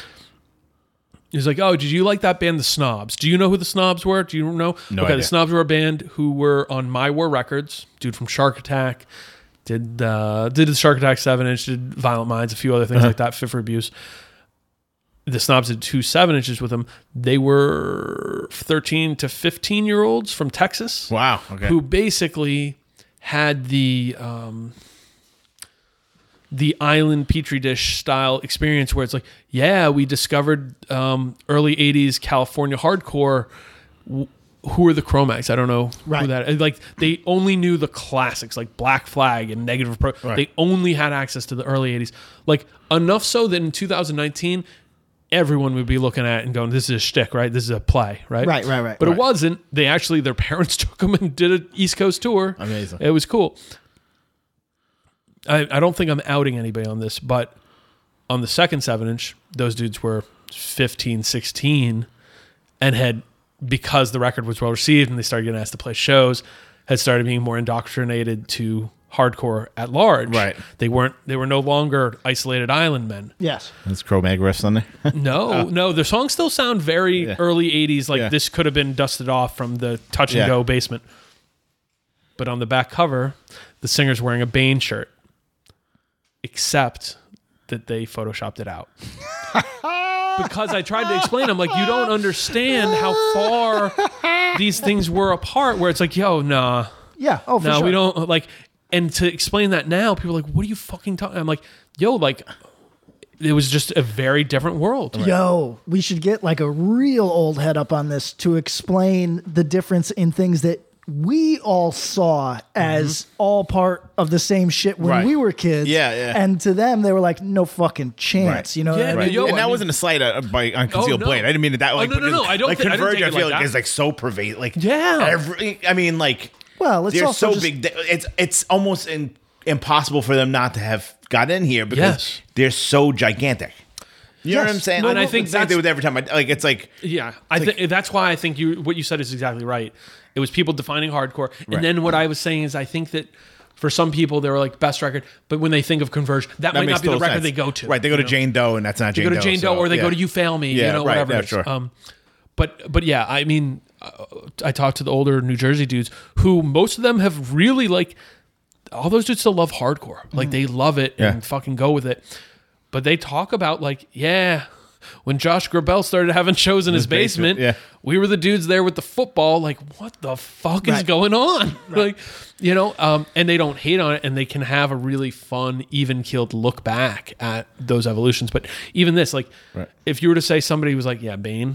Speaker 4: He's like, oh, did you like that band, The Snobs? Do you know who The Snobs were? Do you know?
Speaker 5: No
Speaker 4: okay,
Speaker 5: idea.
Speaker 4: The Snobs were a band who were on My War Records. Dude from Shark Attack did uh, did the Shark Attack seven inch, did Violent Minds, a few other
Speaker 5: Uh-huh.
Speaker 4: things like that. Fit for Abuse. The Snobs did two seven inches with them. They were thirteen to fifteen year olds from Texas
Speaker 5: Wow. Okay.
Speaker 4: who basically had the um, the island petri dish style experience where it's like, yeah, we discovered um, early '80s California hardcore. W- Who are the Chromax? I don't know who
Speaker 3: Right.
Speaker 4: that. Like they only knew the classics, like Black Flag and Negative Approach. They only had access to the early '80s. Like enough so that in 2019, everyone would be looking at it and going, "This is a shtick, right? This is a play, right?
Speaker 3: Right, right, right.
Speaker 4: But it wasn't. They actually their parents took them and did an East Coast tour.
Speaker 5: Amazing.
Speaker 4: It was cool. I, I don't think I'm outing anybody on this, but on the second seven inch, those dudes were 15, 16, and had because the record was well received and they started getting asked to play shows, had started being more indoctrinated to hardcore at large.
Speaker 5: Right.
Speaker 4: They weren't they were no longer isolated island men.
Speaker 3: yes.
Speaker 5: That's Crow Mag riffs on there.
Speaker 4: No, no, the songs still sound very
Speaker 5: Ah. Yeah.
Speaker 4: early '80s. Like
Speaker 5: Yeah.
Speaker 4: this could have been dusted off from the Touch and
Speaker 5: Yeah.
Speaker 4: Go basement. But on the back cover, the singer's wearing a Bane shirt, except that they photoshopped it out. because I tried to explain, I'm like, you don't understand how far these things were apart. Where it's like, yo, nah,
Speaker 3: Yeah. Oh, for
Speaker 4: no,
Speaker 3: sure.
Speaker 4: we don't like. And to explain that now, people are like, "What are you fucking talking?" I'm like, "Yo, like, it was just a very different world.
Speaker 3: Yo, we should get like a real old head up on this to explain the difference in things that we all saw as all part of the same shit when
Speaker 5: Mm-hmm. Right.
Speaker 3: we were kids.
Speaker 5: Yeah, yeah.
Speaker 3: And to them, they were like, no fucking chance.
Speaker 5: Right.
Speaker 3: You know
Speaker 4: Yeah,
Speaker 3: what I
Speaker 4: but
Speaker 3: mean?
Speaker 4: yo,
Speaker 5: and
Speaker 4: I
Speaker 5: that
Speaker 4: mean-
Speaker 5: wasn't a slight on, by, on
Speaker 4: Oh,
Speaker 5: concealed
Speaker 4: no.
Speaker 5: blade. I didn't mean it that
Speaker 4: Oh,
Speaker 5: like.
Speaker 4: no, no, no, I don't
Speaker 5: like
Speaker 4: thi- I didn't
Speaker 5: Converge.
Speaker 4: take
Speaker 5: I,
Speaker 4: it
Speaker 5: feel
Speaker 4: like
Speaker 5: like,
Speaker 4: that.
Speaker 5: is like so pervasive. Like
Speaker 4: Yeah.
Speaker 5: every. I mean, like
Speaker 3: Well, it's
Speaker 5: they're
Speaker 3: also
Speaker 5: so
Speaker 3: just-
Speaker 5: big. that It's it's almost in, impossible for them not to have got in here because
Speaker 4: Yes.
Speaker 5: they're so gigantic. You know what
Speaker 3: Yes.
Speaker 5: I'm saying?
Speaker 4: No,
Speaker 5: like,
Speaker 4: and I think
Speaker 5: it's like
Speaker 4: that's-
Speaker 5: with every time. I, like it's like
Speaker 4: Yeah, I think that's why I think you what you said is exactly right. It was people defining hardcore, and
Speaker 5: Right.
Speaker 4: then what I was saying is I think that for some people they were like best record, but when they think of conversion,
Speaker 5: that
Speaker 4: that, might
Speaker 5: makes
Speaker 4: not be the
Speaker 5: total
Speaker 4: record
Speaker 5: sense.
Speaker 4: they go to.
Speaker 5: Right, they go
Speaker 4: you
Speaker 5: to
Speaker 4: know?
Speaker 5: Jane Doe, and that's not
Speaker 4: They
Speaker 5: Jane
Speaker 4: go
Speaker 5: Doe.
Speaker 4: to Jane Doe,
Speaker 5: so,
Speaker 4: or they
Speaker 5: yeah.
Speaker 4: go to You Fail Me.
Speaker 5: Yeah,
Speaker 4: you know,
Speaker 5: right,
Speaker 4: whatever.
Speaker 5: yeah,
Speaker 4: it is.
Speaker 5: sure.
Speaker 4: Um, but but yeah, I mean, uh, I talked to the older New Jersey dudes who most of them have really like all those dudes still love hardcore. Like they love it
Speaker 5: Mm. Yeah.
Speaker 4: and fucking go with it. But they talk about like, yeah, when Josh Grabel started having shows in his, basement,
Speaker 5: basement, yeah.
Speaker 4: we were the dudes there with the football. Like, what the fuck is going on? Like, you know, um, and they don't hate on it, and they can have a really fun, even keeled look back at those evolutions. But even this, like, if you were to say somebody was like, yeah, Bane,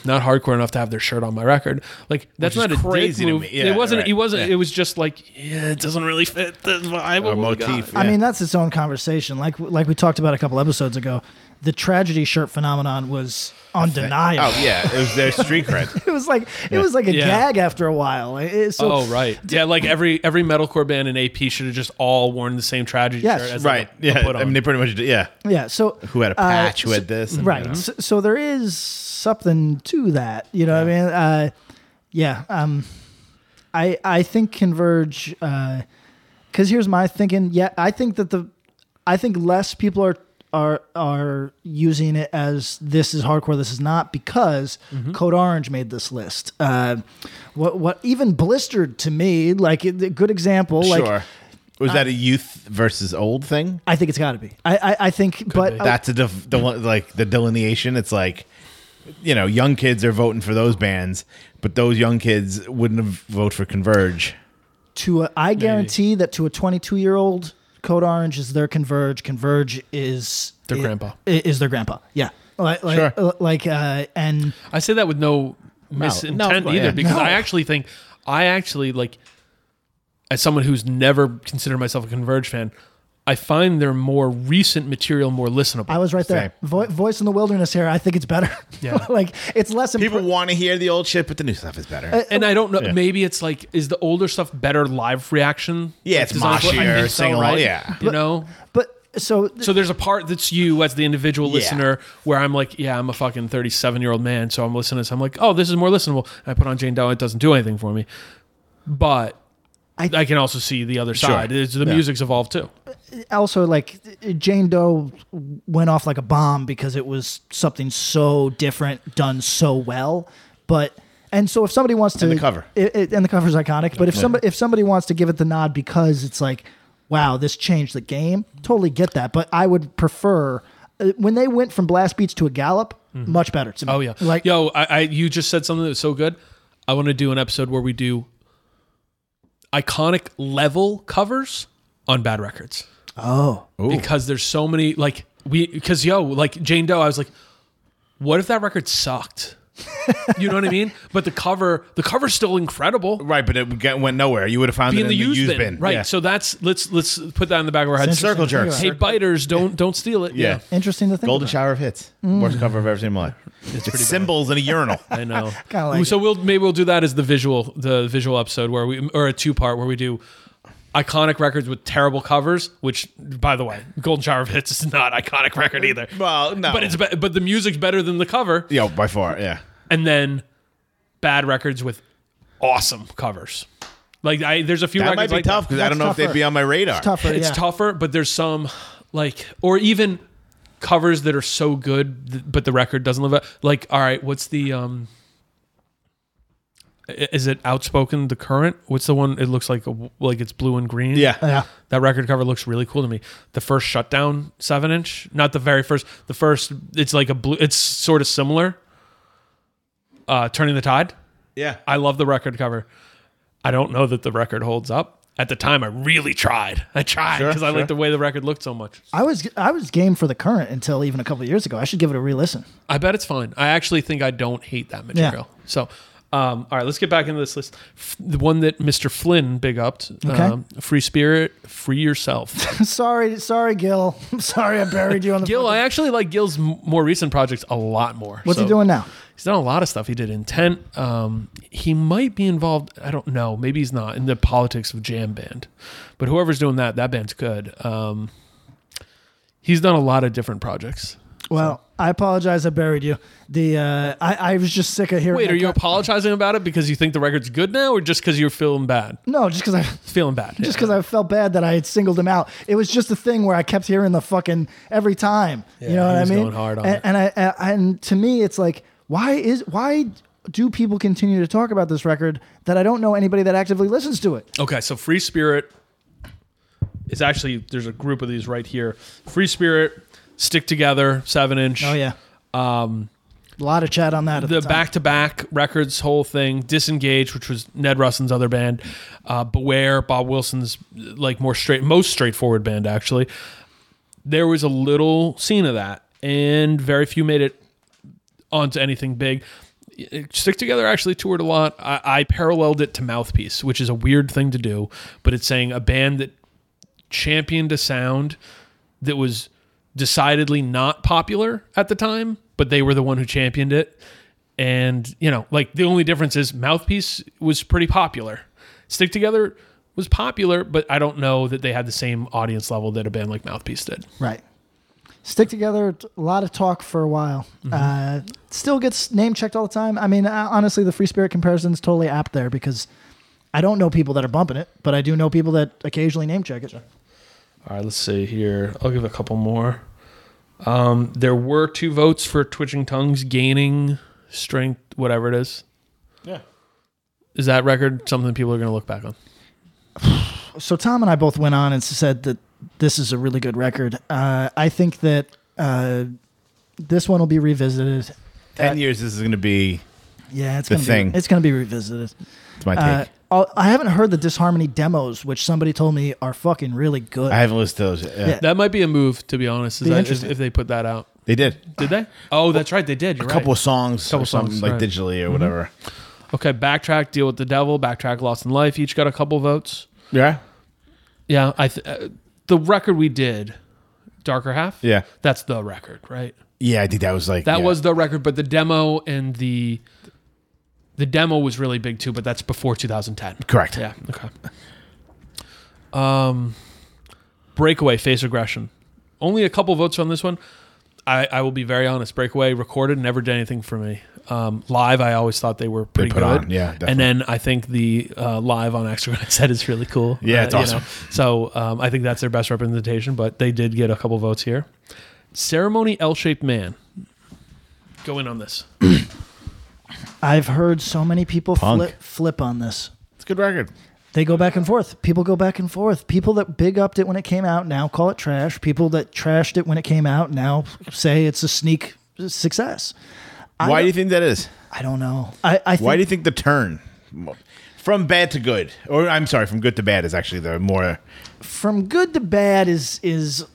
Speaker 4: mm, not hardcore enough to have their shirt on my record, like that's
Speaker 5: is
Speaker 4: not a dick
Speaker 5: crazy to
Speaker 4: move.
Speaker 5: me. Yeah,
Speaker 4: it wasn't.
Speaker 5: right.
Speaker 4: It wasn't.
Speaker 5: Yeah.
Speaker 4: It was just like, yeah, it doesn't really fit the vibe
Speaker 5: Or
Speaker 4: of what we got.
Speaker 5: motif.
Speaker 3: I
Speaker 5: yeah.
Speaker 3: mean, that's its own conversation. Like like we talked about a couple episodes ago, the tragedy shirt phenomenon was undeniable.
Speaker 5: oh yeah, it was their street cred.
Speaker 3: It was like it was like a
Speaker 4: Yeah.
Speaker 3: gag after a while. It- it- so-
Speaker 4: oh right, yeah. Like every every metalcore band in AP should have just all worn the same tragedy
Speaker 3: Yes.
Speaker 4: shirt. As
Speaker 5: right.
Speaker 4: Like a- a
Speaker 5: Yeah.
Speaker 4: put
Speaker 5: I mean,
Speaker 4: on.
Speaker 5: they pretty much did. Yeah.
Speaker 3: Yeah. So
Speaker 5: Who had a
Speaker 3: uh,
Speaker 5: patch? who
Speaker 3: so-
Speaker 5: had this? and,
Speaker 3: right.
Speaker 5: you know.
Speaker 3: So, so there is something to that. You know what I mean? Uh, yeah. Um, I I think Converge. Because here's my thinking. Yeah, I think that the I think less people are are are using it as this is hardcore, this is not because
Speaker 5: Mm-hmm.
Speaker 3: Code Orange made this list. Uh, what what even blistered to me like a good example like.
Speaker 5: sure. Was that a youth versus old thing?
Speaker 3: I think it's got to be. I, I, I think, but uh,
Speaker 5: That's a def- the one- like the delineation. It's like, you know, young kids are voting for those bands, but those young kids wouldn't have vote for Converge.
Speaker 3: to a, I guarantee that to a 22 year old, Code Orange is their Converge. Converge is
Speaker 4: Their
Speaker 3: i-
Speaker 4: grandpa.
Speaker 3: i- Is their grandpa? Yeah. Like, like,
Speaker 5: Sure.
Speaker 3: uh, like uh, and
Speaker 4: I say that with no misintent
Speaker 5: no, of course,
Speaker 4: either,
Speaker 5: yeah.
Speaker 4: because
Speaker 3: No.
Speaker 4: I actually think I actually like as someone who's never considered myself a Converge fan, I find their more recent material more listenable.
Speaker 3: I was right there. Vo- voice in the wilderness here. I think it's better.
Speaker 4: Yeah.
Speaker 3: like it's less.
Speaker 5: People
Speaker 3: impre-
Speaker 5: want to hear the old shit, but the new stuff is better.
Speaker 4: and I don't know. Maybe it's like, is the older stuff better live reaction?
Speaker 5: Yeah,
Speaker 4: Like,
Speaker 5: it's
Speaker 4: design- I
Speaker 5: moshier,
Speaker 4: think so,
Speaker 5: sing along,
Speaker 4: right?
Speaker 5: yeah.
Speaker 4: you know.
Speaker 3: but so th-
Speaker 4: So there's a part that's you as the individual
Speaker 5: Yeah.
Speaker 4: listener where I'm like, yeah, I'm a fucking 37 year old man, so I'm listening. to this. I'm like, oh, this is more listenable. And I put on Jane Doe, it doesn't do anything for me, but I, can also see the other side. It's- the music's evolved too.
Speaker 3: also like Jane Doe went off like a bomb because it was something so different done so well. But and so if somebody wants to
Speaker 5: And the cover.
Speaker 3: it, it- and the cover's iconic. But if somebody if somebody wants to give it the nod because it's like, wow, this changed the game. Totally get that. But I would prefer uh, when they went from blast beats to a gallop. Much better to me.
Speaker 4: Oh yeah,
Speaker 3: like
Speaker 4: yo, I, I you just said something that was so good. I want to do an episode where we do iconic level covers on bad records.
Speaker 3: oh
Speaker 4: because there's so many like we because yo like Jane Doe I was like what if that record sucked you know what I mean but the cover the cover's still incredible
Speaker 5: Right, but it get- went nowhere. You would have found
Speaker 4: be
Speaker 5: it
Speaker 4: in the used bin, right
Speaker 5: Yeah.
Speaker 4: so that's let's let's put that in the back of our heads
Speaker 5: Circle
Speaker 3: Interesting.
Speaker 5: jerks.
Speaker 4: hey biters don't don't steal it
Speaker 5: Yeah. Mm.
Speaker 3: interesting to think.
Speaker 5: Golden
Speaker 3: about.
Speaker 5: shower of hits. Worst cover I've ever seen in my life. It's, symbols in a urinal.
Speaker 4: I know
Speaker 3: Kinda like
Speaker 4: so we'll maybe we'll do that as the visual the visual episode where we or a two part where we do iconic records with terrible covers which by the way Golden Shower of Hits is not an iconic record either
Speaker 5: well, no.
Speaker 4: but it's be- but the music's better than the cover
Speaker 5: yeah, by far. Yeah.
Speaker 4: and then bad records with awesome covers. Like I, there's a few
Speaker 5: That might
Speaker 4: records
Speaker 5: be
Speaker 4: like
Speaker 5: tough
Speaker 4: That.
Speaker 5: because I don't know if they'd
Speaker 3: tougher.
Speaker 5: be on my radar.
Speaker 3: It's tougher.
Speaker 4: It's
Speaker 3: yeah.
Speaker 4: tougher, but there's some like, or even covers that are so good, th- but the record doesn't live up. Like, all right, what's the um? i- Is it outspoken? The current? What's the one? It looks like a w like it's blue and green.
Speaker 5: Yeah.
Speaker 3: Yeah.
Speaker 4: That record cover looks really cool to me. The first shutdown seven inch, not the very first. The first, it's like a blue. It's sort of similar. Uh, turning the tide.
Speaker 5: Yeah.
Speaker 4: I love the record cover. I don't know that the record holds up. At the time, I really tried. I tried
Speaker 5: Sure,
Speaker 4: because I
Speaker 5: sure.
Speaker 4: liked the way the record looked so much.
Speaker 3: I was I was game for the current until even a couple of years ago. I should give it a re-listen.
Speaker 4: I bet it's fine. I actually think I don't hate that material. So, um, all right, let's get back into this list. F- the one that Mr. Flynn big upped,
Speaker 3: Okay.
Speaker 4: um, Free Spirit, Free Yourself.
Speaker 3: sorry, sorry, Gil. I'm sorry I buried you on the.
Speaker 4: Gil, I actually like Gil's m- more recent projects a lot more.
Speaker 3: What's he
Speaker 4: So-
Speaker 3: doing now?
Speaker 4: He's done a lot of stuff. He did Intent. Um, he might be involved. I don't know. Maybe he's not in the politics of jam band, but whoever's doing that, that band's good. Um, he's done a lot of different projects.
Speaker 3: Well, I apologize. I buried you. The uh, I, I was just sick of hearing.
Speaker 4: Wait,
Speaker 3: that
Speaker 4: are you
Speaker 3: guy-
Speaker 4: apologizing about it because you think the record's good now, or just because you're feeling bad?
Speaker 3: No, just because I
Speaker 4: Feeling bad.
Speaker 3: just because I felt bad that I had singled him out. It was just a thing where I kept hearing the fucking every time. you
Speaker 4: Yeah,
Speaker 3: know
Speaker 4: he
Speaker 3: what I
Speaker 4: was
Speaker 3: mean?
Speaker 4: going hard on
Speaker 3: and,
Speaker 4: it.
Speaker 3: and I and- and to me, it's like why is why do people continue to talk about this record that I don't know anybody that actively listens to it?
Speaker 4: Okay, so Free Spirit is actually there's a group of these right here. Free Spirit, Stick Together, Seven Inch.
Speaker 3: Oh yeah,
Speaker 4: Um,
Speaker 3: a lot of chat on that. At the,
Speaker 4: the
Speaker 3: time.
Speaker 4: back to back records whole thing, Disengage, which was Ned Russin's other band, uh, Beware, Bob Wilson's like more straight, most straightforward band actually. There was a little scene of that, and very few made it onto anything big. Stick Together actually toured a lot. I, I paralleled it to Mouthpiece, which is a weird thing to do, but it's saying a band that championed a sound that was decidedly not popular at the time, but they were the one who championed it. And, you know, like the only difference is Mouthpiece was pretty popular. Stick Together was popular, but I don't know that they had the same audience level that a band like Mouthpiece did.
Speaker 3: right. Stick together. t- A lot of talk for a while.
Speaker 5: Mm-hmm.
Speaker 3: Uh, still gets name checked all the time. I mean, uh, honestly, the free spirit comparison is totally apt there because I don't know people that are bumping it, but I do know people that occasionally name check it.
Speaker 4: All right, let's see here. I'll give a couple more. Um, there were two votes for Twitching Tongues gaining strength, whatever it is.
Speaker 6: Yeah.
Speaker 4: Is that record something people are going to look back on?
Speaker 3: so Tom and I both went on and said that this is a really good record. Uh, I think that uh, this one will be revisited.
Speaker 5: Ten years. This is going to be.
Speaker 3: Yeah, it's
Speaker 5: The
Speaker 3: gonna
Speaker 5: thing.
Speaker 3: Be, it's going to be revisited.
Speaker 5: It's my take.
Speaker 3: Uh, I'll- I haven't heard the Disharmony demos, which somebody told me are fucking really good.
Speaker 5: I haven't listed those. Uh,
Speaker 3: Yeah.
Speaker 4: That might be a move, to be honest, is
Speaker 3: Be
Speaker 4: that, is
Speaker 3: interesting.
Speaker 4: if they put that out.
Speaker 5: They did
Speaker 4: Did they? Oh, that's right. They did.
Speaker 5: a
Speaker 4: You're
Speaker 5: couple
Speaker 4: right.
Speaker 5: of songs,
Speaker 4: Couple
Speaker 5: or something,
Speaker 4: songs,
Speaker 5: like
Speaker 4: right. Mm-hmm.
Speaker 5: digitally or whatever.
Speaker 4: Okay, backtrack, deal with the devil, backtrack, lost in life. Each got a couple votes.
Speaker 5: Yeah,
Speaker 4: Yeah, I th- uh, the record we did, darker half.
Speaker 5: Yeah.
Speaker 4: that's the record, right?
Speaker 5: yeah. I think that was like
Speaker 4: That
Speaker 5: yeah.
Speaker 4: was the record, but the demo and the the demo was really big too. But that's before 2010.
Speaker 5: correct.
Speaker 4: Yeah. Okay. Um, breakaway face aggression. Only a couple votes on this one. I, I will be very honest. Breakaway recorded never did anything for me. Um, live, I always thought they were pretty
Speaker 5: put
Speaker 4: good.
Speaker 5: on, yeah,
Speaker 4: and then I think the uh, live on Extra I said is really cool. Uh,
Speaker 5: Yeah, it's
Speaker 4: you
Speaker 5: awesome.
Speaker 4: know. So um, I think that's their best representation, but they did get a couple votes here. Ceremony L shaped man. Go in on this.
Speaker 3: I've heard so many people
Speaker 5: Punk.
Speaker 3: flip, flip on this.
Speaker 5: It's a good record.
Speaker 3: They go back and forth. People go back and forth. People that big upped it when it came out now call it trash. People that trashed it when it came out now say it's a sneak success. I
Speaker 5: Why
Speaker 3: don't-
Speaker 5: do you think that is?
Speaker 3: I don't know. I, I think
Speaker 5: Why do you think the turn from bad to good, or I'm sorry, from good to bad is actually the more
Speaker 3: from good to bad is is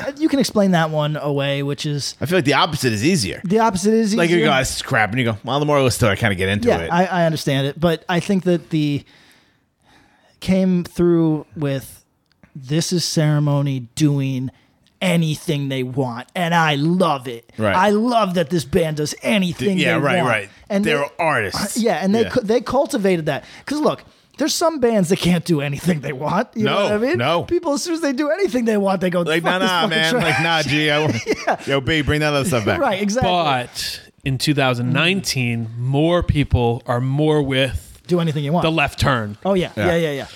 Speaker 3: uh, you can explain that one away, which is
Speaker 5: I feel like the opposite is easier.
Speaker 3: the opposite is
Speaker 5: Like you
Speaker 3: easier.
Speaker 5: go, this is crap, and you go, well, the more I listen to it, I kind of get into
Speaker 3: yeah,
Speaker 5: it.
Speaker 3: I, I understand it, but I think that the came through with this is ceremony doing anything they want, and I love it.
Speaker 5: Right.
Speaker 3: I love that this band does anything.
Speaker 5: yeah,
Speaker 3: they
Speaker 5: right,
Speaker 3: want.
Speaker 5: right.
Speaker 3: And
Speaker 5: They're
Speaker 3: they-
Speaker 5: artists.
Speaker 3: Yeah, and they
Speaker 5: Yeah.
Speaker 3: cu- they cultivated that because look. There's some bands that can't do anything they want. You know
Speaker 5: No,
Speaker 3: what I mean?
Speaker 5: no.
Speaker 3: People, as soon as they do anything they want, they go,
Speaker 5: like,
Speaker 3: "Fuck
Speaker 5: nah,
Speaker 3: this
Speaker 5: nah,
Speaker 3: fucking
Speaker 5: man.
Speaker 3: trash."
Speaker 5: Like, nah, G. I, Yo, B, bring that other stuff back.
Speaker 3: Right, exactly.
Speaker 4: But in 2019, more people are more with
Speaker 3: Do anything you want.
Speaker 4: the left turn.
Speaker 3: oh yeah, yeah, yeah, yeah.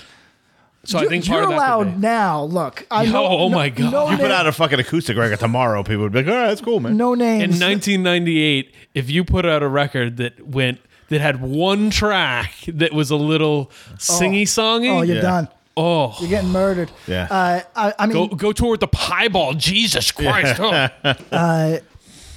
Speaker 4: So I
Speaker 3: You-
Speaker 4: think
Speaker 3: you're
Speaker 4: part of that could
Speaker 3: allowed
Speaker 4: be-
Speaker 3: now. Look, I
Speaker 4: Yo,
Speaker 3: know.
Speaker 4: oh my God.
Speaker 3: no
Speaker 4: You
Speaker 5: You put
Speaker 3: name-
Speaker 5: out a fucking acoustic record tomorrow, people would be like, all right, that's cool, man.
Speaker 3: no
Speaker 4: in
Speaker 3: names.
Speaker 4: 1998. If you put out a record that went that had one track that was a little singy songy,
Speaker 3: oh, you're done.
Speaker 4: oh,
Speaker 3: You're getting murdered.
Speaker 5: Yeah.
Speaker 3: Uh, I, I mean,
Speaker 4: go go toward the piebald, Jesus Christ! oh.
Speaker 3: uh,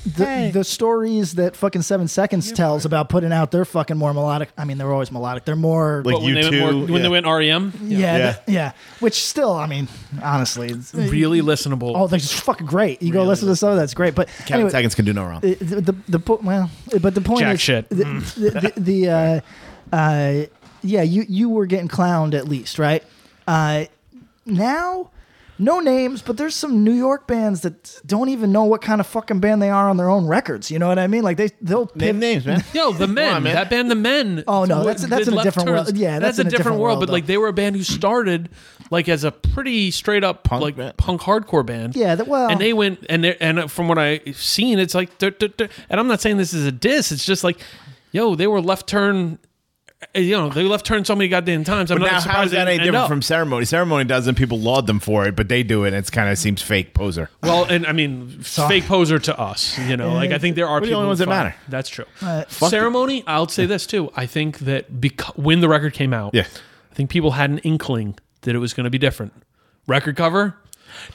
Speaker 3: the, the stories that fucking Seven Seconds tells about putting out their fucking more melodic. I mean, they're always melodic. They're more
Speaker 4: But when they went, more, when they went E REM,
Speaker 3: yeah, yeah. that- yeah. Which still, I mean, honestly, it's,
Speaker 4: really listenable.
Speaker 3: Oh, that's fucking great. You go listen to some of that's great. But
Speaker 5: Kevin
Speaker 3: anyway,
Speaker 5: Seconds can do no wrong.
Speaker 3: the, the, the, the po- well, but the point
Speaker 4: Jack
Speaker 3: is
Speaker 4: shit. Mm.
Speaker 3: the the, the, the uh, uh, yeah, you you were getting clowned at least, right? Uh, now, no names, but there's some New York bands that don't even know what kind of fucking band they are on their own records. You know what I mean? Like they they'll
Speaker 5: Name names, man.
Speaker 4: Yo, the men.
Speaker 5: on, man.
Speaker 4: That band, the men.
Speaker 3: Oh, no,
Speaker 4: What-
Speaker 3: that's- that's
Speaker 4: did
Speaker 3: in a
Speaker 4: Left
Speaker 3: different
Speaker 4: Turns.
Speaker 3: world. Yeah, that's
Speaker 4: a
Speaker 3: in
Speaker 4: different, world. But
Speaker 3: though.
Speaker 4: like, they were a band who started like as a pretty straight up punk like
Speaker 5: band.
Speaker 4: punk hardcore band.
Speaker 3: Yeah, that- well-
Speaker 4: and they went and they and uh, from what I've seen, it's like, duh, duh, duh. and I'm not saying this is a diss. It's just like, yo, they were left turn. eh, You know, they left turn so many goddamn times. I'm
Speaker 5: But
Speaker 4: not
Speaker 5: now,
Speaker 4: surprised
Speaker 5: how is that any
Speaker 4: they didn't end
Speaker 5: different
Speaker 4: up.
Speaker 5: from ceremony? Ceremony does, and people laud them for it, but they do it, and it's kind of seems fake poser.
Speaker 4: Well, and I mean, fake poser to us, you know. Like I think there are
Speaker 5: We're the
Speaker 4: people
Speaker 5: only
Speaker 4: who
Speaker 5: ones that
Speaker 4: find-
Speaker 5: matter.
Speaker 4: That's true.
Speaker 5: Fuck it.
Speaker 4: Ceremony. I'll say this too. I think that bec- when the record came out,
Speaker 5: Yeah.
Speaker 4: I think people had an inkling that it was going to be different. Record cover,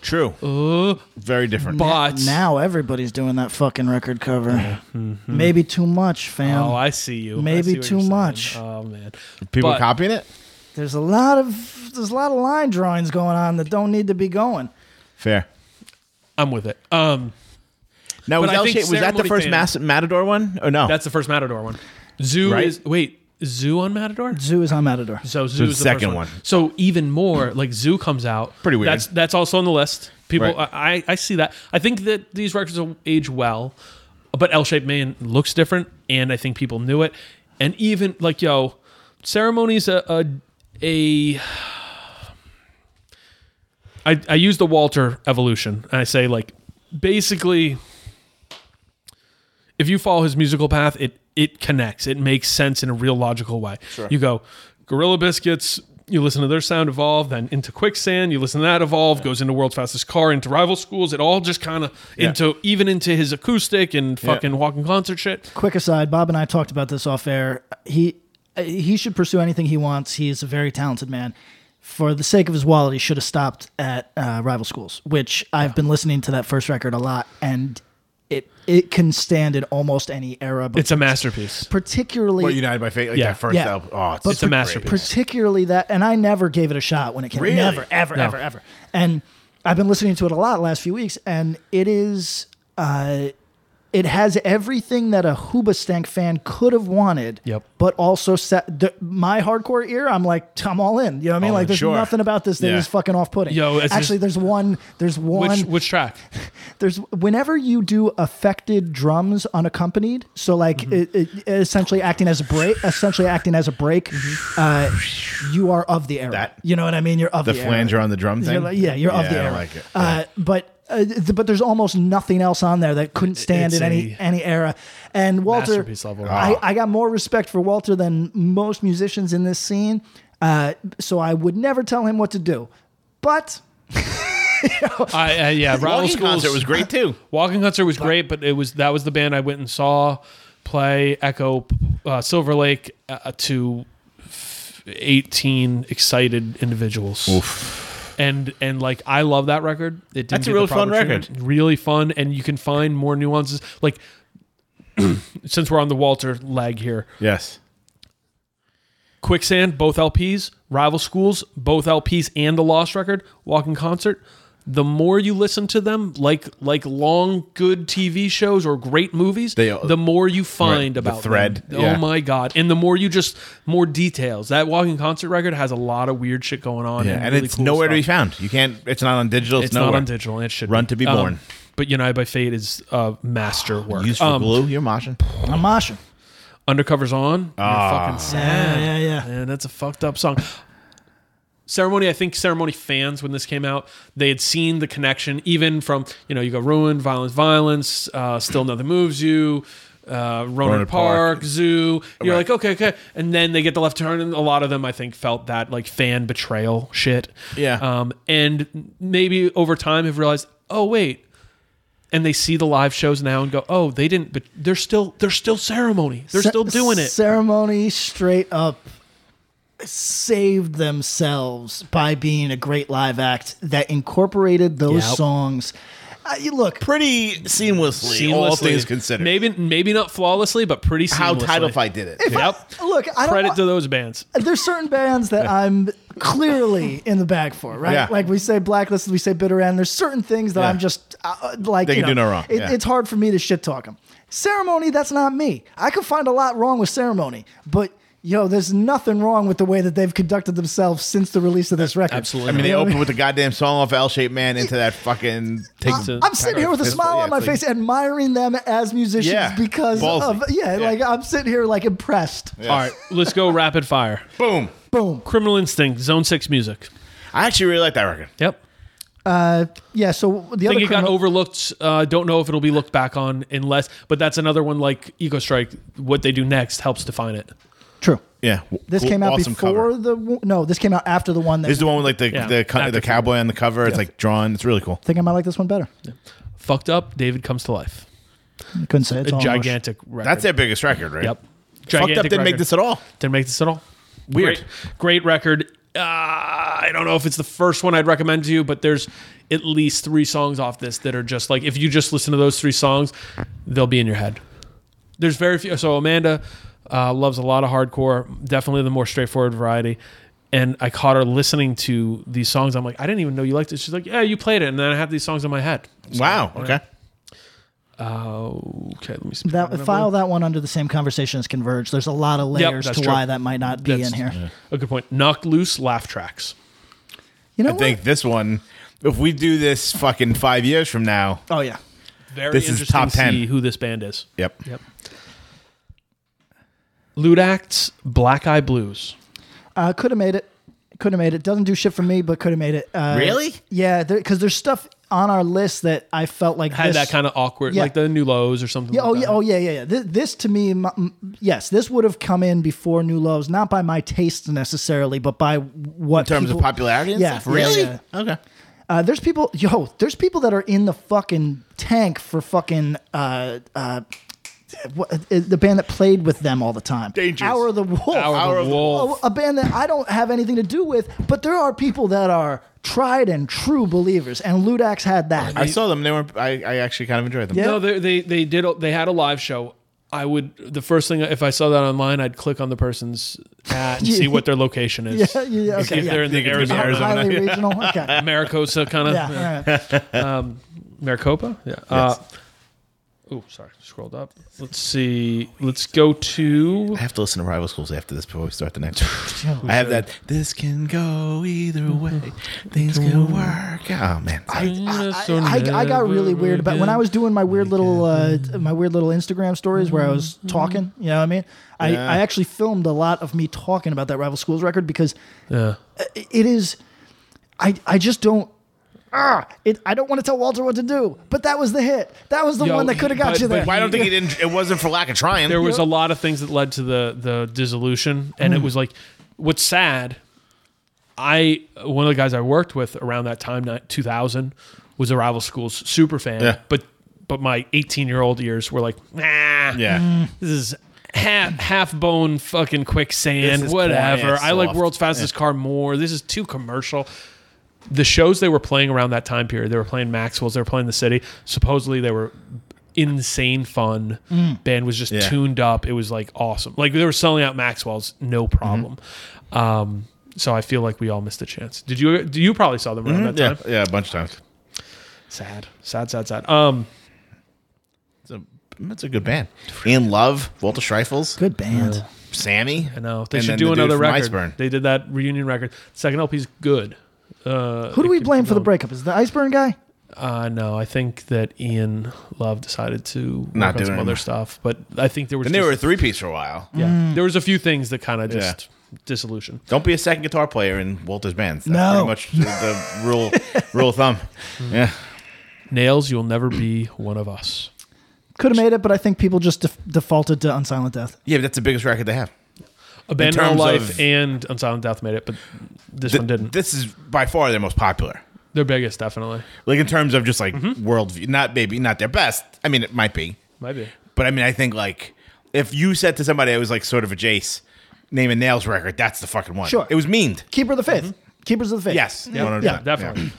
Speaker 5: True. Very different.
Speaker 4: but
Speaker 3: now everybody's doing that fucking record cover.
Speaker 5: mm-hmm.
Speaker 3: Maybe too much, fam.
Speaker 4: oh, I see you. I
Speaker 3: Maybe
Speaker 4: see what
Speaker 3: too
Speaker 4: you're saying.
Speaker 3: much.
Speaker 4: Oh man,
Speaker 5: people
Speaker 4: but-
Speaker 5: copying it.
Speaker 3: there's a lot of there's a lot of line drawings going on that don't need to be going.
Speaker 5: Fair.
Speaker 4: I'm with it. Um,
Speaker 5: Now
Speaker 4: But
Speaker 5: was
Speaker 4: I
Speaker 5: L
Speaker 4: think
Speaker 5: shape was that the
Speaker 4: Ceremony
Speaker 5: first
Speaker 4: fan-
Speaker 5: Mas- Matador one or no?
Speaker 4: that's the first Matador one. Zoo
Speaker 5: Right?
Speaker 4: is wait. Zoo on Matador.
Speaker 3: Zoo is on Matador.
Speaker 4: So Zoo
Speaker 5: the
Speaker 4: is the
Speaker 5: second
Speaker 4: first
Speaker 5: one.
Speaker 4: So even more like Zoo comes out.
Speaker 5: Pretty weird.
Speaker 4: That's that's also on the list. People,
Speaker 5: Right.
Speaker 4: I, I I see that. I think that these records will age well, but L shaped man looks different, and I think people knew it. And even like yo, ceremonies a a. a I, I use the Walter evolution, and I say like basically if you follow his musical path, it it connects. It makes sense in a real logical way. You go Gorilla Biscuits, you listen to their sound evolve, then into Quicksand, you listen to that evolve, goes into World's Fastest Car, into Rival Schools. It all just kind of into even into his acoustic and fucking walking concert shit.
Speaker 3: Quick aside, Bob and I talked about this off air. He uh, he should pursue anything he wants. He is a very talented man. For the sake of his wallet, he should have stopped at uh, rival schools, which I've been listening to that first record a lot, and it it can stand in almost any era. But
Speaker 4: It's a masterpiece.
Speaker 3: particularly
Speaker 5: Well, United by Fate, like
Speaker 4: Yeah.
Speaker 5: that first
Speaker 3: Yeah.
Speaker 5: album. Oh, it's,
Speaker 3: But
Speaker 4: It's a
Speaker 3: par-
Speaker 4: masterpiece.
Speaker 3: Particularly that, and I never gave it a shot when it came. out.
Speaker 5: Really?
Speaker 3: Never, ever,
Speaker 4: No.
Speaker 3: ever, ever. And I've been listening to it a lot the last few weeks, and it is, uh, it has everything that a Hoobastank fan could have wanted.
Speaker 4: Yep.
Speaker 3: But also set the, my hardcore ear. I'm like, I'm all in. You know what I mean?
Speaker 5: All
Speaker 3: like,
Speaker 5: in,
Speaker 3: there's
Speaker 5: sure.
Speaker 3: nothing about this that is
Speaker 5: Yeah.
Speaker 3: fucking off-putting.
Speaker 4: Yo, it's
Speaker 3: actually,
Speaker 4: just-
Speaker 3: there's one. There's one
Speaker 4: Which which track?
Speaker 3: there's whenever you do affected drums unaccompanied so like
Speaker 5: Mm-hmm.
Speaker 3: it, it, essentially acting as a break essentially acting as a break uh, you are of the era
Speaker 5: Mm-hmm. That-
Speaker 3: you know what i mean you're of
Speaker 5: the
Speaker 3: the,
Speaker 5: flanger
Speaker 3: era.
Speaker 5: on the drum
Speaker 3: You're
Speaker 5: thing.
Speaker 3: like- yeah you're of the
Speaker 5: I
Speaker 3: era
Speaker 5: like it.
Speaker 3: Uh, but uh, th- but there's almost nothing else on there that couldn't stand
Speaker 4: It's
Speaker 3: in any
Speaker 4: a
Speaker 3: any era and walter
Speaker 4: masterpiece level.
Speaker 3: I,
Speaker 5: Ah.
Speaker 3: I got more respect for walter than most musicians in this scene uh, so i would never tell him what to do but
Speaker 4: I, I yeah, Rival
Speaker 5: Walking
Speaker 4: Schools
Speaker 5: concert was great too.
Speaker 4: Walking Concert was great, but it was that was the band I went and saw play Echo uh, Silver Lake uh, to f- 18 excited individuals. And and like I love that record. It didn't
Speaker 5: That's a
Speaker 4: get the
Speaker 5: real fun
Speaker 4: proper treatment. Really fun and you can find more nuances like since we're on the Walter lag here.
Speaker 5: Yes.
Speaker 4: Quicksand, both LPs, Rival Schools, both LPs, and the Lost Record, Walking Concert. The more you listen to them, like like long good TV shows or great movies,
Speaker 5: They all-
Speaker 4: the more you find
Speaker 5: the
Speaker 4: about them.
Speaker 5: thread,
Speaker 4: Oh
Speaker 5: yeah.
Speaker 4: my god! And the more you just more details. That Walking Concert record has a lot of weird shit going on.
Speaker 5: Yeah, and
Speaker 4: really
Speaker 5: it's
Speaker 4: cool
Speaker 5: nowhere to be
Speaker 4: stuff.
Speaker 5: found. You can't. It's not on digital. It's,
Speaker 4: It's not
Speaker 5: nowhere.
Speaker 4: on digital. And it should
Speaker 5: Run to be
Speaker 4: Um,
Speaker 5: born.
Speaker 4: but United by Fate is a master work.
Speaker 5: Used for
Speaker 4: Um,
Speaker 5: glue. You're moshing.
Speaker 3: i'm moshing
Speaker 4: Undercover's on.
Speaker 5: Ah.
Speaker 4: You're fucking sad.
Speaker 3: yeah, yeah.
Speaker 4: Man, that's a fucked up song. Ceremony, I think Ceremony fans, when this came out, they had seen the connection, even from, you know, you go Ruin, Violence, Violence, uh, Still Nothing Moves You, uh, Ronan,
Speaker 5: Ronan
Speaker 4: Park,
Speaker 5: Park.
Speaker 4: Zoo. You're
Speaker 5: Right.
Speaker 4: like, okay, okay. And then they get the left turn, and a lot of them, I think, felt that like fan betrayal shit.
Speaker 5: Yeah.
Speaker 4: Um, and maybe over time have realized, oh, wait, and they see the live shows now and go, "Oh, they didn't, but they're still they're still ceremony. They're
Speaker 3: Ce-
Speaker 4: still doing it."
Speaker 3: Ceremony straight up saved themselves by being a great live act that incorporated those
Speaker 4: Yep.
Speaker 3: songs Uh, you look,
Speaker 5: pretty seamlessly, all things considered.
Speaker 4: Maybe maybe not flawlessly, but pretty seamlessly.
Speaker 5: How Title Fight did it.
Speaker 4: If yep.
Speaker 3: look, I don't.
Speaker 4: Credit
Speaker 3: wa-
Speaker 4: to those bands.
Speaker 3: there's certain bands that I'm clearly in the bag for, right?
Speaker 5: Yeah.
Speaker 3: Like we say Blacklisted, we say Bitter End. There's certain things that
Speaker 5: Yeah.
Speaker 3: I'm just uh, uh, like
Speaker 5: They
Speaker 3: you
Speaker 5: can
Speaker 3: know,
Speaker 5: do no wrong.
Speaker 3: It,
Speaker 5: Yeah.
Speaker 3: It's hard for me to shit talk them. Ceremony, that's not me. I could find a lot wrong with Ceremony, but yo, there's nothing wrong with the way that they've conducted themselves since the release of this record.
Speaker 4: Absolutely.
Speaker 5: I mean,
Speaker 3: You
Speaker 5: they
Speaker 3: know what
Speaker 5: opened with the goddamn song off L Shaped Man into that fucking. Take
Speaker 3: I'm sitting here with a smile
Speaker 5: Yeah,
Speaker 3: on my
Speaker 5: it's like-
Speaker 3: face, admiring them as musicians
Speaker 5: Yeah.
Speaker 3: because
Speaker 5: Ballsy.
Speaker 3: of yeah,
Speaker 5: Yeah.
Speaker 3: like I'm sitting here like impressed.
Speaker 4: All right, let's go rapid fire.
Speaker 5: Boom.
Speaker 3: Boom.
Speaker 4: Criminal Instinct, Zone Six music.
Speaker 5: I actually really like that record.
Speaker 4: Yep.
Speaker 3: Uh, yeah. So the other
Speaker 4: I think it got
Speaker 3: criminal-
Speaker 4: overlooked. Uh, don't know if it'll be looked back on unless, but that's another one like Eco Strike. What they do next helps define it.
Speaker 3: true.
Speaker 5: Yeah.
Speaker 3: This
Speaker 5: Cool-
Speaker 3: came out
Speaker 5: awesome
Speaker 3: before
Speaker 5: cover.
Speaker 3: the one- no. This came out after the one that
Speaker 5: This is the one with like the
Speaker 4: Yeah.
Speaker 5: the, co- the
Speaker 4: Active.
Speaker 5: cowboy on the cover. It's like drawn. It's really cool.
Speaker 3: I think I might like this one better.
Speaker 4: Fucked up. David comes to life.
Speaker 3: I couldn't say it's
Speaker 4: A
Speaker 3: all mush.
Speaker 4: gigantic record.
Speaker 5: That's their biggest record, right?
Speaker 4: Yep.
Speaker 5: Fucked up didn't make
Speaker 4: record.
Speaker 5: this at all.
Speaker 4: Didn't make this at all.
Speaker 5: Weird.
Speaker 4: Great, great record. Uh, I don't know if it's the first one I'd recommend to you, but there's at least three songs off this that are just like if you just listen to those three songs, they'll be in your head. There's very few. So Amanda uh, loves a lot of hardcore, definitely the more straightforward variety. And I caught her listening to these songs. I'm like, I didn't even know you liked it. She's like, Yeah, you played it, and then I have these songs in my head.
Speaker 5: Wow. Okay.
Speaker 4: Okay, let me see.
Speaker 3: That, file that one under the same conversation as Converge. There's a lot of layers
Speaker 4: that's
Speaker 3: to
Speaker 4: true.
Speaker 3: why that might not be
Speaker 4: That's-
Speaker 3: in here.
Speaker 4: A good point. Knock loose laugh tracks.
Speaker 3: You know
Speaker 5: I
Speaker 3: what?
Speaker 5: think this one, if we do this fucking five years from now,
Speaker 3: oh yeah.
Speaker 4: Very
Speaker 5: This is
Speaker 4: interesting
Speaker 5: top
Speaker 4: to
Speaker 5: 10.
Speaker 4: see who this band is.
Speaker 5: yep.
Speaker 4: Yep. Ludac's Black Eye Blues.
Speaker 3: Uh, could have made it. Could have made it. Doesn't do shit for me, but could have made it. Uh,
Speaker 5: Really?
Speaker 3: Yeah, because there's stuff on our list that I felt like
Speaker 4: Had
Speaker 3: this-
Speaker 4: that kind of awkward,
Speaker 3: Yeah.
Speaker 4: like the New Lows or something.
Speaker 3: Yeah,
Speaker 4: like
Speaker 3: oh yeah,
Speaker 4: that.
Speaker 3: oh yeah, yeah, yeah. This, this to me, my, m- yes, this would have come in before New Lows, not by my taste necessarily, but by what
Speaker 5: In terms
Speaker 3: people-
Speaker 5: of popularity, and
Speaker 3: yeah,
Speaker 5: stuff? really?
Speaker 3: yeah,
Speaker 5: Okay.
Speaker 3: Uh, there's people, yo, there's people that are in the fucking tank for fucking uh, uh, what, uh, the band that played with them all the time.
Speaker 5: Dangerous.
Speaker 3: Hour of the Wolf. Oh,
Speaker 4: Hour of the Hour of the Wolf.
Speaker 3: A, a band that I don't have anything to do with, but there are people that are tried and true believers, and Ludax had that.
Speaker 5: I saw them. They were. I, I actually kind of enjoyed them.
Speaker 3: Yeah.
Speaker 4: No, they, they they did. They had a live show. I would the first thing if I saw that online, I'd click on the person's at and see what their location is.
Speaker 3: Yeah, yeah, okay,
Speaker 4: if
Speaker 3: yeah.
Speaker 4: they're in the
Speaker 5: Think it's gonna
Speaker 4: Arizona,
Speaker 5: be Arizona.
Speaker 3: Highly regional. Okay. Yeah.
Speaker 4: Maricosa kind of
Speaker 3: all right.
Speaker 4: Maricopa. Yeah. Uh, oh, sorry. Scrolled up. Let's see. Let's go to.
Speaker 5: I have to listen to Rival Schools after this before we start the next. one. I have that. This can go either
Speaker 4: Mm-hmm.
Speaker 5: way. Things can work. Oh man.
Speaker 3: I, I, I got really weird about when I was doing my weird little uh, my weird little Instagram stories where I was
Speaker 4: Mm-hmm.
Speaker 3: talking. You know what I mean? I, I actually filmed a lot of me talking about that rival schools record because
Speaker 4: Yeah.
Speaker 3: it is. I I just don't. Ah, it, I don't want to tell Walter what to do, but that was the hit. That was the
Speaker 4: Yo,
Speaker 3: one that could have got
Speaker 4: but-
Speaker 3: you
Speaker 4: but
Speaker 3: there.
Speaker 5: Well, I don't think it didn't. It wasn't for lack of trying.
Speaker 4: there was a lot of things that led to the the dissolution and it was like what's sad i one of the guys i worked with around that time ni- 2000 was a rival schools super fan
Speaker 5: Yeah.
Speaker 4: but but my 18 year old ears were like nah
Speaker 5: Yeah.
Speaker 4: this is half half bone fucking
Speaker 5: This
Speaker 4: quicksand
Speaker 5: is
Speaker 4: whatever
Speaker 5: porn, yeah,
Speaker 4: i like
Speaker 5: soft.
Speaker 4: world's fastest car more this is too commercial the shows they were playing around that time period they were playing maxwell's they were playing the city supposedly they were insane fun band was just
Speaker 5: Mm. Yeah.
Speaker 4: tuned up it was like awesome like they were selling out maxwell's no
Speaker 5: Mm-hmm.
Speaker 4: problem um so i feel like we all missed a chance did you you probably saw them around that
Speaker 5: Yeah.
Speaker 4: time
Speaker 5: Yeah. A bunch of times.
Speaker 4: sad sad sad sad um
Speaker 5: It's a, it's a good band. In Love, Walter Schreifels,
Speaker 3: Good band.
Speaker 5: Sammy.
Speaker 4: i know they
Speaker 5: and
Speaker 4: should
Speaker 5: then
Speaker 4: do
Speaker 5: the dude
Speaker 4: another
Speaker 5: from
Speaker 4: record
Speaker 5: Iceburn.
Speaker 4: they did that reunion record second lp's good uh
Speaker 3: Who do
Speaker 4: it
Speaker 3: we
Speaker 4: could
Speaker 3: blame
Speaker 4: keep
Speaker 3: for the
Speaker 4: going.
Speaker 3: breakup? Is it the Iceburn guy?
Speaker 4: Uh, no, I think that Ian Love decided to work
Speaker 5: Not
Speaker 4: on
Speaker 5: doing
Speaker 4: some
Speaker 5: it
Speaker 4: other
Speaker 5: anymore.
Speaker 4: stuff, but I think there was
Speaker 5: And they
Speaker 4: just- Mm-hmm.
Speaker 5: were a three piece for a while.
Speaker 4: yeah,
Speaker 3: Mm.
Speaker 4: there was a few things that kind of just dissolution.
Speaker 5: Don't be a second guitar player in Walter's bands. That's
Speaker 3: No.
Speaker 5: pretty much the the rule rule of thumb.
Speaker 4: Mm-hmm.
Speaker 5: Yeah.
Speaker 4: Nails, you'll never be one of us.
Speaker 3: Could have made it, but I think people just def- defaulted to Unsilent Death.
Speaker 5: Yeah, but that's the biggest record they have.
Speaker 4: Abandon All
Speaker 5: terms
Speaker 4: Life
Speaker 5: of-
Speaker 4: and Unsilent Death made it, but this
Speaker 5: Th-
Speaker 4: one didn't.
Speaker 5: This is by far their most popular.
Speaker 4: Their biggest, definitely,
Speaker 5: Like in terms of just like worldview. Not maybe not their best. I mean it might be.
Speaker 4: might be.
Speaker 5: But I mean I think like if you said to somebody it was like sort of a Jace, name a nails record, that's the fucking one.
Speaker 3: Sure.
Speaker 5: It was meaned.
Speaker 3: Keeper of the
Speaker 4: Mm-hmm.
Speaker 3: Faith. Keepers of the Faith.
Speaker 5: Yes.
Speaker 4: Yeah,
Speaker 5: 100%.
Speaker 4: definitely.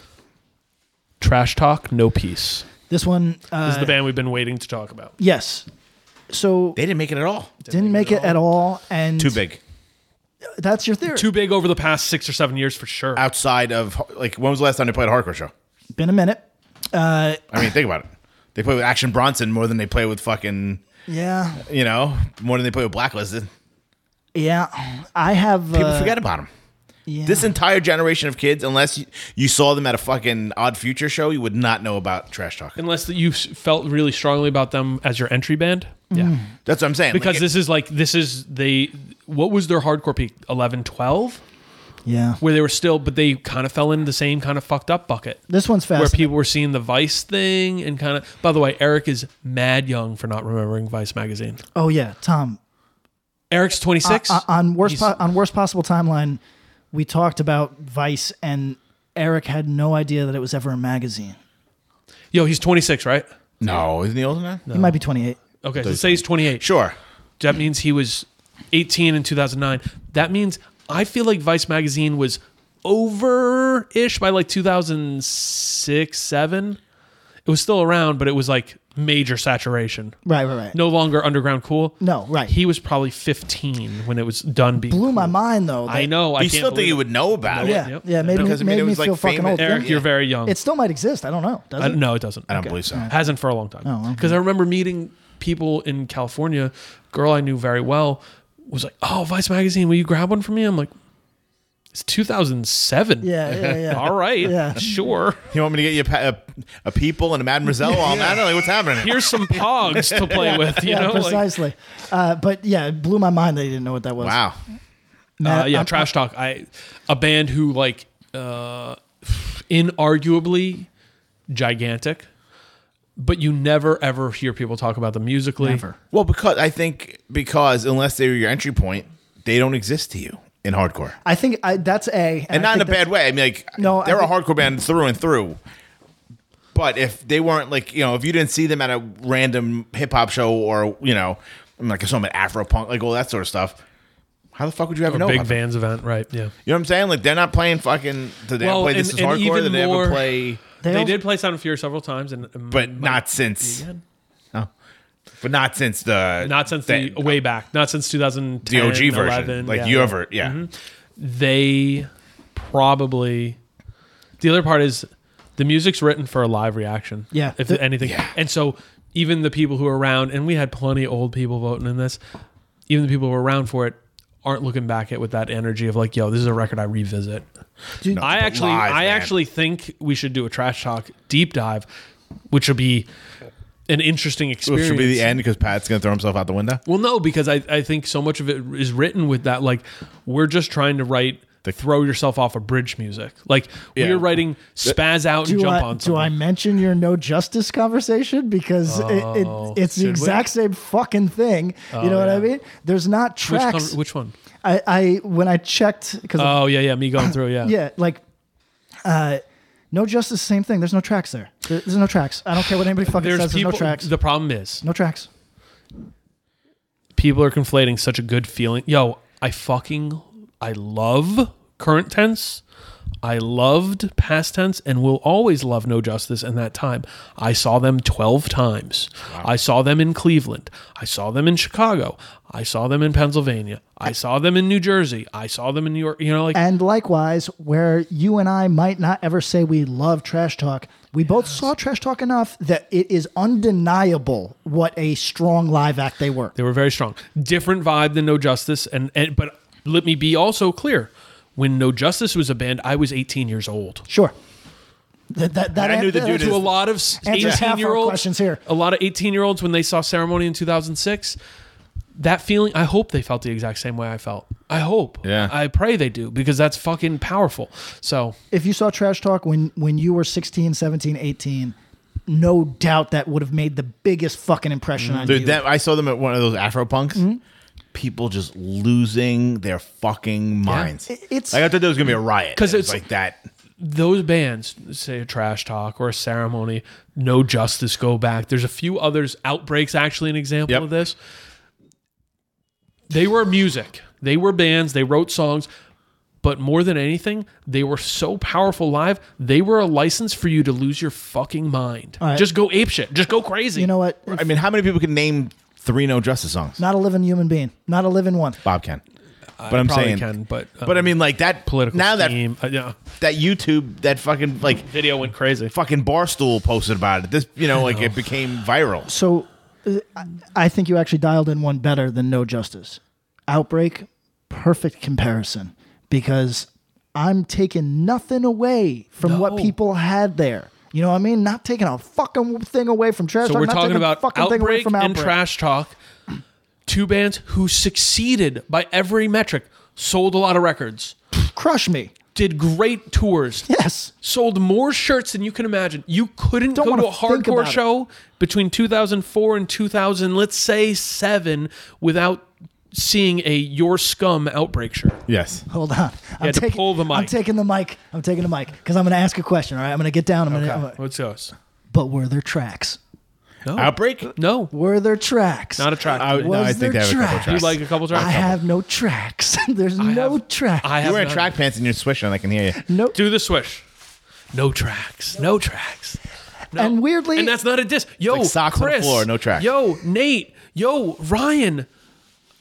Speaker 4: Trash talk, no peace.
Speaker 3: This one, uh,
Speaker 4: This is the band we've been waiting to talk about.
Speaker 3: yes. So
Speaker 5: They didn't make it at all.
Speaker 3: didn't make it at all, and
Speaker 5: Too big.
Speaker 3: That's your theory.
Speaker 4: Too big over the past six or seven years for sure.
Speaker 5: Outside of like, when was the last time they played a hardcore show?
Speaker 3: Been a minute.
Speaker 5: I mean, think about it. They play with Action Bronson more than they play with fucking,
Speaker 3: Yeah,
Speaker 5: you know, more than they play with Blacklisted.
Speaker 3: yeah. I have
Speaker 5: People
Speaker 3: uh,
Speaker 5: forget about them.
Speaker 3: yeah.
Speaker 5: This entire generation of kids, unless you, you saw them at a fucking Odd Future show, you would not know about Trash Talk.
Speaker 4: Unless that you s- felt really strongly about them as your entry band.
Speaker 3: Mm.
Speaker 4: Yeah.
Speaker 5: That's what I'm saying.
Speaker 4: Because
Speaker 5: Like,
Speaker 4: this is like, this is they, what was their hardcore peak? 11, 12?
Speaker 3: yeah.
Speaker 4: Where they were still, but they kind of fell into the same kind of fucked up bucket.
Speaker 3: This one's
Speaker 4: where
Speaker 3: fast.
Speaker 4: people were seeing the Vice thing and kind of. By the way, Eric is mad young for not remembering Vice magazine.
Speaker 3: oh yeah, Tom.
Speaker 4: Eric's 26.
Speaker 3: Uh, on worst
Speaker 4: He's-
Speaker 3: po- on worst possible timeline, we talked about Vice, and Eric had no idea that it was ever a magazine.
Speaker 4: Yo, he's 26, right?
Speaker 5: no, isn't he older than that?
Speaker 3: He might be 28.
Speaker 4: Okay, so say he's 28.
Speaker 5: Sure.
Speaker 4: That means he was 18 in 2009. That means I feel like Vice magazine was over ish by like 2006, 7. It was still around, but it was like major saturation.
Speaker 3: Right, right, right.
Speaker 4: No longer underground cool.
Speaker 3: No, right.
Speaker 4: He was probably 15 when it was done being
Speaker 3: blew my
Speaker 4: cool.
Speaker 3: mind though. that-
Speaker 4: I know. I
Speaker 5: you
Speaker 4: can't
Speaker 5: still
Speaker 4: believe
Speaker 5: think you
Speaker 4: it.
Speaker 5: would know about it?
Speaker 3: Yeah,
Speaker 4: Yep.
Speaker 3: yeah. Made,
Speaker 4: Because,
Speaker 5: I
Speaker 3: me,
Speaker 5: mean,
Speaker 3: made
Speaker 5: it
Speaker 3: me
Speaker 5: was, like,
Speaker 3: feel fucking
Speaker 5: famous-
Speaker 3: old.
Speaker 4: Eric,
Speaker 3: Yeah.
Speaker 4: you're very young.
Speaker 3: It still might exist. I don't know. Does
Speaker 4: I,
Speaker 3: it?
Speaker 4: Uh,
Speaker 3: Oh,
Speaker 4: no, it doesn't.
Speaker 5: I don't believe so.
Speaker 4: Hasn't for a long time. Because I remember meeting people in California. Girl I knew very well was like, "Oh, Vice magazine, will you grab one for me?" I'm like, "It's 2007."
Speaker 3: Yeah, yeah, yeah.
Speaker 4: All right.
Speaker 3: Yeah.
Speaker 4: Sure.
Speaker 5: You want me to get you a, pa- a, a people and a Mademoiselle? on that? I don't know what's happening. here.
Speaker 4: Here's some pogs to play with. You
Speaker 3: yeah,
Speaker 4: know, like,
Speaker 3: precisely. uh, but yeah, it blew my mind that he didn't know what that was.
Speaker 5: Wow.
Speaker 4: uh,
Speaker 3: Matt,
Speaker 4: yeah.
Speaker 3: I'm-
Speaker 4: trash talk. I a band who like uh, inarguably gigantic, but you never ever hear people talk about them musically.
Speaker 3: Never.
Speaker 5: Well, because I think because unless they were your entry point, they don't exist to you in hardcore,
Speaker 3: I think I, that's a,
Speaker 5: and not
Speaker 3: I
Speaker 5: in a
Speaker 3: think that's-
Speaker 5: bad way. I mean, like
Speaker 3: No, I
Speaker 5: they're a
Speaker 3: think-
Speaker 5: hardcore band through and through. But if they weren't like you know, if you didn't see them at a random hip hop show or you know, I'm like I saw them at Afro Punk, like all that sort of stuff. How the fuck would you ever
Speaker 4: Or
Speaker 5: know?
Speaker 4: big
Speaker 5: about them?
Speaker 4: Vans event, right? Yeah.
Speaker 5: You know what I'm saying? Like they're not playing fucking. Did they ever
Speaker 4: Well,
Speaker 5: play this
Speaker 4: and-
Speaker 5: is
Speaker 4: and
Speaker 5: hardcore?
Speaker 4: even
Speaker 5: Did they
Speaker 4: more-
Speaker 5: ever play?
Speaker 4: They,
Speaker 3: also-
Speaker 4: did play Sound of Fear several times, and
Speaker 5: But not since. No, but not since the
Speaker 4: not since the, way back, not since 2010,
Speaker 5: the OG version,
Speaker 4: 11,
Speaker 5: like
Speaker 4: yeah. Mm-hmm.
Speaker 5: you ever, yeah.
Speaker 4: They probably. The other part is, the music's written for a live reaction.
Speaker 3: Yeah.
Speaker 4: if
Speaker 3: The-
Speaker 4: anything, and so even the people who are around, and we had plenty of old people voting in this. Even the people who are around for it aren't looking back at it with that energy of like, yo, this is a record I revisit.
Speaker 5: No,
Speaker 4: I
Speaker 5: but
Speaker 4: actually,
Speaker 5: live,
Speaker 4: I
Speaker 5: man.
Speaker 4: actually think we should do a trash talk deep dive, which would be an interesting
Speaker 5: Which
Speaker 4: experience.
Speaker 5: should be the end because Pat's gonna throw himself out the window.
Speaker 4: Well, no, because I, I think so much of it is written with that. Like, we're just trying to write the throw yourself off a bridge music. Like,
Speaker 5: Yeah.
Speaker 4: we're writing spaz out and
Speaker 3: Do
Speaker 4: jump
Speaker 3: I,
Speaker 4: on
Speaker 3: do I
Speaker 4: something.
Speaker 3: mention your no justice conversation because it, it, it's the
Speaker 4: Oh, should we? Oh,
Speaker 3: exact same fucking thing? you know what I mean? There's not
Speaker 4: which,
Speaker 3: tracks.
Speaker 4: con- which one?
Speaker 3: I, I when I checked because
Speaker 4: Oh, yeah, yeah. Me going through, yeah.
Speaker 3: yeah, like uh, no justice, same thing. There's no tracks there. There- There's no tracks. I don't care what anybody fucking
Speaker 4: There's
Speaker 3: says.
Speaker 4: people.
Speaker 3: there's no tracks.
Speaker 4: The problem is
Speaker 3: no tracks.
Speaker 4: people are conflating such a good feeling. Yo, I fucking I love current tense. I loved past tense and will always love No Justice and that time. I saw them 12 times. I saw them in Cleveland. I saw them in Chicago. I saw them in Pennsylvania. I saw them in New Jersey. I saw them in New York. You know, like,
Speaker 3: And likewise, where you and I might not ever say we love trash talk, we both saw trash talk enough that it is undeniable what a strong live act they were.
Speaker 4: They were very strong. Different vibe than No Justice, and, and but let me be also clear. When No Justice was a band, I was 18 years old.
Speaker 3: Sure. That, that, that
Speaker 5: I knew the
Speaker 3: that-
Speaker 5: dude
Speaker 3: that's-
Speaker 4: to a lot of
Speaker 3: Answer half our
Speaker 4: 18 year olds
Speaker 3: questions here.
Speaker 4: a lot of 18 year olds when they saw ceremony in 2006 that feeling i hope they felt the exact same way i felt i hope
Speaker 5: Yeah.
Speaker 4: i pray they do because that's fucking powerful so
Speaker 3: If you saw trash talk when, when you were 16, 17, 18, no doubt that would have made the biggest fucking impression on you.
Speaker 5: Mm. Dude, that, I saw them at one of those Afro Punks.
Speaker 4: Mm-hmm.
Speaker 5: People just losing their fucking minds.
Speaker 3: It- it's-
Speaker 5: like I thought there was gonna be a riot
Speaker 4: 'Cause
Speaker 5: It was
Speaker 4: it's-
Speaker 5: like that.
Speaker 4: those bands say a trash talk or a ceremony no justice go back there's a few others outbreaks actually an example
Speaker 5: Yep.
Speaker 4: of this they were music they were bands they wrote songs But more than anything, they were so powerful live, they were a license for you to lose your fucking mind.
Speaker 3: All right.
Speaker 4: Just go apeshit. Just go crazy.
Speaker 3: You know what?
Speaker 5: I mean, how many people can name three no dresses songs?
Speaker 3: Not a living human being. Not a living one.
Speaker 5: Bob can. But I'm
Speaker 4: probably
Speaker 5: saying,
Speaker 4: can, but,
Speaker 5: but I
Speaker 4: um,
Speaker 5: mean, like that
Speaker 4: Political
Speaker 5: now
Speaker 4: scheme. Uh, yeah.
Speaker 5: that that YouTube that fucking like
Speaker 4: Video went crazy.
Speaker 5: fucking barstool posted about it. This you know like
Speaker 4: Oh.
Speaker 5: it became viral.
Speaker 3: So uh, I- I think you actually dialed in one better than No Justice. Outbreak, perfect comparison because I'm taking nothing away from what people had there. You know what I mean? Not taking a fucking thing away from trash.
Speaker 4: So
Speaker 3: Talk,
Speaker 4: we're
Speaker 3: not
Speaker 4: talking
Speaker 3: taking a
Speaker 4: about
Speaker 3: fucking thing away
Speaker 4: outbreak,
Speaker 3: from
Speaker 4: and trash talk. Two bands who succeeded by every metric, sold a lot of records,
Speaker 3: Crush me.
Speaker 4: did great tours,
Speaker 3: Yes.
Speaker 4: sold more shirts than you can imagine. You couldn't
Speaker 3: Don't
Speaker 4: go
Speaker 3: wanna
Speaker 4: to a
Speaker 3: think
Speaker 4: hardcore
Speaker 3: about it.
Speaker 4: show between 2004 and 2000, let's say seven, without seeing a Your Scum outbreak shirt.
Speaker 5: Yes.
Speaker 3: Hold on. I'm
Speaker 4: had to
Speaker 3: taking
Speaker 4: pull the
Speaker 3: I'm
Speaker 4: mic.
Speaker 3: taking the mic. I'm taking the mic because I'm going to ask a question. All right. I'm going to get down. I'm gonna- I'm gonna,
Speaker 4: What's us?
Speaker 3: but were there tracks?
Speaker 4: No.
Speaker 5: Oh. Outbreak.
Speaker 4: No.
Speaker 3: Were there tracks?
Speaker 4: Not a track.
Speaker 5: I,
Speaker 4: today.
Speaker 5: no, I
Speaker 3: Was
Speaker 5: think they
Speaker 3: there
Speaker 5: have a couple
Speaker 3: tracks?
Speaker 4: you
Speaker 5: tracks.
Speaker 4: like a couple tracks?
Speaker 3: I have no tracks. There's
Speaker 4: I
Speaker 3: no
Speaker 4: have-
Speaker 3: tracks.
Speaker 4: I have
Speaker 5: You're wearing
Speaker 4: none.
Speaker 5: track pants and you're swishing. I can hear you.
Speaker 3: Nope.
Speaker 4: Do the swish. No tracks. No tracks. No.
Speaker 3: And weirdly-
Speaker 4: and that's not a diss. Yo,
Speaker 5: like socks on the
Speaker 4: Chris,
Speaker 5: floor, no tracks.
Speaker 4: Yo, Nate. Yo, Ryan.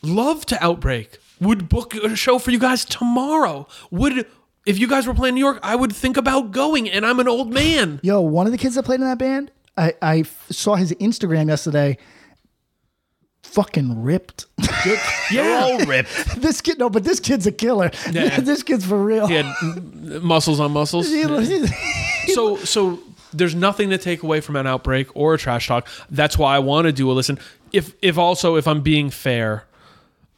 Speaker 4: Love to outbreak. Would book a show for you guys tomorrow. Would if you guys were playing New York, I would think about going. And I'm an old man.
Speaker 3: Yo, one of the kids that played in that band, I, I f- saw his Instagram yesterday. Fucking ripped.
Speaker 4: Yeah.
Speaker 5: All ripped.
Speaker 3: this kid, no, but this kid's a killer.
Speaker 4: Yeah.
Speaker 3: this kid's for real.
Speaker 4: He had m- muscles on muscles.
Speaker 3: He- he-
Speaker 4: so so there's nothing to take away from an outbreak or a trash talk. That's why I want to do a listen. If if also if I'm being fair,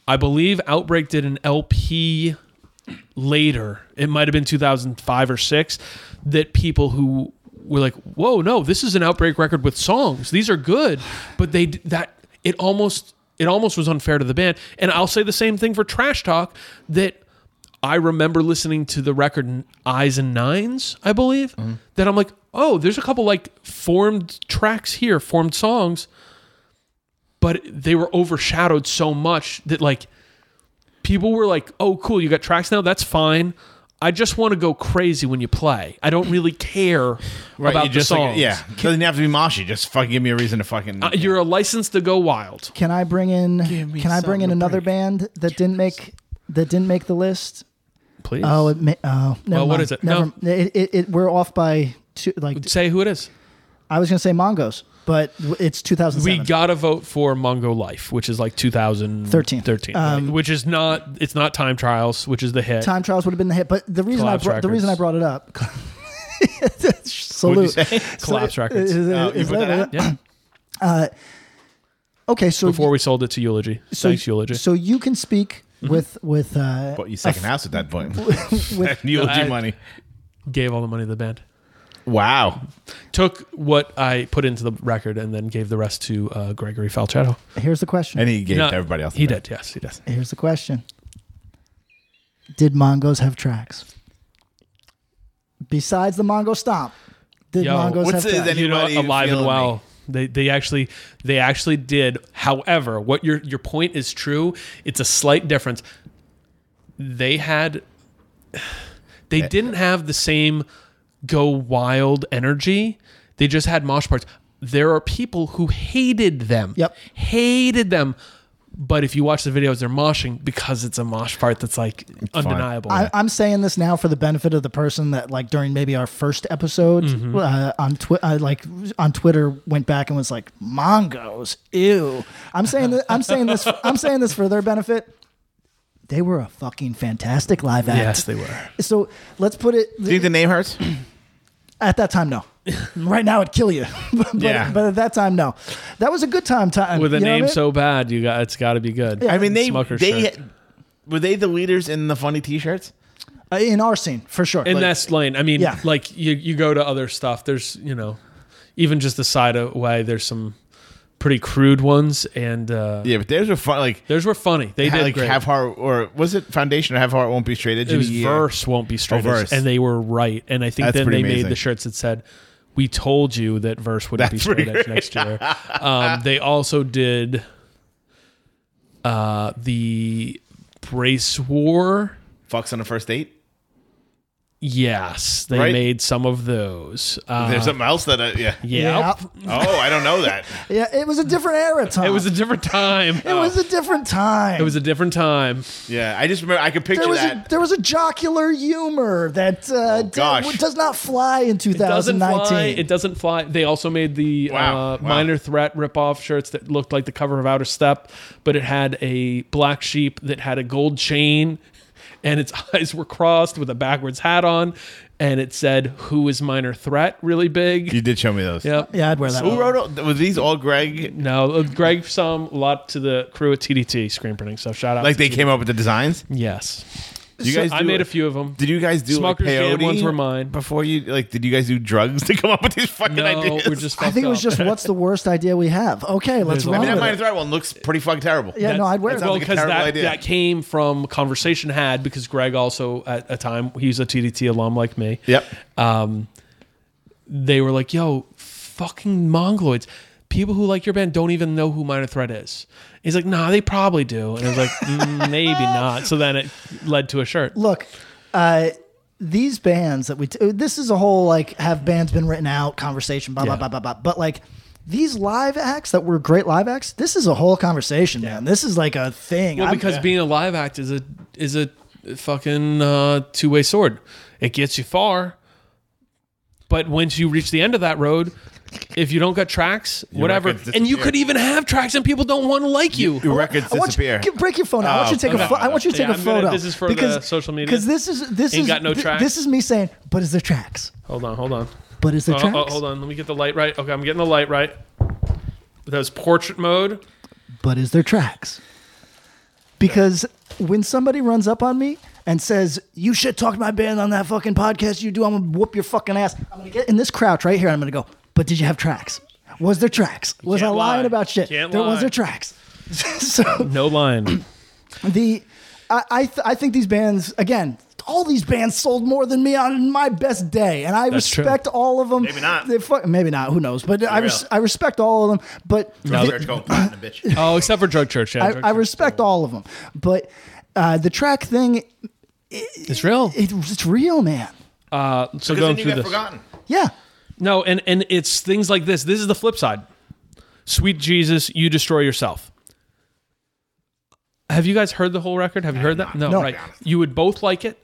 Speaker 4: I believe Outbreak did an LP later. It might have been 2005 or 6 that people who were like, "Whoa, no, this is an Outbreak record with songs. These are good." But they d- that it almost it almost was unfair to the band. And I'll say the same thing for Trash Talk that I remember listening to the record N- Eyes and Nines, I believe, that I'm like, "Oh, there's a couple like formed tracks here, formed songs." But they were overshadowed so much that like people were like, "Oh, cool, you got tracks now. That's fine. I just want to go crazy when you play. I don't really care about
Speaker 5: you
Speaker 4: the
Speaker 5: just Like,
Speaker 4: songs.
Speaker 5: yeah. Doesn't have to be moshy. Just fucking give me a reason to fucking.
Speaker 4: Uh, you're a license to go wild.
Speaker 3: can I bring in?
Speaker 4: me
Speaker 3: Can I bring
Speaker 4: something
Speaker 3: in
Speaker 4: to
Speaker 3: another
Speaker 4: break.
Speaker 3: band that didn't make that didn't make the list?
Speaker 4: Please.
Speaker 3: Oh, it may, oh, never
Speaker 4: Well, what
Speaker 3: mind.
Speaker 4: is it?
Speaker 3: Never, it, it, it- We're off by two. Like
Speaker 4: say who it is.
Speaker 3: I was gonna say Mongos, but it's 2007.
Speaker 4: We gotta vote for Mongo Life, which is like 2013,
Speaker 3: 13,
Speaker 4: right?
Speaker 3: um,
Speaker 4: which is not it's not Time Trials, which is the hit.
Speaker 3: Time Trials would have been the hit, but the reason I
Speaker 4: Collapse
Speaker 3: brought, the reason I
Speaker 4: Records.
Speaker 3: brought it up. Salute.
Speaker 4: Collapse Records.
Speaker 3: Is-
Speaker 5: Oh, you
Speaker 3: is
Speaker 5: put
Speaker 3: that
Speaker 5: that
Speaker 3: it?
Speaker 5: out?
Speaker 4: yeah,
Speaker 3: Okay, so
Speaker 4: before we sold it to Eulogy.
Speaker 3: so,
Speaker 4: Thanks, Eulogy. Mm-hmm.
Speaker 3: So you can speak with with uh,
Speaker 5: But you second house at that point.
Speaker 3: with
Speaker 5: Eulogy
Speaker 4: I-
Speaker 5: money.
Speaker 4: Gave all the money to the band.
Speaker 5: Wow.
Speaker 4: Took what I put into the record and then gave the rest to uh, Gregory Falchetto.
Speaker 3: here's the question.
Speaker 5: And he gave
Speaker 4: No,
Speaker 5: to everybody else.
Speaker 4: He did. Yes, he does.
Speaker 3: here's the question. Did Mongos have tracks? Besides the Mongo Stomp, did
Speaker 4: Yo,
Speaker 3: Mongos
Speaker 5: what's
Speaker 3: have
Speaker 5: it-
Speaker 3: tracks?
Speaker 5: then
Speaker 4: you know,
Speaker 5: Anybody
Speaker 4: alive and
Speaker 5: feeling
Speaker 4: well.
Speaker 5: me?
Speaker 4: They they actually they actually did. However, what your your point is true. It's a slight difference. They had they didn't have the same go wild energy. They just had mosh parts. There are people who hated them.
Speaker 3: Yep.
Speaker 4: Hated them. But if you watch the videos, they're moshing because it's a mosh part that's like undeniable.
Speaker 3: I, I'm saying this now for the benefit of the person that, like, during maybe our first episode
Speaker 4: Mm-hmm.
Speaker 3: uh, on twi- uh, like on Twitter, went back and was like, "Mongos, ew." I'm saying that I'm saying this I'm saying this for their benefit. They were a fucking fantastic live act.
Speaker 4: yes, they were.
Speaker 3: So let's put it
Speaker 5: Do you think the name hurts?
Speaker 3: at that time. No, right now it'd kill you. but, but-
Speaker 5: Yeah.
Speaker 3: but at that time, no. That was a good time. Time
Speaker 4: With a
Speaker 3: you know what I
Speaker 4: name
Speaker 3: mean?
Speaker 4: so bad, you got it's got to be good.
Speaker 5: I mean, they
Speaker 4: Smucker's
Speaker 5: they
Speaker 4: shirt.
Speaker 5: were they the leaders in the funny T-shirts.
Speaker 3: Uh, in our scene for sure.
Speaker 4: in that lane. I mean,
Speaker 3: Yeah.
Speaker 4: like you, you go to other stuff. There's you know, even just the side away. There's some pretty crude ones, and uh,
Speaker 5: Yeah, but theirs were fun. Like
Speaker 4: theirs were funny. They
Speaker 5: ha-
Speaker 4: did
Speaker 5: like
Speaker 4: great.
Speaker 5: have heart or was it foundation or have heart won't be straight edge.
Speaker 4: it was
Speaker 5: Yeah.
Speaker 4: verse won't be straight, edge,
Speaker 5: verse.
Speaker 4: and they were right. And I think
Speaker 5: That's
Speaker 4: then they
Speaker 5: pretty
Speaker 4: made
Speaker 5: amazing.
Speaker 4: the shirts that said. We told you that verse wouldn't
Speaker 5: That's
Speaker 4: be straight
Speaker 5: pretty
Speaker 4: edge next year. Um, they also did uh, the brace war.
Speaker 5: Fucks on the first date.
Speaker 4: Yes, they
Speaker 5: Right?
Speaker 4: made some of those. Uh,
Speaker 5: There's something else that I, yeah.
Speaker 4: Yep.
Speaker 5: Oh, I don't know that.
Speaker 3: Yeah, it was a different era, Tom.
Speaker 4: It was a different time.
Speaker 3: It was a different time.
Speaker 4: It was a different time.
Speaker 5: Yeah, I just remember I could picture
Speaker 3: there was a,
Speaker 5: that. Oh,
Speaker 3: there was a jocular humor that uh, d-
Speaker 5: gosh.
Speaker 3: does not fly in
Speaker 4: It doesn't
Speaker 3: 2019.
Speaker 4: fly. It doesn't fly. They also made the
Speaker 5: Wow,
Speaker 4: uh,
Speaker 5: wow.
Speaker 4: Minor Threat ripoff shirts that looked like the cover of Outer Step, but it had a black sheep that had a gold chain, and its eyes were crossed with a backwards hat on, and it said "Who is Minor Threat?" really big.
Speaker 5: you did show me those.
Speaker 4: Yep.
Speaker 3: yeah, I'd wear that.
Speaker 5: Who
Speaker 3: one.
Speaker 5: wrote all, were these all Greg?
Speaker 4: No, uh, Greg, some a lot to the crew at TDT screen printing. So shout out.
Speaker 5: Like
Speaker 4: to
Speaker 5: they
Speaker 4: TDT.
Speaker 5: came up with the designs.
Speaker 4: Yes,
Speaker 5: You guys,
Speaker 4: I
Speaker 5: do
Speaker 4: made
Speaker 5: it-
Speaker 4: a few of them.
Speaker 5: Did you guys do like
Speaker 4: Smucker's Jam
Speaker 5: peyote
Speaker 4: ones were mine.
Speaker 5: before you? Like, did you guys do drugs to come up with these fucking
Speaker 4: no,
Speaker 5: ideas?
Speaker 4: we're just.
Speaker 3: I think it was
Speaker 4: fucked up.
Speaker 3: just what's the worst idea we have? Okay, let's
Speaker 4: There's a
Speaker 3: run
Speaker 5: I mean,
Speaker 3: with
Speaker 4: lot
Speaker 5: that
Speaker 4: of
Speaker 5: minor
Speaker 3: it.
Speaker 5: threat one looks pretty fucking terrible.
Speaker 3: Yeah, no, I'd wear
Speaker 5: that
Speaker 3: it.
Speaker 5: sounds
Speaker 4: well,
Speaker 5: like a
Speaker 4: because
Speaker 5: terrible
Speaker 4: that,
Speaker 5: idea.
Speaker 4: that came from conversation had because Greg also at a time he's a TDT alum like me.
Speaker 5: Yep.
Speaker 4: Um, they were like, "Yo, fucking mongoloids! People who like your band don't even know who Minor Threat is." He's like, "Nah, they probably do," and I was like, mm, "Maybe not." So then it led to a shirt.
Speaker 3: Look, uh, these bands that we t- uh, this is a whole like have bands been written out conversation blah blah
Speaker 4: Yeah.
Speaker 3: blah blah blah. But like these live acts that were great live acts, this is a whole conversation, man. This is like a thing.
Speaker 4: Well,
Speaker 3: I'm-
Speaker 4: because being a live act is a is a fucking uh, two way sword. It gets you far, but once you reach the end of that road, if you don't got tracks, whatever,
Speaker 5: records
Speaker 4: and you
Speaker 5: disappear.
Speaker 4: could even have tracks, and people don't want to like you.
Speaker 5: Your records
Speaker 3: I want
Speaker 5: disappear. Oh,
Speaker 3: You, get- break your phone. out. I want you to take a.
Speaker 5: okay.
Speaker 3: Fo- I want you to
Speaker 4: Yeah,
Speaker 3: take a
Speaker 4: I'm gonna-
Speaker 3: photo.
Speaker 4: this is for the social media.
Speaker 3: Because this is this
Speaker 4: Ain't
Speaker 3: is
Speaker 4: got no
Speaker 3: th-
Speaker 4: tracks.
Speaker 3: This is me saying, but is there tracks?
Speaker 4: Hold on, hold on,
Speaker 3: But is there
Speaker 4: oh,
Speaker 3: tracks?
Speaker 4: oh, hold on. Let me get the light right. Okay, I'm getting the light right. That was portrait mode.
Speaker 3: But is there tracks? Because when somebody runs up on me and says, "You should talk to my band on that fucking podcast you do," I'm gonna whoop your fucking ass. I'm gonna get in this crouch right here. and I'm gonna go. But did you have tracks? Was there tracks? Was I
Speaker 4: can't
Speaker 3: lying
Speaker 4: lie.
Speaker 3: about shit?
Speaker 4: Can't
Speaker 3: there was
Speaker 4: lie.
Speaker 3: there tracks. so
Speaker 4: No line.
Speaker 3: the I I, th- I think these bands again. All these bands sold more than me on my best day, and I
Speaker 4: true.
Speaker 3: respect all of them.
Speaker 5: Maybe not.
Speaker 3: They fuck, maybe not. Who knows? But I, res-
Speaker 5: real.
Speaker 3: I respect all of them. But
Speaker 5: Now
Speaker 3: the-
Speaker 5: they're going platinum, bitch.
Speaker 4: oh, except for Drug Church. Yeah,
Speaker 3: I,
Speaker 4: Drug
Speaker 3: I
Speaker 4: Church.
Speaker 3: respect all of them. But uh, the track thing, it,
Speaker 4: It's real.
Speaker 3: it's real, man.
Speaker 4: Uh, so
Speaker 5: Because
Speaker 4: going
Speaker 5: then you
Speaker 4: through
Speaker 5: get
Speaker 4: this.
Speaker 5: forgotten.
Speaker 3: Yeah.
Speaker 4: No, and and it's things like this. This is the flip side. Sweet Jesus, you destroy yourself. Have you guys heard the whole record? Have you heard that? No,
Speaker 3: No.
Speaker 4: right. You would both like it.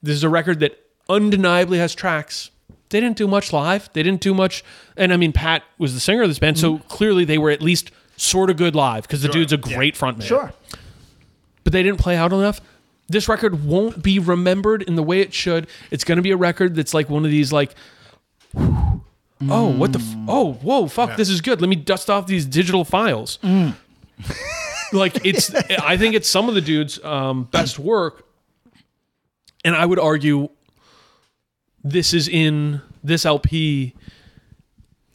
Speaker 4: This is a record that undeniably has tracks. They didn't do much live. They didn't do much. And I mean, Pat was the singer of this band, so
Speaker 3: Mm.
Speaker 4: clearly they were at least sort of good live because the dude's a great frontman.
Speaker 3: Sure.
Speaker 4: But they didn't play out enough. This record won't be remembered in the way it should. It's going to be a record that's like one of these like oh what the f- oh whoa fuck this is good let me dust off these digital files like it's i think it's some of the dudes um, best work and i would argue this is in this lp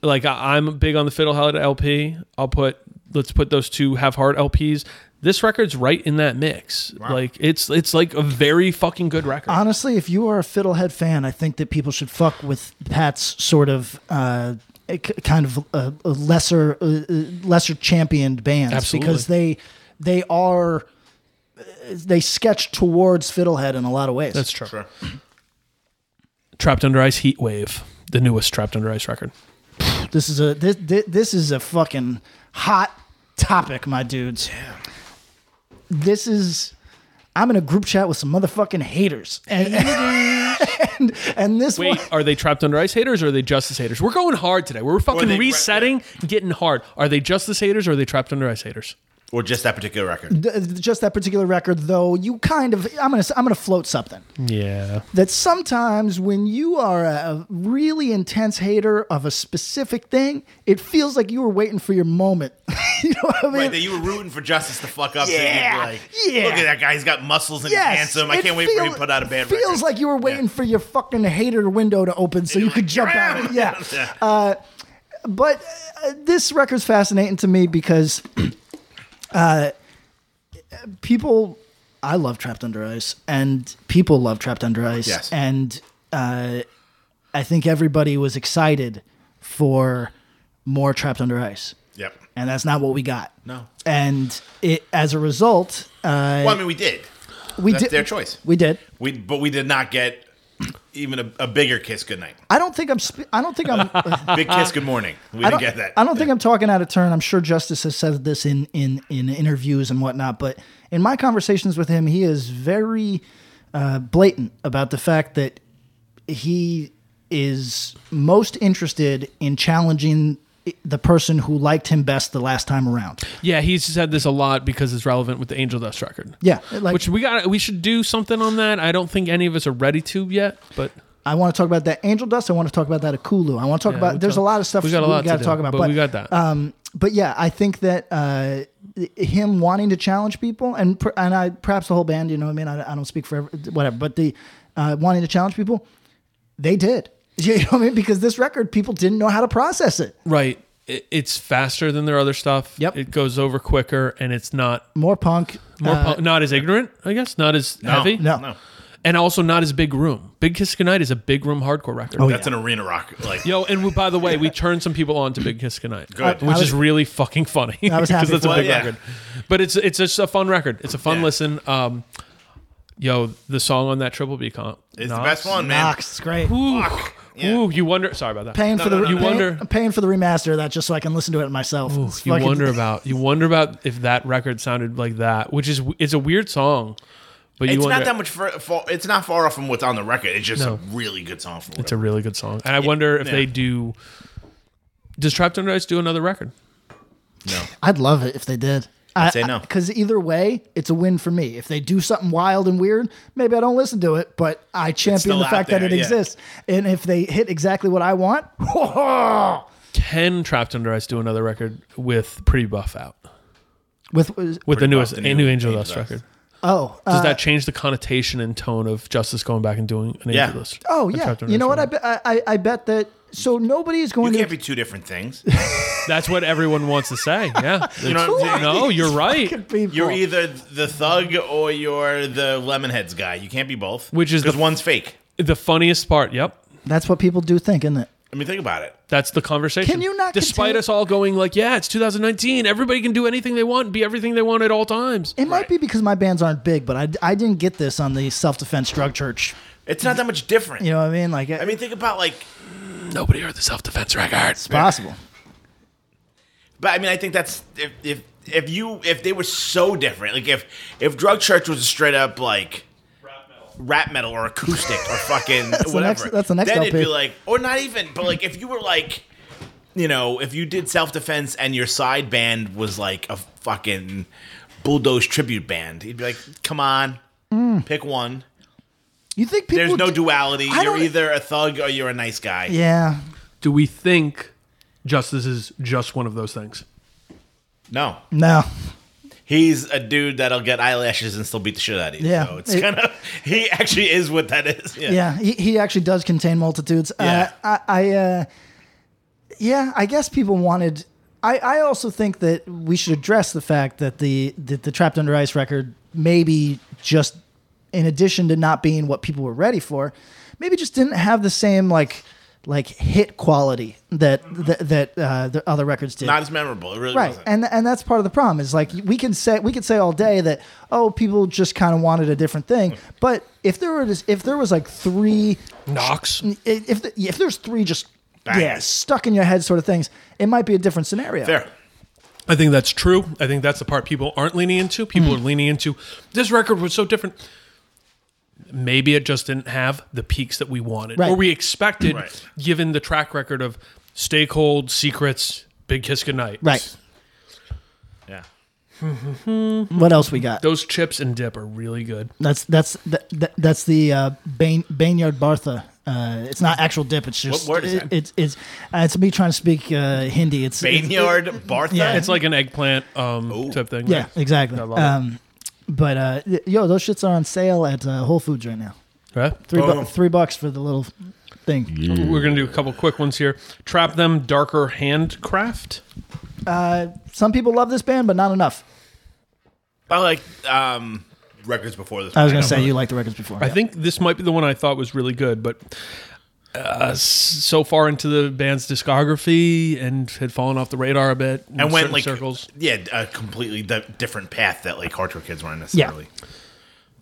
Speaker 4: like I, i'm big on the fiddlehead lp i'll put let's put those two have heart lps this record's right in that mix like it's it's like a very fucking good record
Speaker 3: Honestly, if you are a Fiddlehead fan, I think that people should fuck with Pat's sort of. Uh, a k- kind of uh, a lesser uh, uh, lesser championed bands
Speaker 4: Absolutely.
Speaker 3: because they they are uh, they sketch towards fiddlehead in a lot of ways
Speaker 4: That's true. Trapped Under Ice Heat Wave, the newest Trapped Under Ice record.
Speaker 3: this is a this, this, this is a fucking hot topic my dudes this is i'm in a group chat with some motherfucking haters and and, and this
Speaker 4: Wait,
Speaker 3: one
Speaker 4: are they Trapped Under Ice haters or are they Justice haters? We're going hard today. We're fucking
Speaker 5: they-
Speaker 4: resetting, getting hard. Are they Justice haters or are they Trapped Under Ice haters?
Speaker 5: Or just that particular record.
Speaker 3: th- just that particular record though you kind of i'm gonna s- i'm gonna float something
Speaker 4: Yeah.
Speaker 3: that sometimes when you are a really intense hater of a specific thing it feels like you were waiting for your moment you know what i mean
Speaker 5: Right, that you were rooting for Justice to fuck up. so you'd be
Speaker 3: Yeah,
Speaker 5: like,
Speaker 3: yeah.
Speaker 5: Look at that guy. He's got muscles and he's
Speaker 3: Yes,
Speaker 5: handsome. I
Speaker 3: it
Speaker 5: can't wait for
Speaker 3: feel-
Speaker 5: him to put out a band
Speaker 3: Feels
Speaker 5: record.
Speaker 3: like you were waiting for your fucking hater window to open so you could jump out. Yeah. Uh, but uh, this record's fascinating to me because uh, people, I love Trapped Under Ice, and people love Trapped Under Ice,
Speaker 5: Yes.
Speaker 3: and uh, I think everybody was excited for more Trapped Under Ice.
Speaker 5: Yep.
Speaker 3: And that's not what we got.
Speaker 5: No.
Speaker 3: And it, as a result, uh,
Speaker 5: Well, I mean, we did.
Speaker 3: we
Speaker 5: That's
Speaker 3: did
Speaker 5: their choice.
Speaker 3: We did.
Speaker 5: We, but we did not get Even a, a bigger kiss goodnight.
Speaker 3: I don't think I'm. Sp- I don't think I'm.
Speaker 5: Big kiss good morning. We
Speaker 3: I
Speaker 5: didn't
Speaker 3: don't,
Speaker 5: get that.
Speaker 3: I don't think I'm talking out of turn. I'm sure Justice has said this in in in interviews and whatnot, but in my conversations with him, he is very uh, blatant about the fact that he is most interested in challenging the person who liked him best the last time around.
Speaker 4: Yeah, he's said this a lot because it's relevant with the Angel Dust record.
Speaker 3: Yeah, like-
Speaker 4: which we got. We should do something on that. I don't think any of us are ready to yet, but
Speaker 3: I want to talk about that Angel Dust. I want to talk about that Akulu. I want to talk
Speaker 4: Yeah,
Speaker 3: about.
Speaker 4: we
Speaker 3: There's
Speaker 4: talk-
Speaker 3: a lot of stuff
Speaker 4: we got a lot to
Speaker 3: gotta
Speaker 4: do,
Speaker 3: talk about,
Speaker 4: but we got that.
Speaker 3: Um, but yeah, I think that uh, him wanting to challenge people and per, and I perhaps the whole band. You know, what I mean, I, I don't speak for every, whatever, but the uh, wanting to challenge people, they did. You know what I mean? Because this record, people didn't know how to process it.
Speaker 4: right, it, it's faster than their other stuff.
Speaker 3: Yep.
Speaker 4: it goes over quicker, and it's not
Speaker 3: More punk,
Speaker 4: more
Speaker 3: uh,
Speaker 4: pu- not as ignorant. I guess not as heavy.
Speaker 3: No, Ah,
Speaker 4: and also not as big room. Big Kiss Goodnight is a big room hardcore record.
Speaker 3: Oh,
Speaker 5: That's an arena rock. Like
Speaker 4: Yo, and we, by the way, we turned some people on to Big Kiss Goodnight,
Speaker 5: Good.
Speaker 4: which
Speaker 3: I
Speaker 4: is
Speaker 3: was-
Speaker 4: really fucking funny.
Speaker 3: I was
Speaker 4: 'cause
Speaker 3: happy
Speaker 4: that's a
Speaker 3: for
Speaker 4: big
Speaker 5: it. Yeah.
Speaker 4: record, but it's it's just a fun record. It's a fun
Speaker 5: Yeah.
Speaker 4: listen. Um, yo, the song on that Triple B comp
Speaker 5: it's the best one, man.
Speaker 3: Knox, it's great.
Speaker 4: Ooh,
Speaker 5: Yeah.
Speaker 4: ooh, you wonder. Sorry about that.
Speaker 3: Paying for the
Speaker 4: no, no,
Speaker 3: paying,
Speaker 4: no. You wonder-
Speaker 3: I'm paying for the remaster of that just so I can listen to it myself.
Speaker 4: Ooh,
Speaker 3: It's
Speaker 4: you
Speaker 3: fucking-
Speaker 4: wonder about you wonder about if that record sounded like that, which is it's a weird song, but you
Speaker 5: It's
Speaker 4: wonder
Speaker 5: not that much. Far, far, it's not far off from what's on the record. It's just
Speaker 4: No.
Speaker 5: a really good song. For
Speaker 4: it's a really good song, and I wonder if
Speaker 5: yeah.
Speaker 4: they do. Does Trapped Under Ice do another record?
Speaker 3: I'd love it if they did.
Speaker 5: I'd say no.
Speaker 3: Because either way, it's a win for me. If they do something wild and weird, maybe I don't listen to it, but I champion
Speaker 5: still
Speaker 3: the
Speaker 5: out
Speaker 3: fact that
Speaker 5: there,
Speaker 3: it
Speaker 5: yeah.
Speaker 3: exists. And if they hit exactly what I want,
Speaker 4: Can Trapped Under Ice do another record with Pretty Buff out
Speaker 3: with
Speaker 4: with the newest
Speaker 5: Buff,
Speaker 4: the
Speaker 5: the
Speaker 4: new,
Speaker 5: new
Speaker 4: Angel
Speaker 5: Angel
Speaker 4: Dust
Speaker 5: Dust.
Speaker 4: record?
Speaker 3: oh,
Speaker 4: Does
Speaker 3: uh,
Speaker 4: that change the connotation and tone of Justice going back and doing an
Speaker 5: Yeah.
Speaker 4: Angel Dust?
Speaker 3: oh
Speaker 4: a
Speaker 3: yeah.
Speaker 4: Trapped Under
Speaker 3: You know
Speaker 4: Ice
Speaker 3: what? I,
Speaker 4: record?
Speaker 3: bet I I I bet that. So nobody is
Speaker 5: You
Speaker 3: going
Speaker 5: can't
Speaker 3: to.
Speaker 5: be two different things.
Speaker 4: That's what everyone wants to say. Yeah, you
Speaker 5: know what I'm saying?
Speaker 4: no, you're right.
Speaker 3: people.
Speaker 5: You're either the thug or you're the Lemonheads guy. You can't be both.
Speaker 4: Which is the-
Speaker 5: because one's fake.
Speaker 4: The funniest part. Yep.
Speaker 3: That's what people do think, isn't it?
Speaker 5: I mean, think about it.
Speaker 4: That's the conversation.
Speaker 3: Can you not
Speaker 4: Despite
Speaker 3: contain-
Speaker 4: us all going like, yeah, it's 2019. Everybody can do anything they want, and be everything they want at all times.
Speaker 3: It might be because my bands aren't big, but I, I didn't get this on the self defense drug church.
Speaker 5: It's not that much different.
Speaker 3: You know what I mean? Like
Speaker 5: I mean, think about like.
Speaker 4: Nobody heard the self defense record.
Speaker 3: it's possible.
Speaker 5: But I mean, I think that's if if if you if they were so different, like if if Drug Church was a straight up like rap metal or acoustic or fucking
Speaker 3: That's the
Speaker 5: whatever,
Speaker 3: next- that's the next
Speaker 5: then it'd
Speaker 3: LP.
Speaker 5: be like, or not even, but like if you were like, you know, if you did self defense and your side band was like a fucking bulldoze tribute band, you'd be like, come on, pick one.
Speaker 3: You think Mm. people?
Speaker 5: There's no
Speaker 3: do-
Speaker 5: duality.
Speaker 3: I
Speaker 5: You're
Speaker 3: don't- e-,
Speaker 5: either a thug or you're a nice guy.
Speaker 3: Yeah,
Speaker 4: Do we think justice is just one of those things?
Speaker 5: No,
Speaker 3: no.
Speaker 5: he's a dude that'll get eyelashes and still beat the shit out of you.
Speaker 3: Yeah.
Speaker 5: so it's
Speaker 3: It-
Speaker 5: kind of he actually is what that is. Yeah,
Speaker 3: yeah he, he actually does contain multitudes
Speaker 5: Yeah.
Speaker 3: uh, i, I uh, yeah i guess people wanted I, I also think that we should address the fact that the that the trapped under ice record maybe just in addition to not being what people were ready for maybe just didn't have the same like like hit quality that that, that uh, the other records did
Speaker 5: not as memorable. It really
Speaker 3: right
Speaker 5: wasn't.
Speaker 3: and and that's part of the problem is like we can say we could say all day that oh people just kind of wanted a different
Speaker 5: Hmm.
Speaker 3: thing but if there was if there was like three
Speaker 4: Knox.
Speaker 3: if the, if there's three just
Speaker 5: Bang.
Speaker 3: yeah stuck in your head sort of things it might be a different scenario
Speaker 5: Fair.
Speaker 4: I think that's true. I think that's the part people aren't leaning into. People are leaning into this record was so different. Maybe it just didn't have the peaks that we wanted
Speaker 3: Right.
Speaker 4: or we expected,
Speaker 5: Right.
Speaker 4: given the track record of Stay Cold, Secrets, Big Kiss Goodnight.
Speaker 3: right
Speaker 5: Yeah.
Speaker 3: what else we got
Speaker 4: Those chips and dip are really good.
Speaker 3: that's that's that, that, that's the uh Bain, Bainyard Bartha uh, it's not actual dip. It's just
Speaker 5: word is
Speaker 3: it-
Speaker 5: that?
Speaker 3: it's it's uh, it's me trying to speak uh, Hindi. It's it's-
Speaker 5: Bainyard Bartha.
Speaker 3: Yeah.
Speaker 4: It's like an eggplant um, type thing.
Speaker 3: yeah,
Speaker 4: right?
Speaker 3: exactly.
Speaker 4: I love it.
Speaker 3: Um, but uh, y- yo, those shits are on sale at uh, Whole Foods right now.
Speaker 4: Right?
Speaker 3: Three, bu-
Speaker 5: Boom.
Speaker 3: three bucks for the little thing.
Speaker 4: We're going to do a couple quick ones here. Trap Them, Darker Handcraft.
Speaker 3: Uh, Some people love this band, but not enough.
Speaker 5: I like um, records before this.
Speaker 3: I was
Speaker 5: one.
Speaker 3: gonna
Speaker 5: don't
Speaker 3: say
Speaker 5: really-
Speaker 3: you like the records before.
Speaker 4: I think this might be the one I thought was really good, but uh, s- so far into the band's discography and had fallen off the radar a bit. in
Speaker 5: and went
Speaker 4: certain
Speaker 5: like
Speaker 4: circles.
Speaker 5: yeah, a completely di- different path that like hardcore kids weren't necessarily.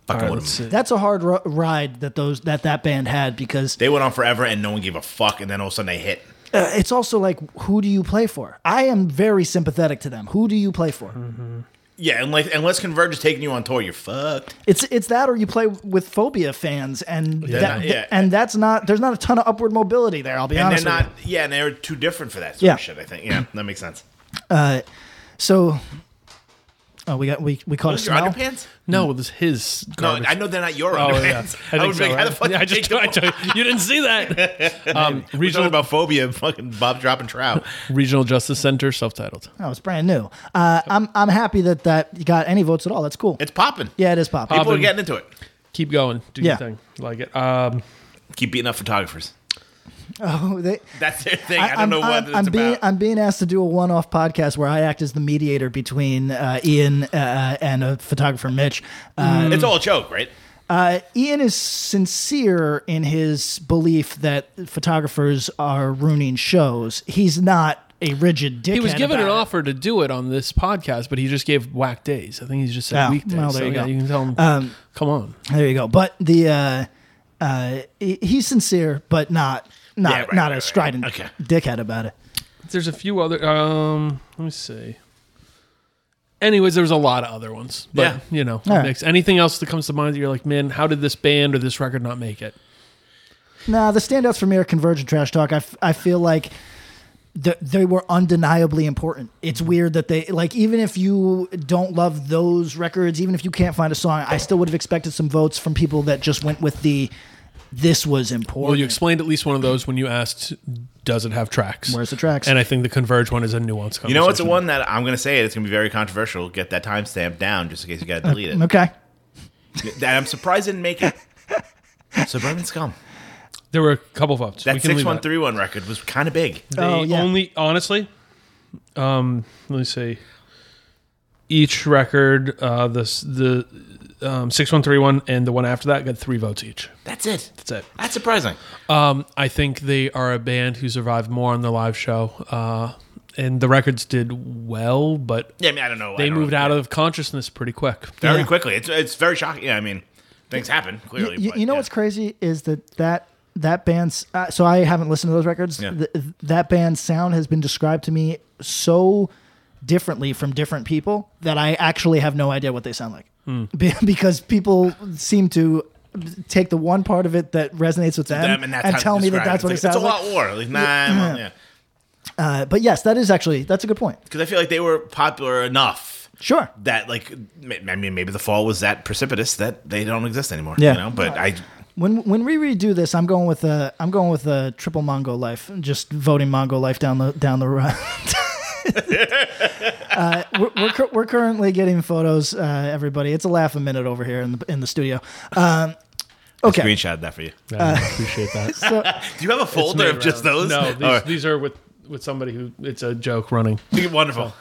Speaker 5: Fucking
Speaker 4: right,
Speaker 5: would
Speaker 4: let's see.
Speaker 3: That's a hard ro- ride that those that that band had because
Speaker 5: They went on forever and no one gave a fuck, and then all of a sudden they hit.
Speaker 3: uh, it's also like who do you play for? I am very sympathetic to them. Who do you play for?
Speaker 5: Hmm. Yeah, and like unless Converge is taking you on tour, you're fucked.
Speaker 3: It's it's that or you play with Phobia fans and
Speaker 5: They're
Speaker 3: that,
Speaker 5: not- yeah.
Speaker 3: and that's not there's not a ton of upward mobility there. I'll be
Speaker 5: And they're
Speaker 3: honest. with
Speaker 5: not.
Speaker 3: you.
Speaker 5: Yeah, and they're too different for that sort
Speaker 3: Yeah.
Speaker 5: of shit. I think. Yeah, that makes sense.
Speaker 3: Uh, So. Oh, we got we we caught a
Speaker 5: Those are
Speaker 3: smell.
Speaker 5: your underpants?
Speaker 4: No, it was his.
Speaker 5: No,
Speaker 4: Garbage.
Speaker 5: I know they're not your
Speaker 4: Oh
Speaker 5: underpants.
Speaker 4: yeah,
Speaker 5: I,
Speaker 4: think
Speaker 5: was like,
Speaker 4: so,
Speaker 5: how the
Speaker 4: right?
Speaker 5: fuck?
Speaker 4: Yeah, I
Speaker 5: did you
Speaker 4: just
Speaker 5: take
Speaker 4: I
Speaker 5: them
Speaker 4: told you, you didn't see that. Um,
Speaker 5: We're talking
Speaker 4: regional
Speaker 5: about phobia, fucking Bob dropping trout.
Speaker 4: Regional Justice Center, self-titled.
Speaker 3: Oh, it's brand new. Uh, I'm I'm happy that that got any votes at all. That's cool.
Speaker 5: It's popping.
Speaker 3: yeah, it is pop.
Speaker 5: people are
Speaker 4: popping.
Speaker 5: getting into it.
Speaker 4: Keep going, do
Speaker 3: Yeah.
Speaker 4: your thing, like it. Um,
Speaker 5: Keep beating up photographers.
Speaker 3: Oh, they,
Speaker 5: That's their thing. I, don't
Speaker 3: I'm-
Speaker 5: know what
Speaker 3: I'm,
Speaker 5: it's
Speaker 3: I'm being,
Speaker 5: about.
Speaker 3: I'm being asked to do a one-off podcast where I act as the mediator between uh, Ian uh, and a photographer, Mitch. Uh,
Speaker 5: it's all a joke, right?
Speaker 3: uh, Ian is sincere in his belief that photographers are ruining shows. He's not a rigid dickhead.
Speaker 4: he was given
Speaker 3: about
Speaker 4: an
Speaker 3: it.
Speaker 4: offer to do it on this podcast, but he just gave whack days. I think he just said
Speaker 3: Yeah,
Speaker 4: weekdays.
Speaker 3: well, there
Speaker 4: So,
Speaker 3: you
Speaker 4: yeah,
Speaker 3: go. Um,
Speaker 4: you can tell him, come on.
Speaker 3: There you go. But the uh, uh, he- he's sincere, but not not
Speaker 5: Yeah, right,
Speaker 3: not
Speaker 5: right,
Speaker 3: a
Speaker 5: right.
Speaker 3: strident
Speaker 5: Okay.
Speaker 3: dickhead about it.
Speaker 4: There's a few other. Um, let me see. Anyways, there was a lot of other ones, but
Speaker 5: Yeah.
Speaker 4: you know,
Speaker 3: All right.
Speaker 4: next, anything else that comes to mind that you're like, man, how did this band or this record not make it?
Speaker 3: Nah, the standouts for me are Convergent Trash Talk. I, f- I feel like th- they were undeniably important. It's weird that they, like, even if you don't love those records, even if you can't find a song, I still would have expected some votes from people that just went with the this was important.
Speaker 4: Well, you explained at least one of those when you asked, does it have tracks?
Speaker 3: Where's the tracks?
Speaker 4: And I think the Converge one is a nuanced conversation.
Speaker 5: You know, it's the one that I'm going to say it. It's going to be very controversial. Get that timestamp down just in case you got to delete it.
Speaker 3: okay.
Speaker 5: That I'm surprised didn't make it. Suburban Scum.
Speaker 4: There were a couple of ups. We
Speaker 5: That
Speaker 4: can leave
Speaker 5: six one three one record was kind of big.
Speaker 4: They
Speaker 3: Oh, yeah.
Speaker 4: only honestly, um, let me see. Each record, uh, the s- the um, six one three one and the one after that got three votes each.
Speaker 5: That's it.
Speaker 4: That's it.
Speaker 5: That's surprising.
Speaker 4: Um, I think they are a band who survived more on the live show, uh, and the records did well, but
Speaker 5: Yeah, I mean, I don't know. I
Speaker 4: they
Speaker 5: don't
Speaker 4: moved
Speaker 5: know.
Speaker 4: out of consciousness pretty quick.
Speaker 5: very
Speaker 3: Yeah.
Speaker 5: quickly. It's it's very shocking. Yeah, I mean, things happen clearly.
Speaker 3: You,
Speaker 5: but,
Speaker 3: you know
Speaker 5: yeah.
Speaker 3: what's crazy is that that that band's uh, so I haven't listened to those records.
Speaker 5: Yeah.
Speaker 3: Th- that band's sound has been described to me so differently from different people that I actually have no idea what they sound like
Speaker 5: Hmm.
Speaker 3: Be- because people seem to take the one part of it that resonates with them,
Speaker 5: Them, and, that's how to
Speaker 3: tell me that
Speaker 5: describe
Speaker 3: that's
Speaker 5: it.
Speaker 3: what it
Speaker 5: It's like,
Speaker 3: sounds
Speaker 5: It's a
Speaker 3: like.
Speaker 5: lot war. Like, nah, I'm on- yeah.
Speaker 3: Uh, but yes, that is actually that's a good point.
Speaker 5: Because I feel like they were popular enough
Speaker 3: Sure.
Speaker 5: that, like, m- I mean, maybe the fall was that precipitous that they don't exist anymore.
Speaker 3: Yeah.
Speaker 5: You know, but I.
Speaker 3: When when we redo this, I'm going with uh, I'm going with uh, triple Mongo life. Just voting Mongo life down the down the road. uh, we're, we're, cur- we're currently getting photos, uh, everybody. It's a laugh a minute over here in the in the studio. Um, okay,
Speaker 5: Screenshot that for you.
Speaker 4: Yeah, I appreciate that.
Speaker 5: Do you have a folder of just those?
Speaker 4: No, these,
Speaker 5: All right.
Speaker 4: these are with with somebody who it's a joke running.
Speaker 5: Wonderful.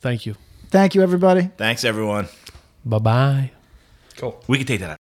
Speaker 4: Thank you.
Speaker 3: thank you, everybody.
Speaker 5: Thanks, everyone.
Speaker 4: Bye bye.
Speaker 5: We can take that out.